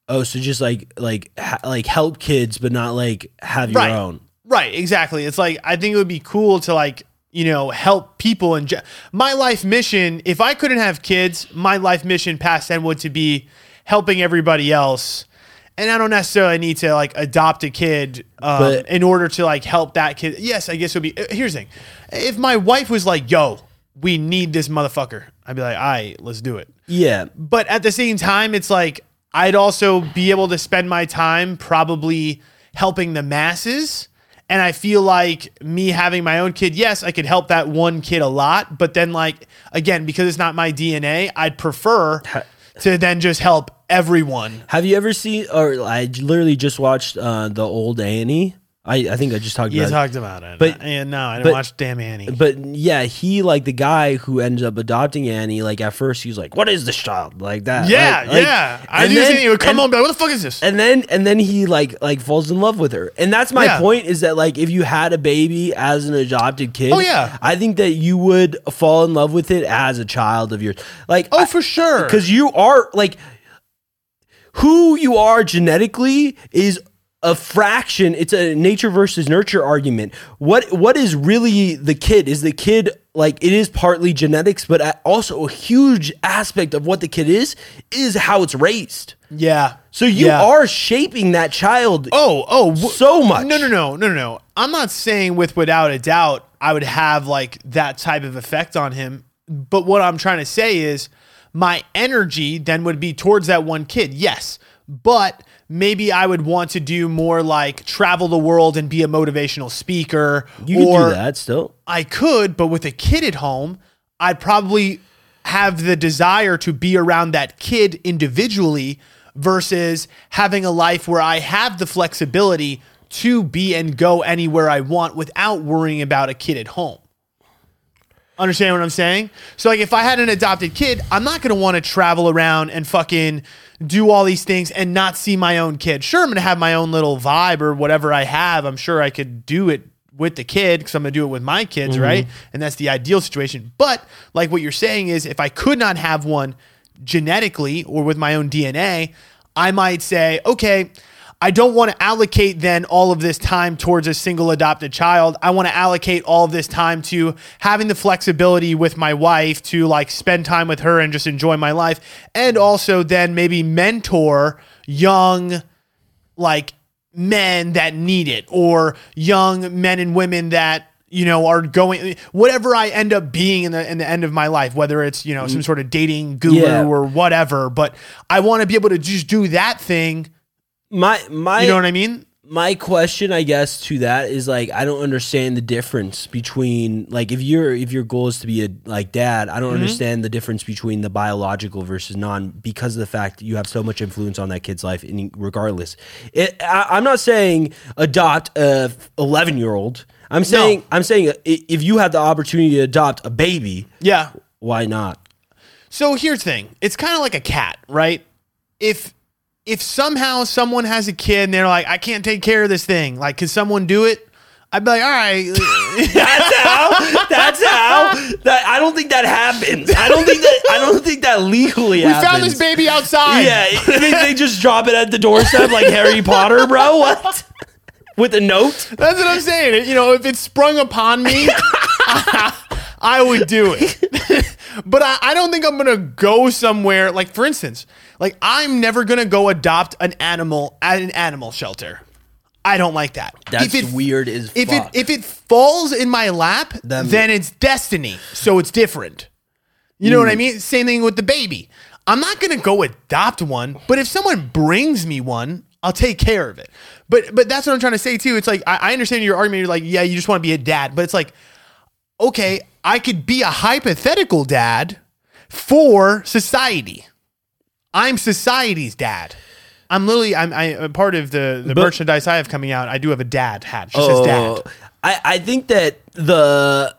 oh, so just like like ha- like help kids but not like have Right. your own. Right, exactly. It's like I think it would be cool to like, you know, help people and ge- my life mission, if I couldn't have kids, my life mission past then would to be helping everybody else. And I don't necessarily need to like adopt a kid um, But- in order to like help that kid. Yes, I guess it would be. uh, Here's the thing: if my wife was like, "Yo, we need this motherfucker," I'd be like, "All right, let's do it." Yeah. but at the same time, it's like I'd also be able to spend my time probably helping the masses. And I feel like me having my own kid, yes, I could help that one kid a lot. But then, like, again, because it's not my DNA, I'd prefer to then just help everyone. Have you ever seen or I j- literally just watched uh the old Annie? I I think I just talked You about it. talked about it. But- and no, I didn't but- watch Damn Annie. But yeah, he like the guy who ended up adopting Annie. Like at first, he was like, "What is this child?" Like that. yeah, like- like- yeah. I and do then- think it would come and- home and be like, what the fuck is this? And then and then he like like falls in love with her. And that's my Yeah. point is that like if you had a baby as an adopted kid, Oh, yeah. I think that you would fall in love with it as a child of yours. Like oh, for sure. because you are like who you are genetically is a fraction it's a nature versus nurture argument what what is really the kid is the kid like it is partly genetics but a- also a huge aspect of what the kid is is how it's raised yeah. so you Yeah. are shaping that child Oh, oh, wh- so much No, no, no, no, no, no. I'm not saying with without a doubt I would have like that type of effect on him. But what I'm trying to say is my energy then would be towards that one kid. Yes. But maybe I would want to do more like travel the world and be a motivational speaker you can or do that still I could, but with a kid at home, I'd probably have the desire to be around that kid individually versus having a life where I have the flexibility to be and go anywhere I want without worrying about a kid at home. Understand what I'm saying? So, like, if I had an adopted kid, I'm not going to want to travel around and fucking do all these things and not see my own kid. Sure, I'm going to have my own little vibe or whatever I have. I'm sure I could do it with the kid because I'm going to do it with my kids, right? And that's the ideal situation. But, like, what you're saying is if I could not have one genetically or with my own DNA, I might say, okay, I don't want to allocate then all of this time towards a single adopted child. I want to allocate all of this time to having the flexibility with my wife to like spend time with her and just enjoy my life. And also then maybe mentor young, like men that need it or young men and women that you know are going whatever i end up being in the in the end of my life whether it's you know some sort of dating guru Yeah. or whatever but i want to be able to just do that thing my my you know what i mean my question i guess to that is like i don't understand the difference between like if your if your goal is to be a like dad i don't Mm-hmm. understand the difference between the biological versus non because of the fact that you have so much influence on that kid's life in, regardless it, I, i'm not saying adopt a 11 year old i'm saying i'm saying uh, i- if you had the opportunity to adopt a baby yeah why not So here's the thing. It's kind of like a cat, right? If if somehow someone has a kid and they're like, I can't take care of this thing, like, can someone do it? I'd be like, all right, That's how. That's how. That I don't think that happens. I don't think that. I don't think that legally. we found this baby outside. Yeah, they, they just drop it at the doorstep like Harry Potter, bro. What? With a note? That's what I'm saying. You know, if it sprung upon me, I would do it. but I, I don't think I'm gonna go somewhere. Like for instance, like I'm never gonna go adopt an animal at an animal shelter. I don't like that. That's weird as if fuck. it if it falls in my lap, Then- then it's destiny. So it's different. You know Mm. what I mean? Same thing with the baby. I'm not gonna go adopt one, but if someone brings me one, I'll take care of it. But but that's what I'm trying to say too. It's like I, I understand your argument. You're like, yeah, you just want to be a dad, but it's like okay, I could be a hypothetical dad for society. I'm society's dad. I'm literally I'm I am part of the the But- Oh, merchandise I have coming out. I do have a dad hat. She says dad. I, I think that the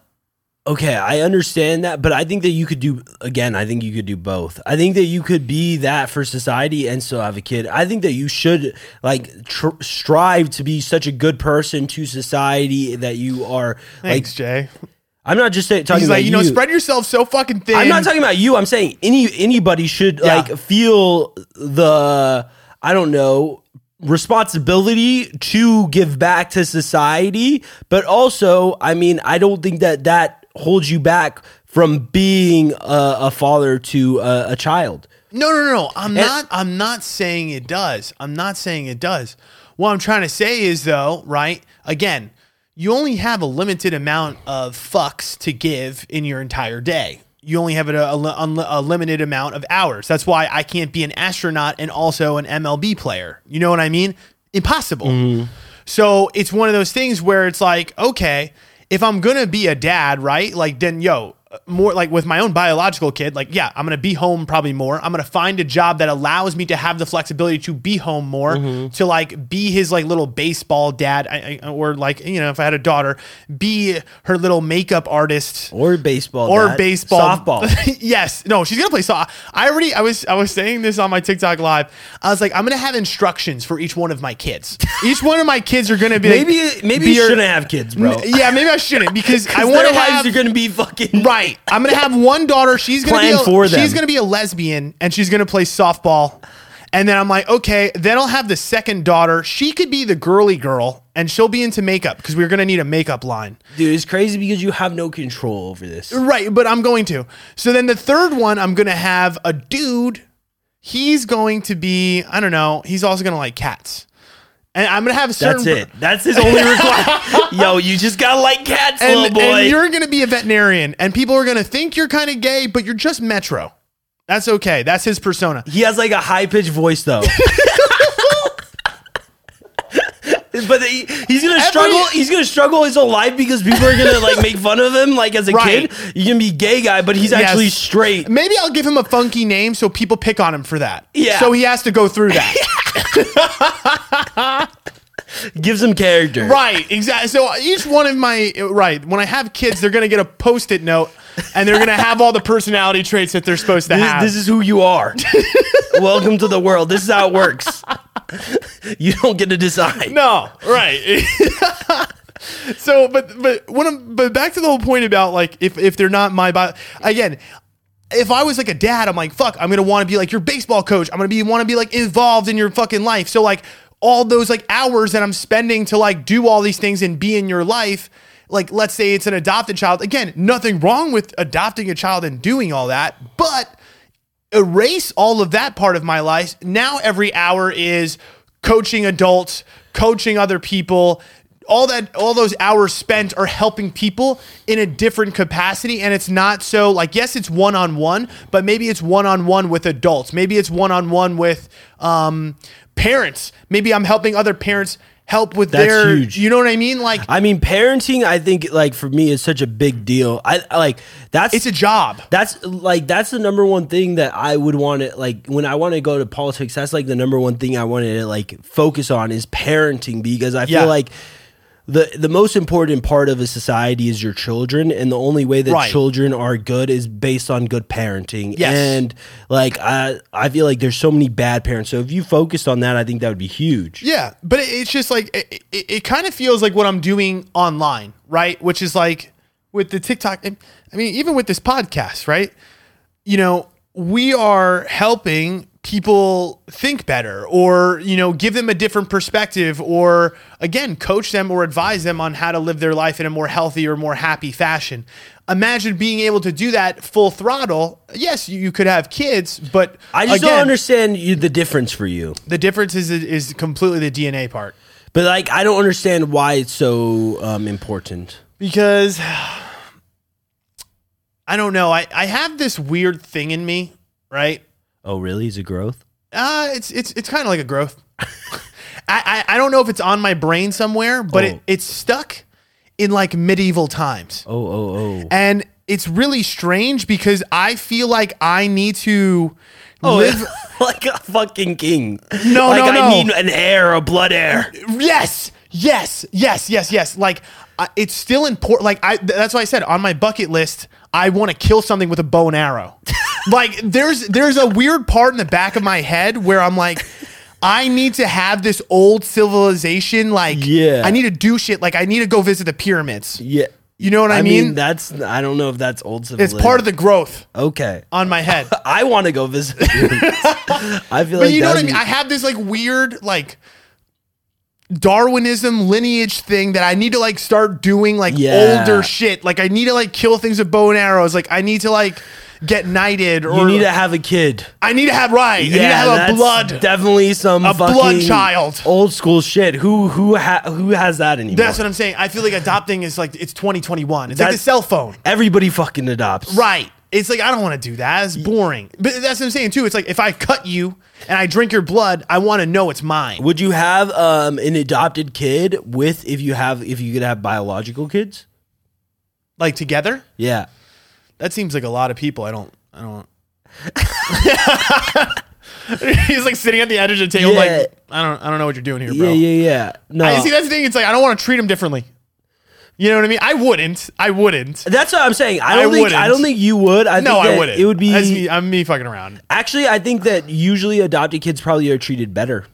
okay, I understand that, but I think that you could do again, I think you could do both. I think that you could be that for society and still have a kid. I think that you should like tr- strive to be such a good person to society that you are Thanks, like Jay. I'm not just say, talking He's about like, you know, spread yourself so fucking thin. I'm not talking about you. I'm saying any anybody should Yeah. like feel the I don't know responsibility to give back to society, but also I mean I don't think that that holds you back from being a, a father to a, a child. No, no, no, no. I'm Eh. not. I'm not saying it does. I'm not saying it does. What I'm trying to say is though, right? Again, you only have a limited amount of fucks to give in your entire day. You only have a, a, a, a limited amount of hours. That's why I can't be an astronaut and also an MLB player. You know what I mean? Impossible. Mm-hmm. So it's one of those things where it's like, okay, if I'm gonna be a dad, right? Like then, yo, more like with my own biological kid, like yeah, I'm gonna be home probably more. I'm gonna find a job that allows me to have the flexibility to be home more, to like be his like little baseball dad, I, I, or like you know, if I had a daughter, be her little makeup artist Or baseball, or Dad. baseball, softball. yes, no, she's gonna play softball. I already, I was, I was saying this on my TikTok live. I was like, I'm gonna have instructions for each one of my kids. Each one of my kids are gonna be like- maybe maybe be you your- shouldn't have kids, bro. Yeah, maybe I shouldn't because I I want to lives have. are gonna be fucking Right, I'm gonna have one daughter. She's gonna be Plan a, for them. she's gonna be a lesbian, and she's gonna play softball. And then I'm like, okay. Then I'll have the second daughter. She could be the girly girl, and she'll be into makeup because we're gonna need a makeup line. dude. It's crazy because you have no control over this. Right, but I'm going to. So then the third one, I'm going to have a dude. He's going to be, I don't know, he's also going to like cats. And I'm going to have a certain. That's it. That's his only requirement. Yo, you just gotta like cats, And, little Oh, boy. and you're going to be a veterinarian, and people are going to think you're kind of gay, but you're just metro. That's okay. That's his persona. he has like a high pitched voice though. but he, he's gonna struggle. He's gonna struggle his whole life because people are gonna like make fun of him. Like as a Right. kid, you're gonna be gay guy, but he's actually Yes. straight. Maybe I'll give him a funky name so people pick on him for that. Yeah. So he has to go through that. Gives him character. Right, exactly. So each one of my right, when I have kids, they're gonna get a post-it note, and they're gonna have all the personality traits that they're supposed to This, have. this is who you are. Welcome to the world. This is how it works. you don't get to decide. no, right. so, but but when I'm but back to the whole point about like if if they're not my bio again. If I was like a dad, I'm like, fuck, I'm gonna want to be like your baseball coach. I'm gonna be want to be like involved in your fucking life. So like all those like hours that I'm spending to like do all these things and be in your life, like let's say it's an adopted child. Again, nothing wrong with adopting a child and doing all that, but erase all of that part of my life. Now every hour is coaching adults, coaching other people. All that all those hours spent are helping people in a different capacity and it's not so like yes it's one on one, but maybe it's one on one with adults. Maybe it's one on one with um parents. Maybe I'm helping other parents help with That's their huge. you know what I mean? Like I mean, parenting. I think like for me is such a big deal. I I, like that's it's a job. that's like that's the number one thing that I would want to like when I want to go to politics. That's like the number one thing I wanted to like focus on is parenting because I Yeah. feel like the the most important part of a society is your children, and the only way that Right. children are good is based on good parenting. Yes. and like I I feel like there's so many bad parents. So if you focused on that, I think that would be huge. Yeah, but it, it's just like it, it, it kind of feels like what I'm doing online, right? Which is like with the TikTok. and- I mean, even with this podcast, right? You know, we are helping people think better, or you know, give them a different perspective, or again, coach them or advise them on how to live their life in a more healthy or more happy fashion. Imagine being able to do that full throttle. Yes, you, you could have kids, but I just don't again, understand you, the difference for you. The difference is is completely the DNA part. But like, I don't understand why it's so um, important. because I don't know. I, I have this weird thing in me, right? Oh, really? Is it growth? Uh, it's it's it's kind of like a growth. I, I I don't know if it's on my brain somewhere, but Oh. it, it's stuck in like medieval times. Oh, oh, oh. And it's really strange because I feel like I need to Oh, live. like a fucking king. Oh, No, like no, no. I need an heir, a blood heir. Yes, yes, yes, yes, yes. Like I it's still important. Like I, th- that's why I said on my bucket list, I want to kill something with a bow and arrow. like there's there's a weird part in the back of my head where I'm like. I need to have this old civilization. Like, Yeah. I need to do shit. Like, I need to go visit the pyramids. Yeah. You know what I, I mean? mean, that's I don't know if that's old it's civilization. part of the growth Okay. on my head. I want to go visit. the pyramids. I feel But like you know what I that'd mean? be- I have this like weird like Darwinism lineage thing that I need to like start doing like Yeah. older shit. Like I need to like kill things with bow and arrows. Like I need to like get knighted or you need to have a kid. I need to have right. I need to have a that's blood. Definitely some a blood fucking child. Old school shit. Who who ha- who has that anymore? that's what I'm saying. I feel like adopting is like it's 2021. It's like the That's- cell phone. Everybody fucking adopts. Right. It's like I don't want to do that. It's boring. But that's what I'm saying too. It's like if I cut you and I drink your blood, I want to know it's mine. Would you have um, an adopted kid with if you have if you could have biological kids? Like together? Yeah. That seems like a lot of people. I don't. I don't. He's like sitting at the edge of the table, Yeah. like I don't. I don't know what you're doing here, bro. Yeah, yeah, yeah. No. I see that's the thing. It's like I don't want to treat him differently. You know what I mean? I wouldn't. I wouldn't. That's what I'm saying. I I don't think I wouldn't. don't think you would. I No, think I that wouldn't. It would be That's me, I'm me fucking around. actually. I think that usually adopted kids probably are treated better.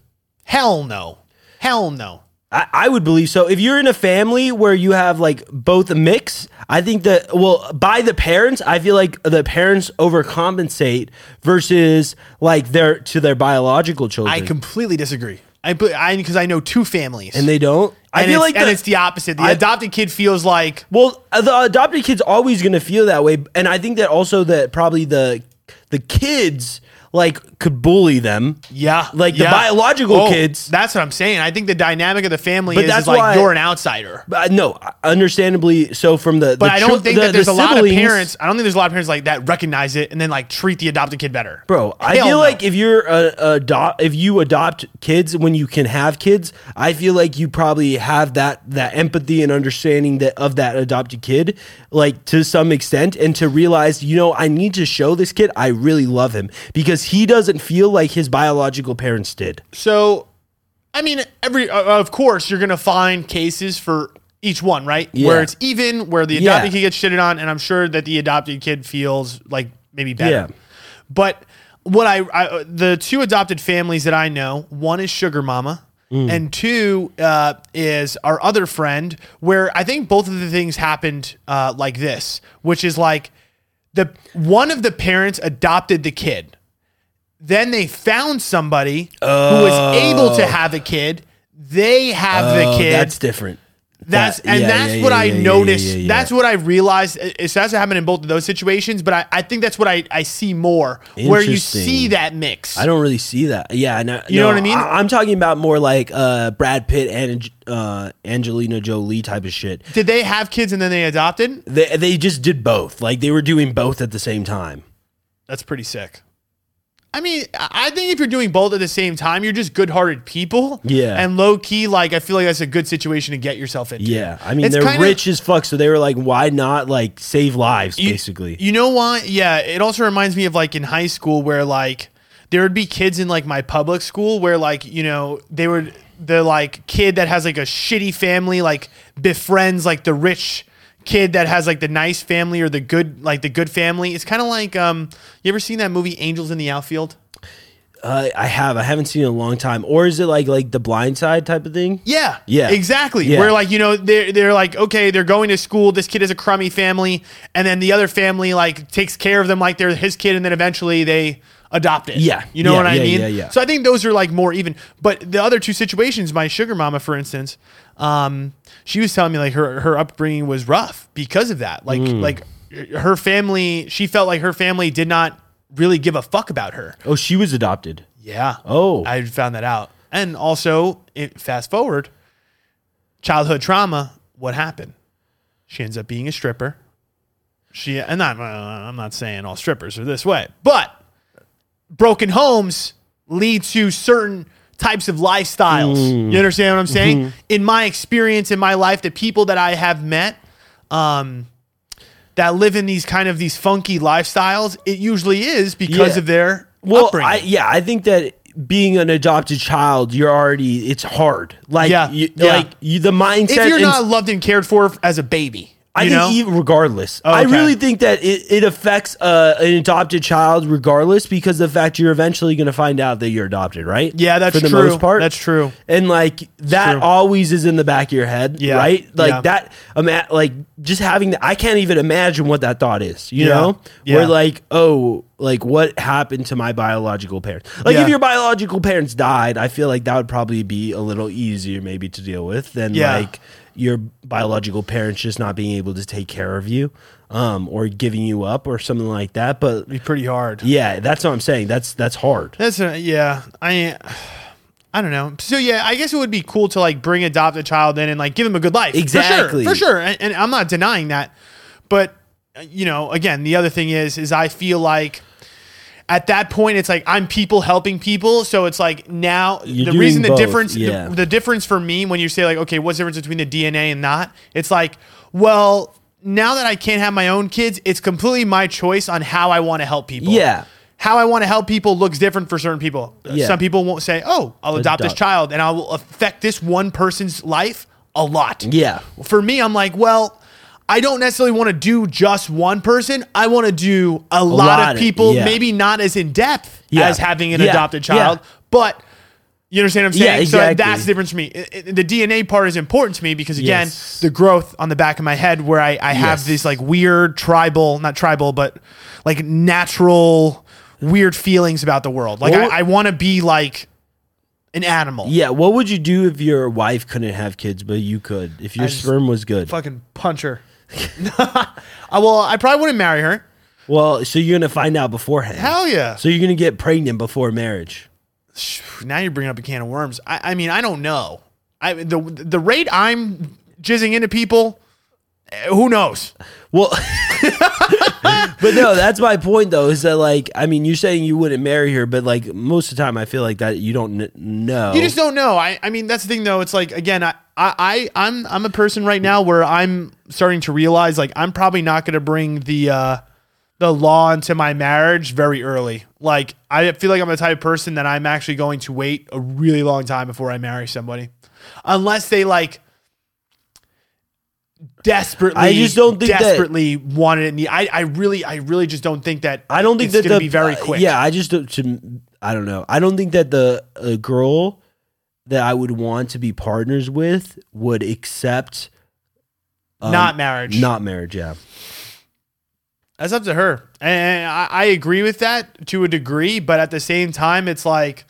Hell no. Hell no. I, I would believe so. If you're in a family where you have like both a mix, I think that well, by the parents, I feel like the parents overcompensate versus like their to their biological children. I completely disagree. I because I, 'cause I know two families, and they don't. I And feel it's- like and the- it's the opposite. The I- adopted kid feels like Well, uh, the adopted kid's always going to feel that way, and I think that also that probably the the kids like could bully them. yeah, Like the yeah. biological Oh, kids. That's what I'm saying. I think the dynamic of the family But is, is that's like why- you're an outsider. But uh, no, understandably so from the. But I don't think that there's a lot of parents. I don't think there's a lot of parents like that recognize it and then like treat the adopted kid better. Bro, I Hell feel no. like if you're a, adopt, if you adopt kids when you can have kids, I feel like you probably have that that empathy and understanding that of that adopted kid, like to some extent, and to realize, you know, I need to show this kid I really love him because he doesn't feel like his biological parents did. so, I mean, every uh, of course you're gonna find cases for each one, right? Yeah. Where it's even, where the Yeah. adopted kid gets shitted on, and I'm sure that the adopted kid feels like maybe better. Yeah. But what I, I uh, the two adopted families that I know, one is Sugar Mama. Mm. And two uh, is our other friend, where I think both of the things happened uh, like this, which is like the one of the parents adopted the kid. Then they found somebody who Oh. was able to have a kid. They have the kid. Uh, That's different. That's That- and yeah, that's yeah, what yeah, I yeah, yeah, noticed. yeah, yeah. That's what I realized. i- So that's what happened in both of those situations. But I, I think that's what I, I see more where you Interesting. see that mix. I don't really see that. Yeah, no, You know what I mean? I, am talking about more like uh, Brad Pitt and uh, Angelina Jolie type of shit. Did they have kids and then they adopted? They they just did both. Like they were doing both at the same time. That's pretty sick. I mean, I I think if you're doing both at the same time, you're just good-hearted people. Yeah. And low key, like I feel like that's a good situation to get yourself into. Yeah, I mean It's they're kinda- rich as fuck, so they were like, why not like save lives You- basically? You know why? Yeah, it also reminds me of like in high school where like there would be kids in like my public school where like, you know, they would the like kid that has like a shitty family like befriends like the rich kid that has like the nice family or the good like the good family. It's kind of like um you ever seen that movie Angels in the Outfield? uh, I have, I haven't seen it in a long time. Or is it like like the Blind Side type of thing? Yeah. Yeah. Exactly. Yeah. Where like, you know, they're they're like, okay, they're going to school, this kid is a crummy family, and then the other family like takes care of them like they're his kid, and then eventually they adopt it. Yeah. You know Yeah, what I yeah, mean? yeah, yeah. So I think those are like more even. But the other two situations, my sugar mama, for instance, um, she was telling me like her her upbringing was rough because of that. Like Mm. like her family, she felt like her family did not really give a fuck about her. Oh, she was adopted. Yeah. Oh. I found that out. And also, it, fast forward, childhood trauma. What happened? She ends up being a stripper. She and not. uh, I'm not saying all strippers are this way, but broken homes lead to certain types of lifestyles. Mm. You understand what I'm saying? Mm-hmm. In my experience in my life, the people that I have met um, that live in these kind of these funky lifestyles, it usually is because Yeah. of their well, upbringing. I, yeah, I think that being an adopted child, you're already it's hard. Like, Yeah, you, yeah. like you, the mindset. if you're and- not loved and cared for as a baby, I you think know? Oh, even regardless, I okay. really think that it, it affects uh, an adopted child regardless because the fact you're eventually going to find out that you're adopted, right? Yeah, that's for the true. most part. That's true. and like that true. always is in the back of your head, Yeah, right? Like yeah. that, ima- like just having the, I can't even imagine what that thought is, you Yeah, know? yeah. Where like, oh, like what happened to my biological parents? Like Yeah. if your biological parents died, I feel like that would probably be a little easier maybe to deal with than Yeah. like your biological parents just not being able to take care of you um, or giving you up or something like that. But be pretty hard. yeah, that's what I'm saying. That's that's hard. That's a, yeah. I I don't know. So yeah, I guess it would be cool to like bring adopt a child in and like give him a good life. For sure, Exactly. for sure. And, and I'm not denying that. But uh, you know, again, the other thing is, is I feel like at that point it's like I'm people helping people. So it's like now You're the doing reason the both, difference the- yeah. the, difference for me when you say like okay, what's the difference between the DNA and not? It's like well. Now that I can't have my own kids, it's completely my choice on how I want to help people Yeah. how I want to help people looks different for certain people. Uh, Yeah. Some people won't say, "Oh, I'll adopt, this Adopt. child and I will affect this one person's life a lot." Yeah. For me, I'm like, well, I don't necessarily want to do just one person. I want to do a, lot, lot of of- people, yeah. maybe not as in depth Yeah. as having an Yeah. adopted Yeah. child, but you understand what I'm saying? Yeah, So exactly. that's the difference for me. I- I- The DNA part is important to me because again, Yes. the growth on the back of my head where I, I have Yes. this like weird tribal, not tribal, but like natural weird feelings about the world. Like Well, I, I want to be like an animal. Yeah, what would you do if your wife couldn't have kids, but you could? If your just- sperm was good? Fucking punch her. I, well, I probably wouldn't marry her. Well, so you're gonna find out beforehand. Hell yeah. So you're gonna get pregnant before marriage. now you're bringing up a can of worms. I, I mean, I don't know. I the the rate I'm jizzing into people, eh, who knows? Well, but no, that's my point though. Is that like, I mean, you're saying you wouldn't marry her, but like most of the time, I feel like that you don't kn- know. You just don't know. I, I mean, that's the thing though. It's like again, I, I, I I'm I'm a person right now where I'm starting to realize like I'm probably not going to bring the uh, the law into my marriage very early. Like I feel like I'm the type of person that I'm actually going to wait a really long time before I marry somebody, unless they like desperately. I just don't think that- desperately wanted it. and need- I I really I really just don't think that. I don't think it's that gonna the, be very uh, quick. yeah, I just don't. To, I don't know. I don't think that the uh, girl that I would want to be partners with would accept um, not marriage. Not marriage. Yeah. That's up to her. And I, I agree with that to a degree, but at the same time, it's like,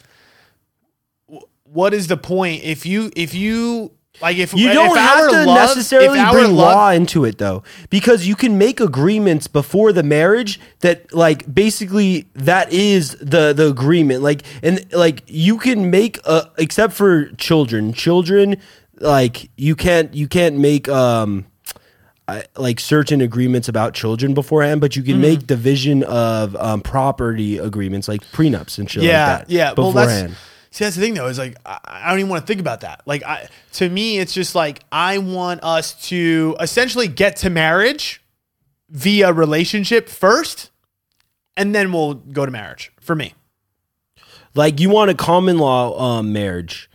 wh- what is the point if you if you like if You if our don't have to love- necessarily if our bring love- law into it though, because you can make agreements before the marriage that like basically that is the the agreement. Like and like you can make a except for children. Children like you can't you can't make um I- like certain agreements about children beforehand, but you Mm. can make division of um, property agreements like prenups and shit Yeah, like that. yeah. Well, beforehand. that's see. That's the thing though is like I, I don't even want to think about that. Like I to me, it's just like I want us to essentially get to marriage via relationship first, and then we'll go to marriage for me. Like you want a common law um, marriage,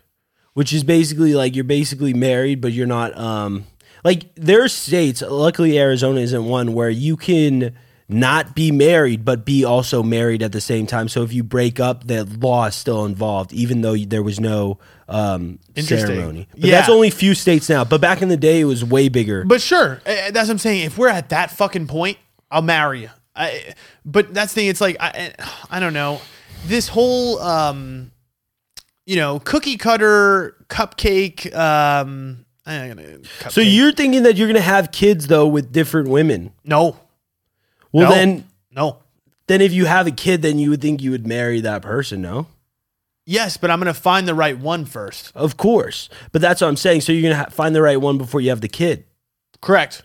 which is basically like you're basically married, but you're not. Um, like there are states. Luckily, Arizona isn't one where you can not be married but be also married at the same time. So if you break up, the law is still involved, even though there was no um, Interesting. ceremony. But Yeah. that's only few states now. But back in the day, it was way bigger. But sure, eh, that's what I'm saying. If we're at that fucking point, I'll marry you. I, but that's the thing. It's like I, eh, I don't know. This whole, um, you know, cookie cutter cupcake. Um, I ain't gonna so cupcake. you're thinking that you're gonna have kids though with different women. no, Well, No. then no, then if you have a kid, then you would think you would marry that person, no? yes, but I'm gonna find the right one first. Of course, but that's what I'm saying. So you're gonna ha- find the right one before you have the kid. Correct.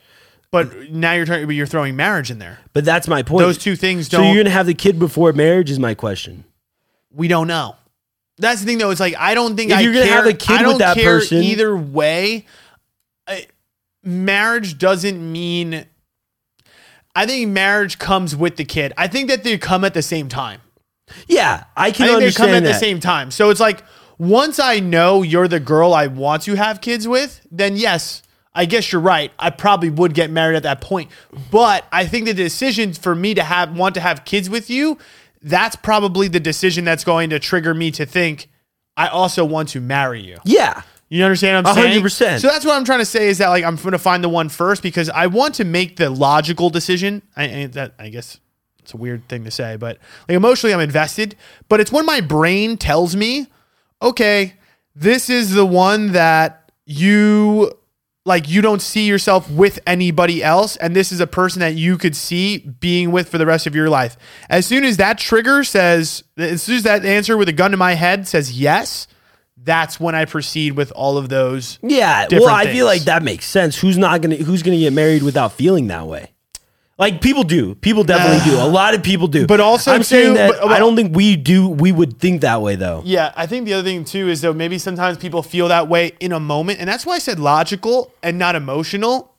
But now you're trying, but you're throwing marriage in there. But that's my point. Those two things So don't. you're gonna have the kid before marriage is my question. we don't know. That's the thing, though. It's like I don't think If I you're gonna care- have a kid I with don't that care person- either way. I- marriage doesn't mean. I think marriage comes with the kid. I think that they come at the same time. Yeah, I can I think they understand come at that. the same time. So it's like once I know you're the girl I want to have kids with, then yes, I guess you're right. I probably would get married at that point. But I think the decision for me to have want to have kids with you, that's probably the decision that's going to trigger me to think I also want to marry you. yeah, You understand what I'm A saying? hundred percent. So that's what I'm trying to say is that like I'm going to find the one first because I want to make the logical decision. I and that I guess it's a weird thing to say, but like emotionally I'm invested, but it's when my brain tells me, "Okay, this is the one that you like you don't see yourself with anybody else and this is a person that you could see being with for the rest of your life." As soon as that trigger says as soon as that answer with a gun to my head says yes, that's when I proceed with all of those. yeah. different well, I things. feel like that makes sense. Who's not gonna Who's gonna get married without feeling that way? Like people do. People definitely do. A lot of people do. But also, I'm saying too, that but- I don't think we do. We would think that way though. Yeah, I think the other thing too is though maybe sometimes people feel that way in a moment, and that's why I said logical and not emotional,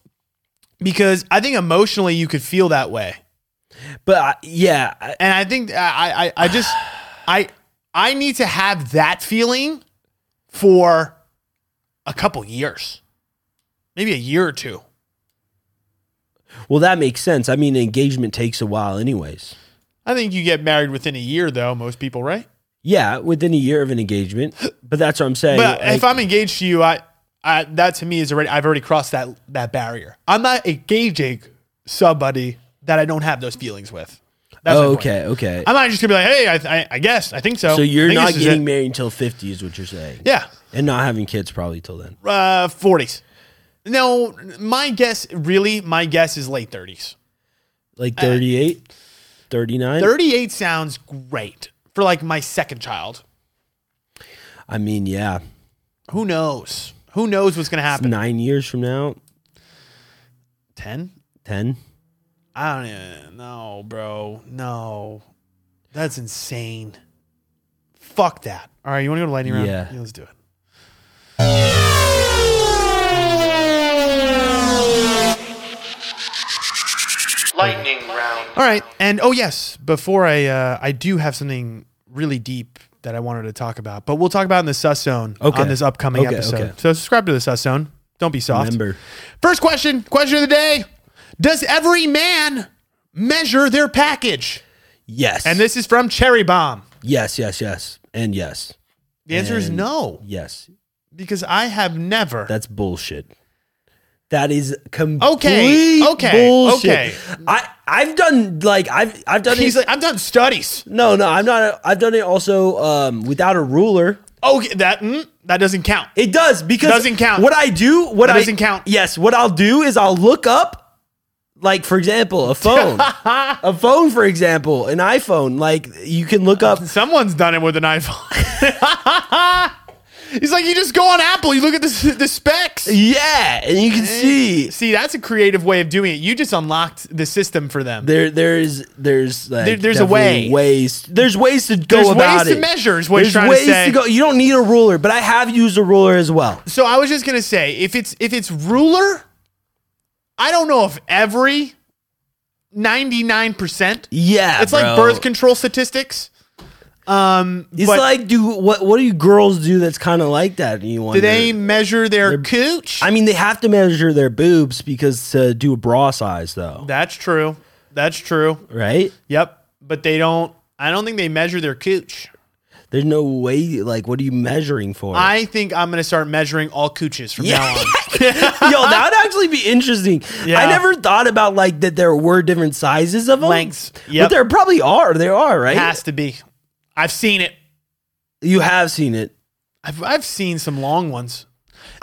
because I think emotionally you could feel that way, But I, yeah, I- and I think I I, I just I I need to have that feeling for a couple years, maybe a year or two. well, that makes sense. I mean, engagement takes a while, anyways. I think you get married within a year though, most people, right? Yeah, within a year of an engagement. But that's what I'm saying. But like- if I'm engaged to you, I, I that to me is already I've already crossed that that barrier. I'm not engaging somebody that I don't have those feelings with. That's my oh, point. okay, okay. I'm not just gonna be like, hey, I, I, I guess I think so. so I you're think not this is getting it. married until 50 is what you're saying. yeah, And not having kids probably till then. uh, 40s. No, my guess really, my guess is late 30s. Like Uh, 38, 39? 38 sounds great for like my second child. I mean, yeah. Who knows? Who knows what's gonna happen? Nine years from now, Ten? 10. I don't even know, bro. No. That's insane. Fuck that. All right, you want to go to lightning round? Yeah. Let's do it. Lightning round. All right. And oh yes, before I uh, I do have something really deep that I wanted to talk about, but we'll talk about it in the sus zone Okay. on this upcoming Okay, episode. okay. So subscribe to the sus zone. Don't be soft. Remember. First question, question of the day. Does every man measure their package? Yes. And this is from Cherry Bomb. Yes, yes, yes. And yes. The answer is And- no, Yes. because I have never. That's bullshit. That is complete Okay, okay, bullshit. okay. I I've done like I've I've done He's it, like, I've done studies. no no I'm not I've done it also um, without a ruler Okay, that mm, that doesn't count. It does because Doesn't count. What I do, what It I doesn't count. Yes, what I'll do is I'll look up, like for example, a phone, a phone, for example, an iPhone. Like you can look up. Someone's done it with an iPhone. He's like, you just go on Apple. You look at the s- the specs. Yeah, and you can see See, that's a creative way of doing it. You just unlocked the system for them. there. There's there's like There- there's a way. definitely ways. There's ways to go There's about ways it. to measure is what he's there's trying to ways say. go. You don't need a ruler, but I have used a ruler as well. So I was just gonna say, if it's if it's ruler, I don't know if every ninety nine percent. Yeah, It's like bro. birth control statistics. Um, It's but like do what? What do you girls do? That's kind of like that. And you do wonder. they measure their cooch? I mean, they have to measure their boobs because to do a bra size, though, that's true. That's true. right? Yep. But they don't. I don't think they measure their cooch. There's no way. Like, what are you measuring for? I think I'm gonna start measuring all cooches from now on. Yo, that would actually be interesting. Yeah. I never thought about like that. There were different sizes of them. Lengths. but Yep. there probably are. There are, right? It has to be. I've seen it. You have seen it. I've I've seen some long ones.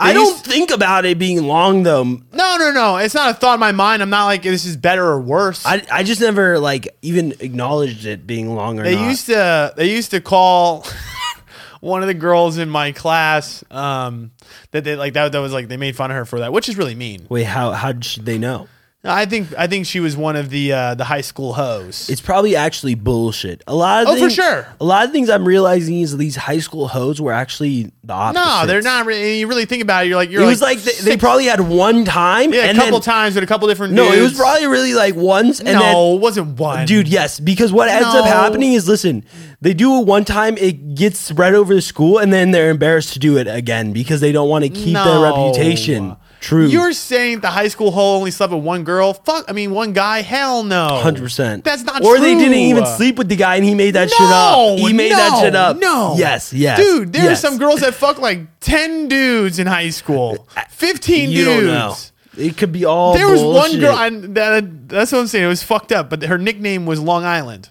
I used- don't think about it being long though. No, no, no. It's not a thought in my mind. I'm not like this is better or worse. I, I just never like even acknowledged it being long or they not. used to they used to call one of the girls in my class um that they like that that was like they made fun of her for that, which is really mean. Wait, how how should they know? I think I think she was one of the uh, the high school hoes. It's probably actually bullshit. A lot of Oh, for things- sure. A lot of things I'm realizing is these high school hoes were actually the opposite. no, they're not. Really, you really think about it, you're like you're. it was like they, they six- probably had one time. yeah, a and couple then- times with a couple different. No, it was dudes. probably really like once. And then- no, it wasn't one Dude, yes, because what ends up No. happening is listen, they do it one time, it gets spread over the school, and then they're embarrassed to do it again because they don't want to keep their No. reputation. True. You're saying the high school hoe only slept with one girl? Fuck, I mean one guy? Hell no, 100%. That's not Or true. they didn't even sleep with the guy and he made that shit up. He made that no, shit up. No. Yes, yes. Dude, there yes. are some girls that fuck like 10 dudes in high school. 15 Uh, You dudes. don't know. It could be all There was one bullshit. girl and that, that's what I'm saying. It was fucked up, but her nickname was Long Island.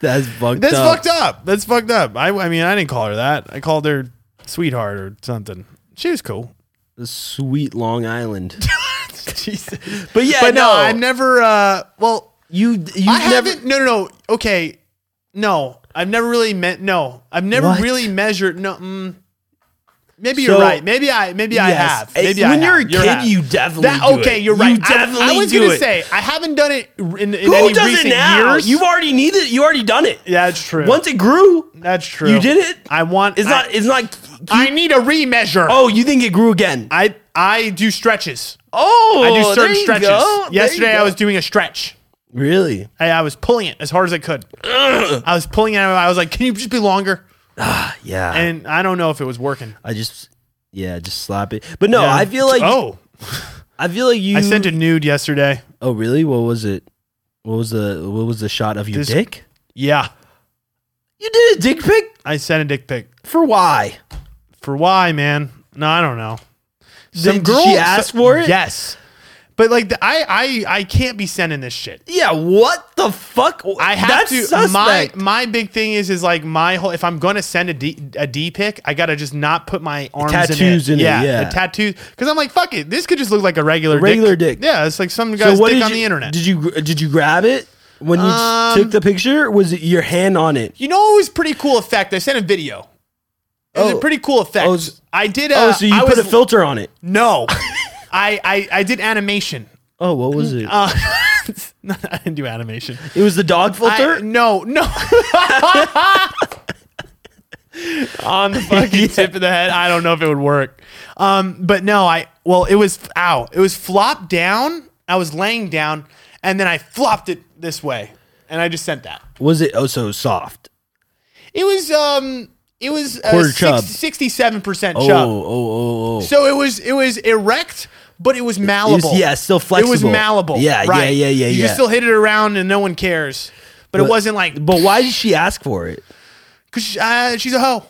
That's fucked That's up. fucked up. That's fucked up. I, I mean, I didn't call her that. I called her sweetheart or something. She was cool. The Sweet Long Island. Jesus. But yeah, But no, no, I never uh well, you you I never haven't. No, no, no. Okay, no. I've never really meant. No, I've never What? really measured. No. Mm, maybe So- you're right. Maybe I. Maybe I Yes. have. Eh, Maybe I when you're a have. kid, right. you definitely That, do okay, it. you're You right. definitely I, I was do gonna it. say I haven't done it in, in Who any does it recent now? years. You've already needed it. You already done it. yeah, that's true. Once it grew, that's true. you did it? I want. It's I, not. It's not. I need a remeasure. Oh, you think it grew again? I I do stretches. Oh, I do certain there you stretches. go, there you Yesterday I go. was doing a stretch. really. I, I was pulling it as hard as I could. I was pulling it. I was like, "Can you just be longer?" Yeah. And I don't know if it was working. I just. Yeah, just slap it. But no, Yeah. I feel like oh, I feel like you. I sent a nude yesterday. Oh, really? What was it? What was the What was the shot of your This- dick? Yeah, You did a dick pic I sent a dick pic for why? for why, man? No, I don't know. did she ask for it? Yes, but like the, I I I can't be sending this shit. Yeah. What the fuck? I have That's to. My Suspect. my big thing is is like my whole. If I'm gonna send a D a D pic, I gotta just not put my arms tattoos in it, yeah. the tattoos. Because I'm like, fuck it. This could just look like a regular regular dick. Yeah, it's like some guy's dick did on you, the internet. Did you did you grab it when you t- Um, took the picture? Was it your hand on it? You know, it was pretty cool effect. I sent a video. It was Oh. a pretty cool effect. Oh, s- I did. Uh, oh, so you I put was, a filter on it. No, I, I I did animation. Oh, what was it? Uh, no, I didn't do animation. it was the dog filter. I, no, no. On the fucking tip of the head. I don't know if it would work. Um, but no, I well, it was ow. It was flop down. I was laying down, and then I flopped it this way, and I just sent that. was it oh so soft? It was um it was Quarter chub. sixty-seven percent Oh, chub. oh, oh, oh. So it was it was erect, but it was It malleable. was, yeah, still flexible. It was malleable. Yeah, yeah, right. yeah, yeah, You yeah. just still hit it around and no one cares. But, it wasn't like But why did she ask for it? because uh, she's a hoe.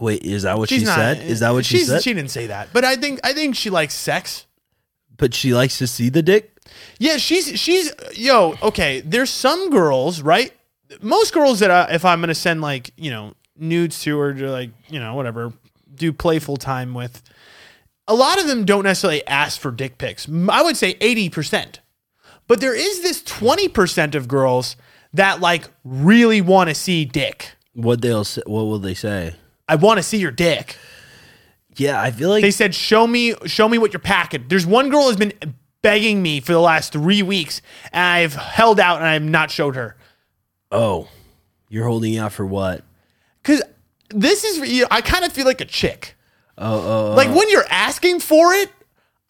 Wait, is that what She's she not. said? Is that what she she's- said? She didn't say that, but I think I think she likes sex. but she likes to see the dick. Yeah, she's she's yo okay. There's some girls, right? Most girls that I, if I'm gonna send like you know nudes to or to like you know whatever do playful time with, a lot of them don't necessarily ask for dick pics. M- I would say eighty percent, but there is this twenty percent of girls that like really want to see dick. What they'll say, what will they say? I want to see your dick. Yeah, I feel like They said, "Show me, show me what you're packing." There's one girl has been begging me for the last three weeks, and I've held out and I've not showed her oh, you're holding out for what? because this is. You know, I kind of feel like a chick. Oh, oh, Like when you're asking for it,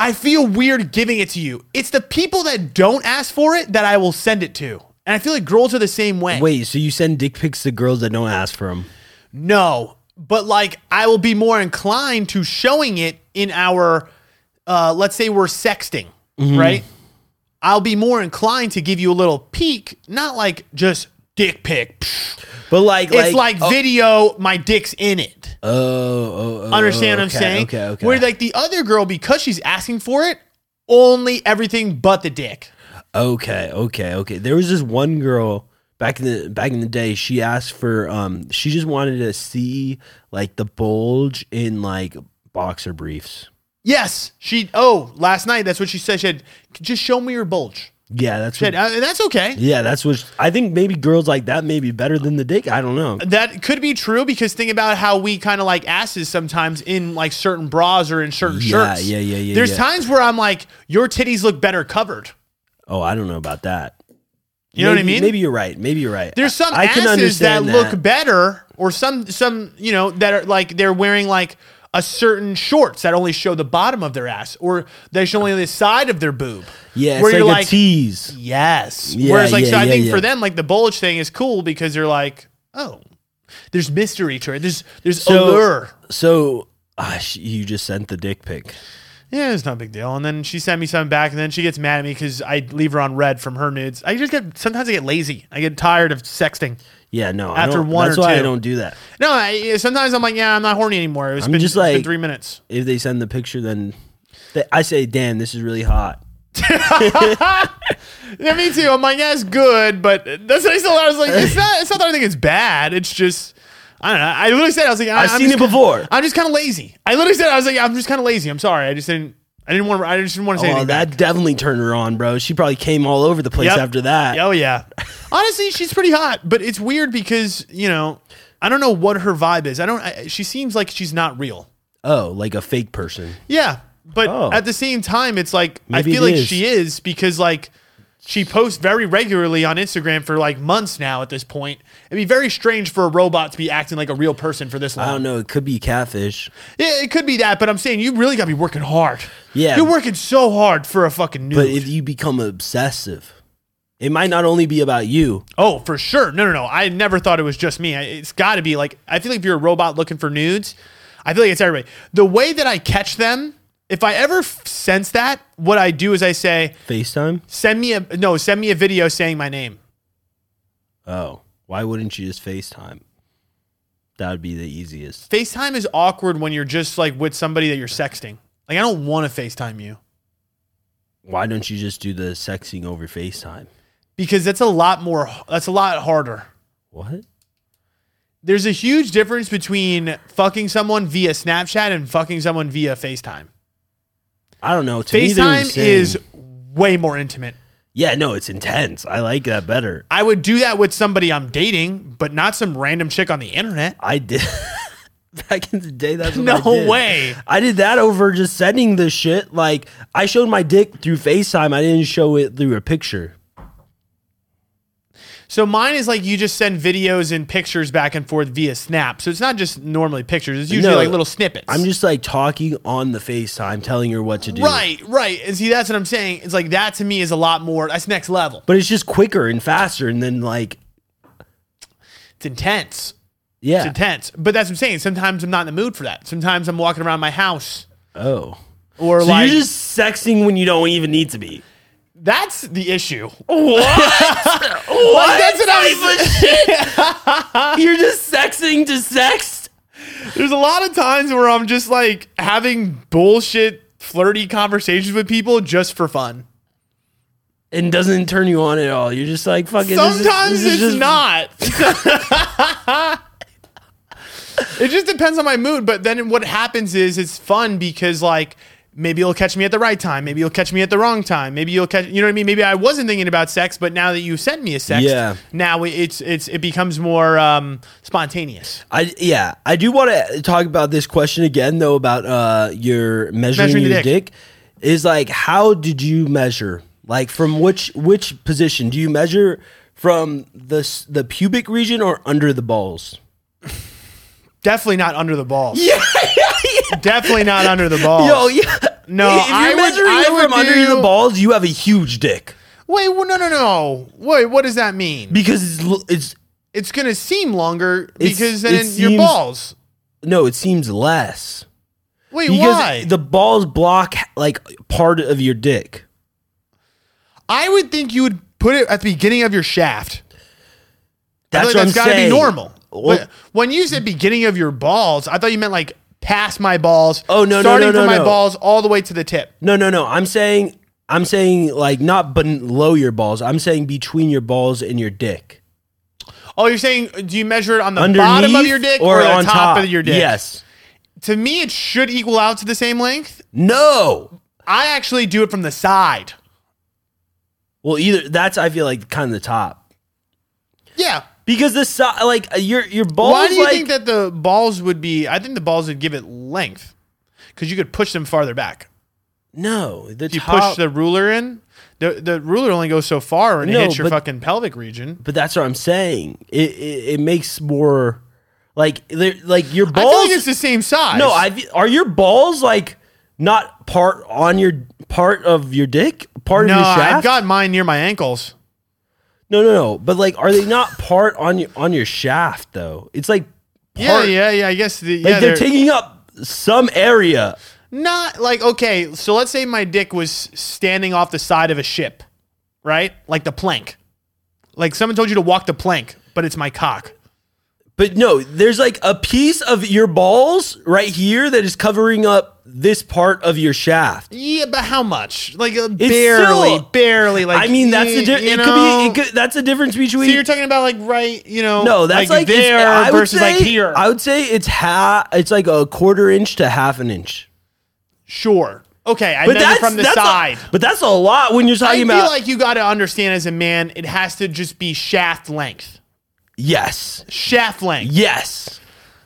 I feel weird giving it to you. It's the people that don't ask for it that I will send it to, and I feel like girls are the same way. oh. Wait, so you send dick pics to girls that don't ask for them? No, but like I will be more inclined to showing it in our, uh, let's say we're sexting, Mm-hmm. right? I'll be more inclined to give you a little peek, not like just dick pic. Psh. But like, it's like video, my dick's in it. Oh, oh, oh, Understand what I'm okay, saying? Okay, okay. Where like the other girl, because she's asking for it, only everything but the dick. oh, okay, okay, okay. There was this one girl back in the back in the day. She asked for um. She just wanted to see like the bulge in like boxer briefs. Yes, she. Oh, last night that's what she said. She had just show me your bulge. Yeah, that's Shit, what, uh, and that's okay. yeah, that's what I think. Maybe girls like that may be better than the dick. I don't know. That could be true because think about how we kind of like asses sometimes in like certain bras or in certain Yeah, shirts. yeah, yeah, yeah, There's yeah. times where I'm like, your titties look better covered. Oh, I don't know about that. You know what I Maybe- mean? Maybe you're right. Maybe you're right. There's some I can asses that, understand look better, or some some you know that are like they're wearing like a certain shorts that only show the bottom of their ass, or they show only the side of their boob. Yeah, it's where like, you're a like, tease. yes. Yeah, Whereas like yeah, so, I yeah, think yeah. for them like the bulge thing is cool because they're like, oh, there's mystery to it. There's there's So- allure. So ah, sh- you just sent the dick pic. Yeah, it's not a big deal. And then she sent me something back, and then she gets mad at me because I leave her on red from her nudes. I just get sometimes I get lazy. I get tired of sexting. Yeah, no. I After don't- one that's or why I two. don't do that. No, I, sometimes I'm like, yeah, I'm not horny anymore. It's I'm been just just like like- three minutes. If they send the picture, then th- I say, "Damn, this is really hot." Yeah, me too. I'm like, yeah, it's good, but that's what I still. I was like, it's not. It's not that I think it's bad. It's just. I don't know. I literally said I was like I, I've am seen it just, before. I'm just kind of lazy. I literally said I was like I'm just kind of lazy. I'm sorry. I just didn't. I didn't want. to. I just didn't want to say Oh, anything. back. that definitely turned her on, bro. She probably came all over the place Yep. after that. Oh yeah. Honestly, she's pretty hot, but it's weird because you know I don't know what her vibe is. I don't. I, she seems like she's not real. Oh, like a fake person. Yeah, but Oh. at the same time, it's like Maybe I feel it like is. she is because like she posts very regularly on Instagram for like months now. At this point, it'd be very strange for a robot to be acting like a real person for this long. I don't know. It could be catfish. Yeah, it could be that, but I'm saying you really got to be working hard. Yeah. you're working so hard for a fucking nude. But if you become obsessive, it might not only be about you. Oh, for sure. No, no, no. I never thought it was just me. I- It's got to be like I feel like if you're a robot looking for nudes, I feel like it's everybody. The way that I catch them, if I ever f- sense that, what I do is I say, FaceTime. "Send me a no, send me a video saying my name." Oh, why wouldn't you just FaceTime? That would be the easiest. FaceTime is awkward when you're just like with somebody that you're sexting. Like I don't want to FaceTime you Why don't you just do the sexing over FaceTime? because that's a lot more that's a lot harder. What? There's a huge difference between fucking someone via Snapchat and fucking someone via FaceTime. I don't know. To me, they're the FaceTime same. is way more intimate. yeah, no, it's intense. I like that better. I would do that with somebody I'm dating, but not some random chick on the internet. I did back in the day. That's what No I did. way. I did that over just sending the shit. Like I showed my dick through FaceTime. I didn't show it through a picture. So mine is like you just send videos and pictures back and forth via Snap. So it's not just normally pictures, it's usually No, like little snippets. I'm just like talking on the FaceTime, telling her what to do. right, right. And see, that's what I'm saying. It's like that to me is a lot more, that's next level. But it's just quicker and faster, and then like It's intense. It's yeah. intense. But that's what I'm saying. Sometimes I'm not in the mood for that. Sometimes I'm walking around my house Oh, or so like, you're just sexting when you don't even need to be. that's the issue. What that's what I type of shit? You're just sexting to sext. There's a lot of times where I'm just like having bullshit, flirty conversations with people just for fun. and doesn't turn you on at all. You're just like fucking. this is- Sometimes this is it's just- not. it just depends on my mood. But then what happens is it's fun because like maybe you'll catch me at the right time. Maybe you'll catch me at the wrong time. Maybe you'll catch you know what I mean. Maybe I wasn't thinking about sex, but now that you sent me a sex, Yeah. now it's it's it becomes more um, spontaneous. I yeah. I do want to talk about this question again though about uh your measuring, Measuring the your dick. dick. Is like how did you measure? Like from which which position do you measure from the s- the pubic region or under the balls? Definitely not under the balls. Definitely not under the balls. Yo, yeah. No, if you're I would- measuring I it would from under do- the balls, you have a huge dick Wait, well, no, no, no. Wait, what does that mean? because it's, l- it's It's gonna seem longer It's- because it then your seems- balls. no, it seems less. Wait, Because why? the balls block like part of your dick. I would think you would put it at the beginning of your shaft. I That's feel what like I'm that's gotta saying. be normal. Well- But when you said beginning of your balls, I thought you meant like past my balls. Oh, no, no, starting no, no, from my no. balls all the way to the tip. No, no, no. I'm saying, I'm saying like not below your balls. I'm saying between your balls and your dick, Oh, you're saying do you measure it on the underneath bottom of your dick or, the on top, of your dick? Yes. To me, it should equal out to the same length. No. I actually do it from the side. Well, either that's I feel like kind of the top Yeah. because the so, like uh, your your balls. Why do you like, think that the balls would be? I think the balls would give it length because you could push them farther back. No, the If you top. push the ruler in, the the ruler only goes so far and No, it hits your but- fucking pelvic region. but that's what I'm saying. It it, it makes more like they're like your I feel balls. like it's the same size. no, I fe- are your balls like not part on your part of your dick, part no, of your shaft. I've got mine near my ankles. no, no, no. But like, are they not part on your on your shaft though? It's like Yeah, part- yeah, yeah. I guess the, Like yeah, they're taking up some area. not like okay. So let's say my dick was standing off the side of a ship, right? Like the plank. Like someone told you to walk the plank, but it's my cock. But no, there's like a piece of your balls right here that is covering up this part of your shaft. Yeah, but how much? Like uh, barely, still- barely. Like I mean, that's the y- di- you it know? could be it could, that's the difference between so you're talking about like right, you know? no, that's like, it's- there I would versus say, like here. I would say it's half. It's like a quarter inch to half an inch. sure. Okay, I But measure that's from the that's a- side. but that's a lot when you're I talking feel about like you got to understand as a man, it has to just be shaft length. yes, Shaft length. yes,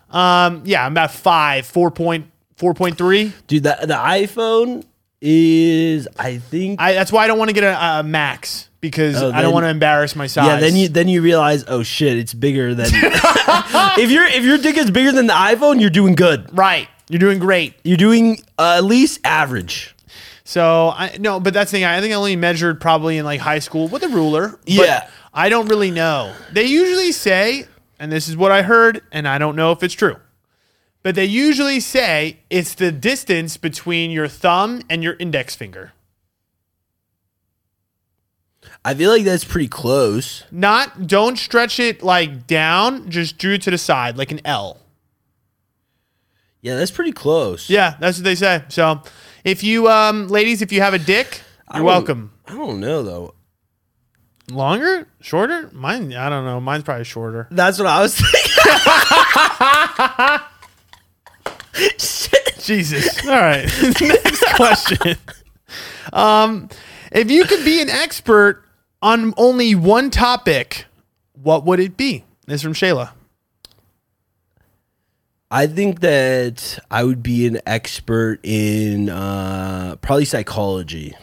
Um, yeah, I'm about five, four point four point three. dude. That the iPhone is I think I that's why I don't want to get a, a max because Oh, I then- don't want to embarrass my size. Yeah, then you then you realize, oh shit, it's bigger than if your if your dick is bigger than the iPhone, you're doing good. right. You're doing great. You're doing uh, at least average. So I no, but that's the thing. I think I only measured probably in like high school with a ruler. but Yeah. I don't really know. They usually say, and this is what I heard, and I don't know if it's true, but they usually say it's the distance between your thumb and your index finger. I feel like that's pretty close. Not don't stretch it like down, just drew to the side like an L. Yeah, that's pretty close. Yeah, that's what they say. So if you um ladies, if you have a dick, I you're don't- welcome. I don't know though. Longer? Shorter? Mine I don't know. Mine's probably shorter. That's what I was thinking. Shit. Jesus. All right. Next question. Um, if you could be an expert on only one topic, what would it be? This is from Shayla. I think that I would be an expert in uh, probably psychology.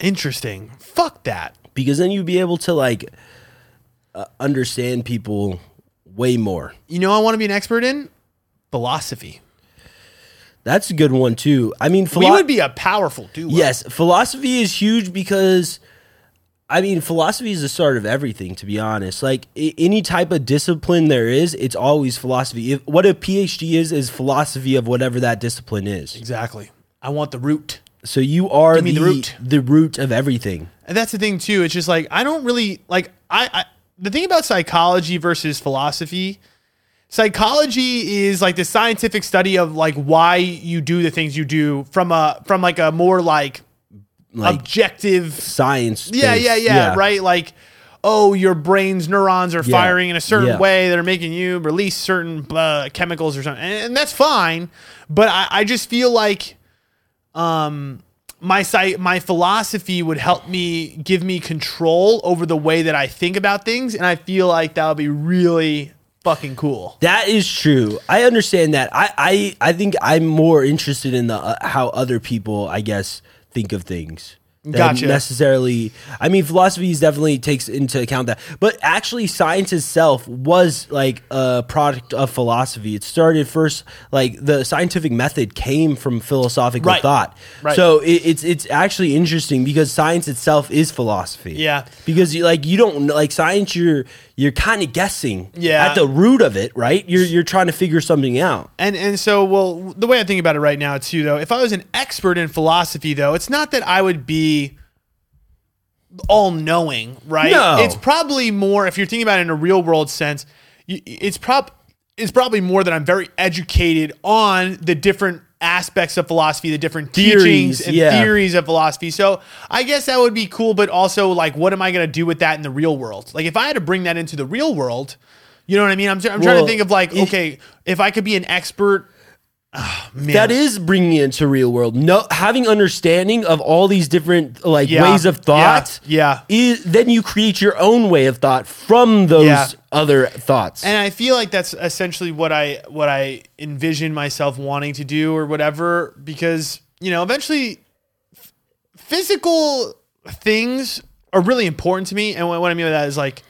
Interesting. Fuck that. because then you'd be able to like uh, understand people way more. You know, what I want to be an expert in philosophy. That's a good one too. I mean, we philo- would be a powerful duo. yes, philosophy is huge because I mean, philosophy is the start of everything. To be honest, like I- any type of discipline there is, it's always philosophy. If, what a PhD is is philosophy of whatever that discipline is. Exactly. I want the root. So you are me the, the root. the root of everything. And that's the thing too. It's just like I don't really like I, I the thing about psychology versus philosophy. Psychology is like the scientific study of like why you do the things you do from a from like a more like, Like objective. science. Yeah, based. yeah, yeah, Right, like oh, your brain's neurons are Yeah. firing in a certain Yeah. way that are making you release certain uh, chemicals or something, and, and that's fine. But I, I just feel like um, my site my philosophy would help me give me control over the way that I think about things and I feel like that would be really fucking cool. That is true. I understand that. I I, I think I'm more interested in the uh, how other people, I guess, think of things. than Gotcha. Necessarily, I mean, philosophy is definitely takes into account that, but actually, science itself was like a product of philosophy. It started first, like the scientific method came from philosophical Right. thought. Right. So it, it's it's actually interesting because science itself is philosophy. Yeah. because you like you don't know- like science. You're you're kind of guessing Yeah. at the root of it, right? You're you're trying to figure something out. And and so well the way I think about it right now too though, if I was an expert in philosophy though, it's not that I would be all knowing, right? No. It's probably more if you're thinking about it in a real world sense, y- it's prob it's probably more that I'm very educated on the different aspects of philosophy, the different Theories, teachings and yeah. theories of philosophy. So I guess that would be cool, but also like, what am I going to do with that in the real world? Like, if I had to bring that into the real world, you know what I mean? I'm, I'm trying Well, to think of like, it- okay, if I could be an expert ah, Man. That is bringing it into real world. No, having understanding of all these different like Yeah. ways of thought. Yeah. Is, then you create your own way of thought from those Yeah. other thoughts. And I feel like that's essentially what I what I envision myself wanting to do or whatever because you know eventually f- physical things are really important to me and what, what I mean by that is like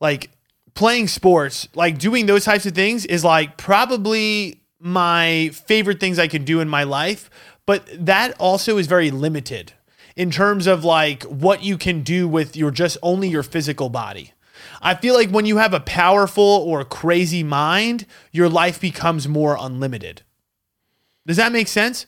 like playing sports like doing those types of things is like probably my favorite things I could do in my life but that also is very limited in terms of like what you can do with your just only your physical body I feel like when you have a powerful or crazy mind, your life becomes more unlimited. Does that make sense?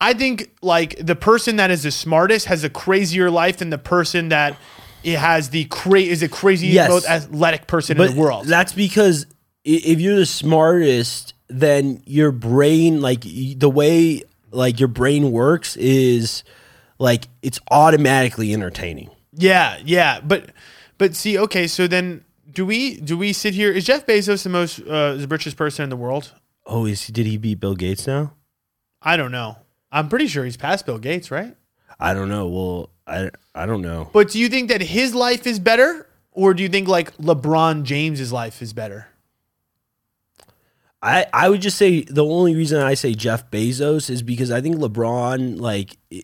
I think like the person that is the smartest has a crazier life than the person that it has the cra- is the craziest Yes. most athletic person in the world. That's because i- if you're the smartest, then your brain, like y- the way like your brain works, is like it's automatically entertaining. yeah, yeah, but but see, okay, so then do we do we sit here? Is Jeff Bezos the most uh, the richest person in the world? Oh, is did he beat Bill Gates now? I don't know. I'm pretty sure he's past Bill Gates, right? I don't know. Well, I I don't know. But do you think that his life is better, or do you think like LeBron James's life is better? I, I would just say the only reason I say Jeff Bezos is because I think LeBron like i-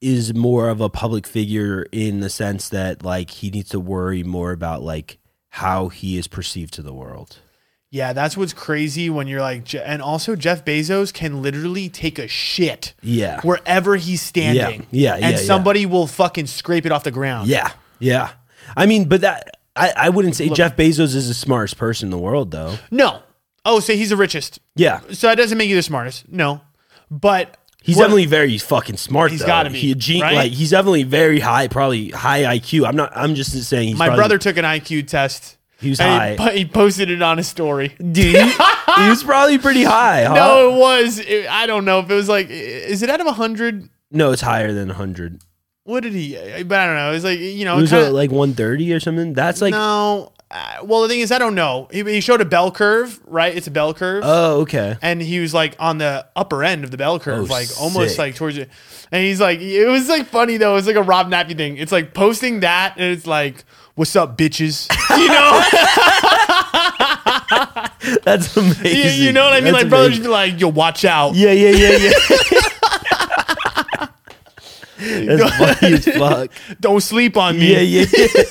is more of a public figure in the sense that like he needs to worry more about like how he is perceived to the world. Yeah, that's what's crazy when you're like, Je- and also Jeff Bezos can literally take a shit Yeah. wherever he's standing. Yeah, yeah, and yeah, yeah. somebody will fucking scrape it off the ground. Yeah. Yeah. I mean, but that I, I wouldn't say Jeff Bezos is the smartest person in the world though. No. Oh, so he's the richest. Yeah. So that doesn't make you the smartest. No, but He's what- definitely very fucking smart. He's though. gotta be, He a gen- right? like he's definitely very high, probably high IQ. I'm not I'm just saying he's My probably- brother took an IQ test. He was and high. po- He, posted it on his story. Dude, he, he was probably pretty high. Huh? No, it was. it- I don't know if it was like, i- is it out of hundred? No, it's higher than 100. What did he? But I don't know. It was like you know, It was kinda- uh, like 130 or something. That's like, no. Uh, well, the thing is, I don't know. He, he showed a bell curve, right? It's a bell curve, oh, okay. and he was like on the upper end of the bell curve, Oh, like almost sick. like towards it. And he's like, it was like funny though. It was like a Rob Nappy thing. It's like posting that, and it's like, "What's up, bitches?" You know, That's amazing. you, you know what I mean? That's like, brothers amazing. be like, "Yo, watch out." Yeah, yeah, yeah, yeah. That's funny as fuck. Don't sleep on me. Yeah, yeah,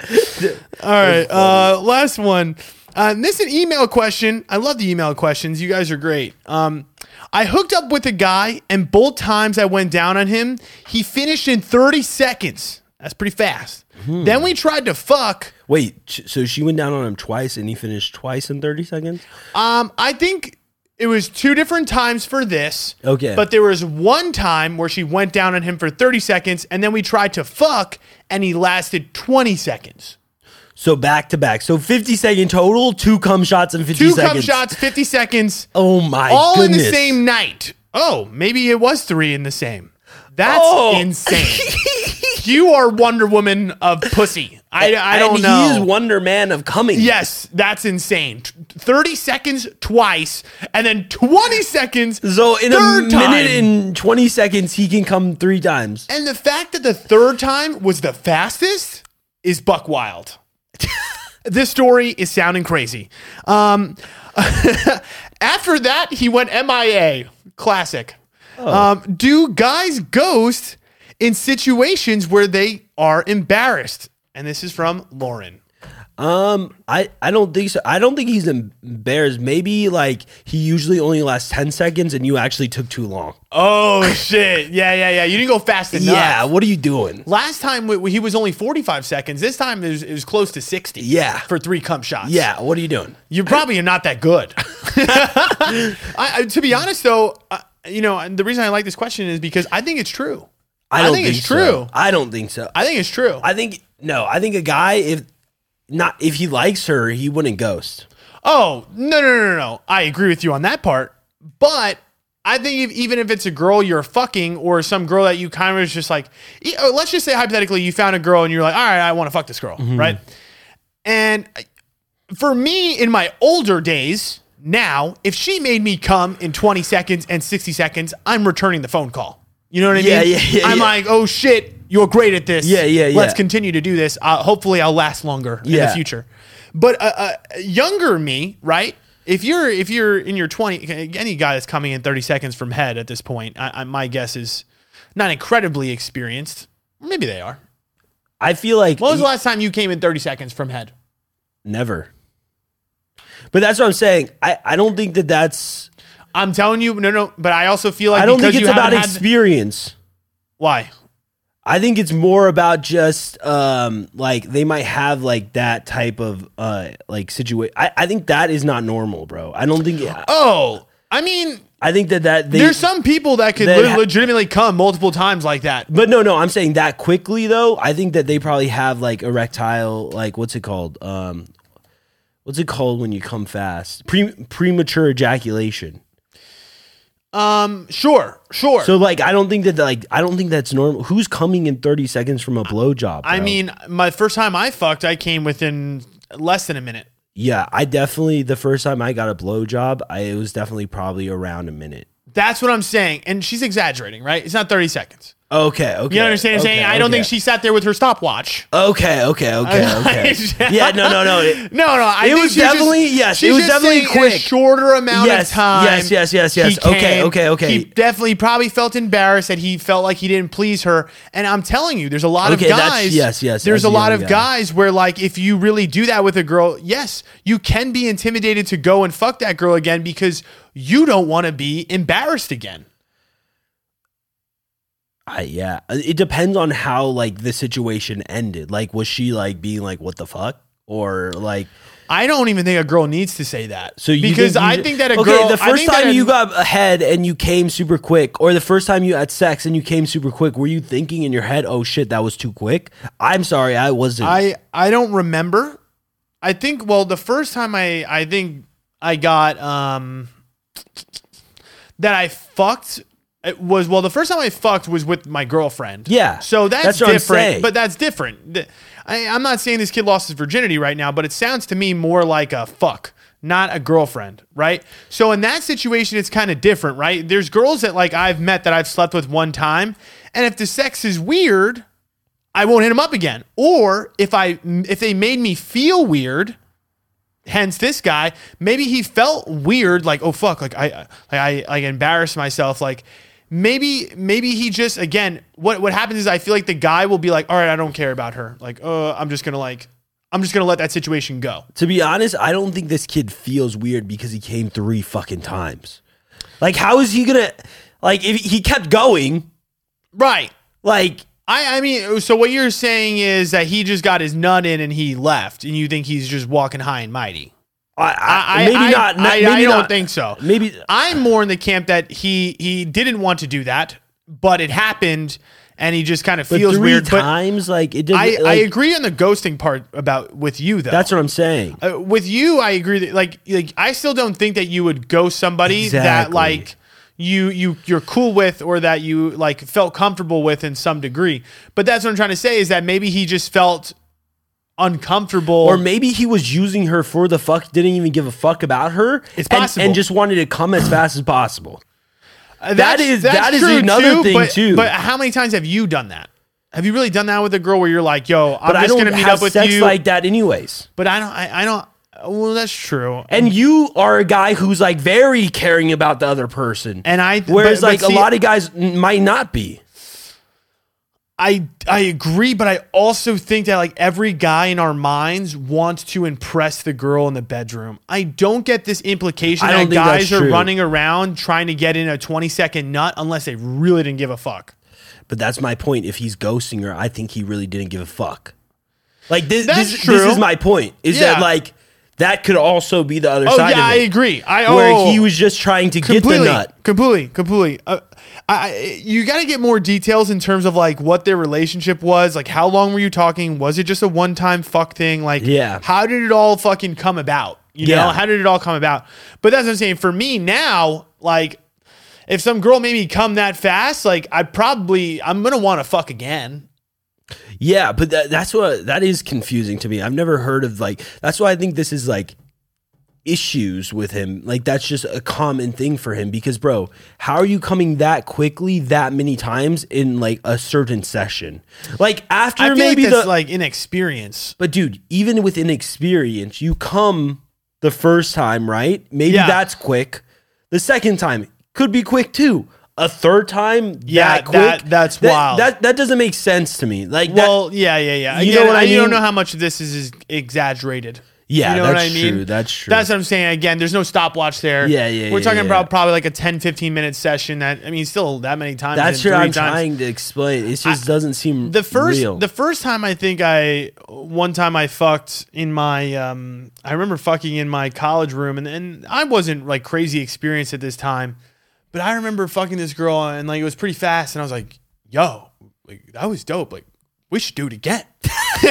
yeah. All right. Uh, last one. Uh, and this is an email question. I love the email questions. You guys are great. Um, I hooked up with a guy, and both times I went down on him, he finished in 30 seconds. That's pretty fast. Hmm. Then we tried to fuck. Wait, sh- so she went down on him twice and he finished twice in 30 seconds? Um, I think it was two different times for this. Okay. But there was one time where she went down on him for 30 seconds, and then we tried to fuck, and he lasted 20 seconds. So back to back. So 50 second total, two cum shots in 50 Two seconds. cum shots, 50 seconds. Oh my all goodness. in the same night. Oh, maybe it was three in the same. That's Oh. insane. you are Wonder Woman of pussy. I, I And don't He is know. Wonder Man of coming. Yes, that's insane. T- 30 seconds twice, and then 20 seconds. So in a Third minute time. and 20 seconds, he can come three times. And the fact that the third time was the fastest is buck wild. this story is sounding crazy. Um, after that, he went MIA. Classic. Um, do guys ghost in situations where they are embarrassed? And this is from Lauren. Um, I, I don't think so. I don't think he's embarrassed. Maybe like he usually only lasts 10 seconds and you actually took too long. Oh, shit. Yeah, yeah, yeah. You didn't go fast enough. Yeah. What are you doing? Last time we, he was only 45 seconds. This time it was, it was close to 60. Yeah. For three cum shots. Yeah. What are you doing? you probably are not that good. I, I, to be honest, though, uh, you know, and the reason I like this question is because I think it's true. I think it's so. true. I don't think so. I, I think it's true. I think, no, I think a guy, if not, if he likes her, he wouldn't ghost. oh no, no, no, no, no! I agree with you on that part, but I think if, even if it's a girl you're fucking or some girl that you kind of is just like, e- oh, let's just say hypothetically, you found a girl and you're like, all right, I want to fuck Mm-hmm. this girl, right? And I- for me, in my older days, now, if she made me come in 20 seconds and 60 seconds, I'm returning the phone call. You know what I Yeah, mean? yeah, yeah, I'm yeah. like, oh shit, you're great at this. Yeah, yeah, Let's yeah. continue to do this. Uh, hopefully, I'll last longer in Yeah. the future. But uh, uh, younger me, right? If you're if you're in your 20, any guy that's coming in 30 seconds from head at this point, I, I, my guess is not incredibly experienced. Maybe they are. I feel like When was the last time you came in 30 seconds from head? never. But that's what I'm saying. I, I don't think that that's. I'm telling you, no, no. But I also feel like I don't think because it's you about haven't had- experience. why I think it's more about just um, like they might have like that type of uh, like situation. I, I think that is not normal, bro. I don't think. Oh, I mean, I think that that they, there's some people that could they le- ha- legitimately come multiple times like that. But no, no, I'm saying that quickly though. I think that they probably have like erectile, like what's it called? Um, what's it called when you come fast? Pre- premature ejaculation. Um, sure, sure. So like, I don't think that like I don't think that's normal. Who's coming in 30 seconds from a blowjob? I bro? mean, my first time I fucked, I came within less than a minute. yeah, I definitely the first time I got a blowjob, I it was definitely probably around a minute. That's what I'm saying, and she's exaggerating, right? It's not 30 seconds. Okay, okay. You understand what I'm okay, saying? I don't okay. think she sat there with her stopwatch. Okay, okay, okay, okay. yeah, no, no, no. It- No, no. I It think was she just- definitely- yes, she it was just definitely saying A quick. shorter amount Yes, of time. yes, yes, yes, yes. he Okay, okay, okay. He definitely probably felt embarrassed that he felt like he didn't please her. And I'm telling you, there's a lot Okay, of that's- guys. yes, yes, There's as a a lot young of guy. guys where like if you really do that with a girl, yes, you can be intimidated to go and fuck that girl again because you don't want to be embarrassed again. I, yeah, it depends on how like the situation ended. Like, was she like being like, "What the fuck?" Or like, I don't even think a girl needs to say that. so you because think you- I think that a okay, girl the I first think that time a- you got ahead and you came super quick, or the first time you had sex and you came super quick, were you thinking in your head, "Oh shit, that was too quick"? I'm sorry, I wasn't. I I don't remember. I think well the first time I I think I got um that I fucked it was well the first time I fucked was with my girlfriend. Yeah, So that's, that's what I'm saying. different. But that's different. Th- I, I'm not saying this kid lost his virginity right now, but it sounds to me more like a fuck, not a girlfriend, right? So in that situation, it's kind of different, right? There's girls that like I've met that I've slept with one time, and if the sex is weird, I won't hit them up again. Or if I if they made me feel weird, hence this guy, maybe he felt weird, like oh fuck, like I like I like embarrassed myself, like. Maybe, maybe he just again. What what happens is I feel like the guy will be like, "All right, I don't care about her. Like, uh, I'm just gonna like, I'm just gonna let that situation go." to be honest, I don't think this kid feels weird because he came three fucking times. Like, how is he gonna? Like, if he kept going, Right. like I I mean, so what you're saying is that he just got his nut in and he left, and you think he's just walking high and mighty. I, I, I- maybe I- not. I- maybe I don't not. think so. Maybe I'm more in the camp that he he didn't want to do that, but it happened, and he just kind of but feels three weird. But times. like it doesn't. I, I like, agree on the ghosting part about with you though. That's what I'm saying. uh, with you. I agree that like like I still don't think that you would ghost somebody that Exactly. like you you you're cool with or that you like felt comfortable with in some degree. But that's what I'm trying to say is that maybe he just felt uncomfortable Or maybe he was using her for the fuck, didn't even give a fuck about her. It's and, possible. And just wanted to come as fast as possible. Uh, That that's- is- that's that is true another thing, but, too. But how many times have you done that? Have you really done that with a girl where you're like, "Yo, I'm But I just don't gonna meet have up with sex you," like that, anyways. but I don't, I, I don't. Well, that's true. And you are a guy who's like very caring about the other person. And I- whereas but- but like see- a lot of guys n- might not be. I I agree, but I also think that like every guy in our minds wants to impress the girl in the bedroom. I don't get this implication I don't that think that's guys are true. running around trying to get in a 20 second nut unless they really didn't give a fuck. But that's my point. If he's ghosting her, I think he really didn't give a fuck. Like this, That's this, this true. is my point. Is that Yeah. like that could also be the other Oh side yeah, I of it, agree. I where oh, he was just trying to get the completely, nut. completely, completely. Uh, I, I you got to get more details in terms of like what their relationship was, like how long were you talking? Was it just a one time fuck thing? Like, Yeah. how did it all fucking come about? You know, Yeah. how did it all come about? But that's what I'm saying. For me now, like. If some girl made me come that fast, like I probably I'm gonna want to fuck again. Yeah, but that, that's what that is confusing to me. I've never heard of like that's why I think this is like issues with him. Like that's just a common thing for him because bro, how are you coming that quickly that many times in like a certain session? Like after I feel maybe like that's the like inexperience. But dude, even with inexperience, you come the first time, right? Maybe Yeah. that's quick. The second time could be quick too. A third time, Yeah, that quick, that- that's that, wild. That that doesn't make sense to me. Like that, Well, yeah, yeah, yeah. You Again, know what I You don't mean? know how much of this is, is exaggerated. Yeah, you know that's true, that's true. That's what I'm saying. Again, there's no stopwatch there. Yeah, yeah, We're yeah, talking yeah. about probably like a 10, 15 minute session. That I mean, still that many times. that's in what three I'm times. trying to explain. It just doesn't seem The first, real. the first time I think I, one time I fucked in my, um, I remember fucking in my college room, and and I wasn't like crazy experienced at this time, but I remember fucking this girl, and like it was pretty fast, and I was like, yo, like that was dope, like we should do it again.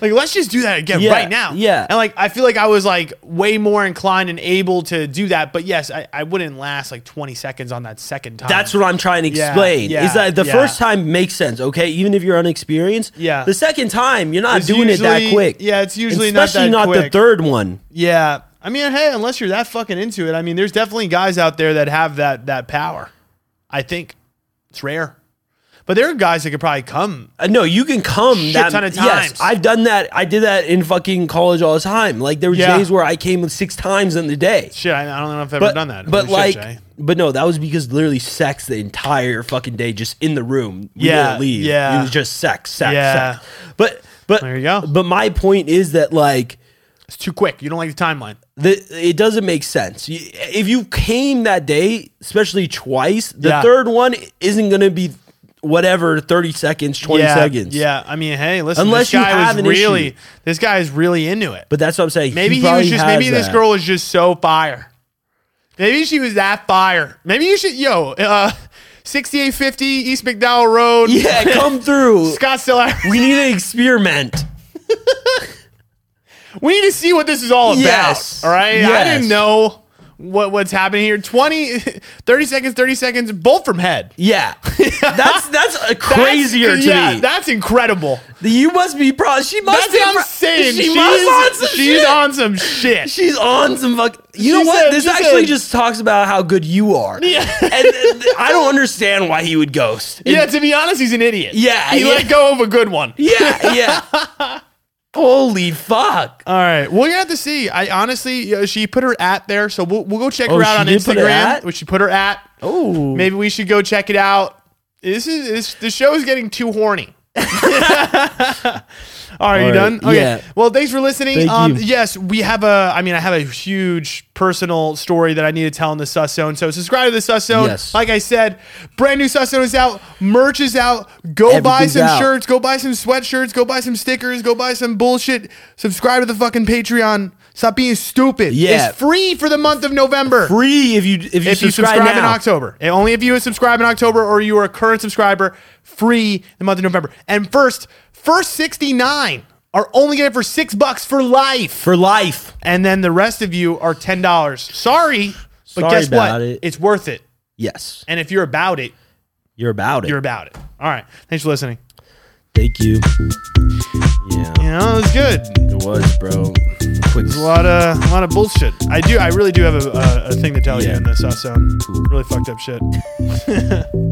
like let's just do that again Yeah, right now. yeah. and like I feel like I was like way more inclined and able to do that, but yes, I, I wouldn't last like twenty seconds on that second time. That's what I'm trying to Yeah, explain. yeah, is that the yeah. first time makes sense, okay? Even if you're unexperienced. Yeah. The second time, you're not It's doing it that usually- quick. yeah, it's usually not especially that not the quick. third one. Yeah. I mean, hey, unless you're that fucking into it, I mean, there's definitely guys out there that have that that power. I think it's rare, but there are guys that could probably come. Uh, no, you can come Shit that ton of times. Yes, I've done that. I did that in fucking college all the time. Like there were Yeah. days where I came six times in the day. Shit, I, I don't know if I've ever But done that. but Holy like, shit, Jay. but no, that was because literally sex the entire fucking day, just in the room. We Yeah, didn't leave. yeah. it was just sex, sex, Yeah. sex. But but There you go. But my point is that like it's too quick. You don't like the timeline. the, it doesn't make sense. You- If you came that day, especially twice, the Yeah. third one isn't going to be whatever thirty seconds, twenty yeah, seconds. Yeah, I mean, hey, listen, Unless this you guy have was an really, issue. this guy is really into it. But that's what I'm saying. Maybe he, probably was just has maybe this that. girl was just so fire. Maybe she was that fire. Maybe you should yo, uh 6850 East McDowell Road. Yeah, come through. Scottsdale. Arizona. we need an experiment. We need to see what this is all about. Yes. All right? I Yes. didn't know what what's happening here. 20 30 seconds, 30 seconds both from head. Yeah, that's that's a That's- crazier to yeah, me. That's incredible. you must be proud. She must That's be. what I'm pro- saying. She she's must on some she's shit. on some shit. She's on some fuck. You know She what? said- this she actually said- just talks about how good you are. Yeah. and, and I don't understand why he would ghost. yeah, to be honest, he's an idiot. Yeah, He yeah. let go of a good one. yeah, yeah. Holy fuck! All right. Well, you have to see. I honestly, you know, she put her at there, so we'll, we'll go check Oh, her out she on did put her Instagram. at? We should put her at. Oh, Maybe we should go check it out. This is this, the show is getting too horny. All right, you right, done? Okay. yeah. Well, thanks for listening. Thank um, you. Yes, we have a. I mean, I have a huge personal story that I need to tell in the Sus Zone. So subscribe to the Sus Zone. Yes. Like I said, brand new Sus Zone is out. Merch is out. Go buy Everything's some out. shirts. Go buy some sweatshirts. Go buy some stickers. Go buy some bullshit. Subscribe to the fucking Patreon. Stop being stupid. Yeah. It's free for the month of November free if you if you if you subscribe, subscribe in now. October. And only if you subscribe in October or you are a current subscriber, free the month of November. And first, first 69 are only getting it for six bucks for life. for life. And then the rest of you are ten dollars. Sorry, but Sorry guess what? about it. It's worth it. Yes, And if you're about it, you're about it. you're about it. All right. Thanks for listening. Thank you. Yeah, You know, it was good. it was, bro. Quick. A lot of a lot of bullshit. I do. I really do have a, a, a thing to tell you Yeah. in this. uh, So really fucked up shit.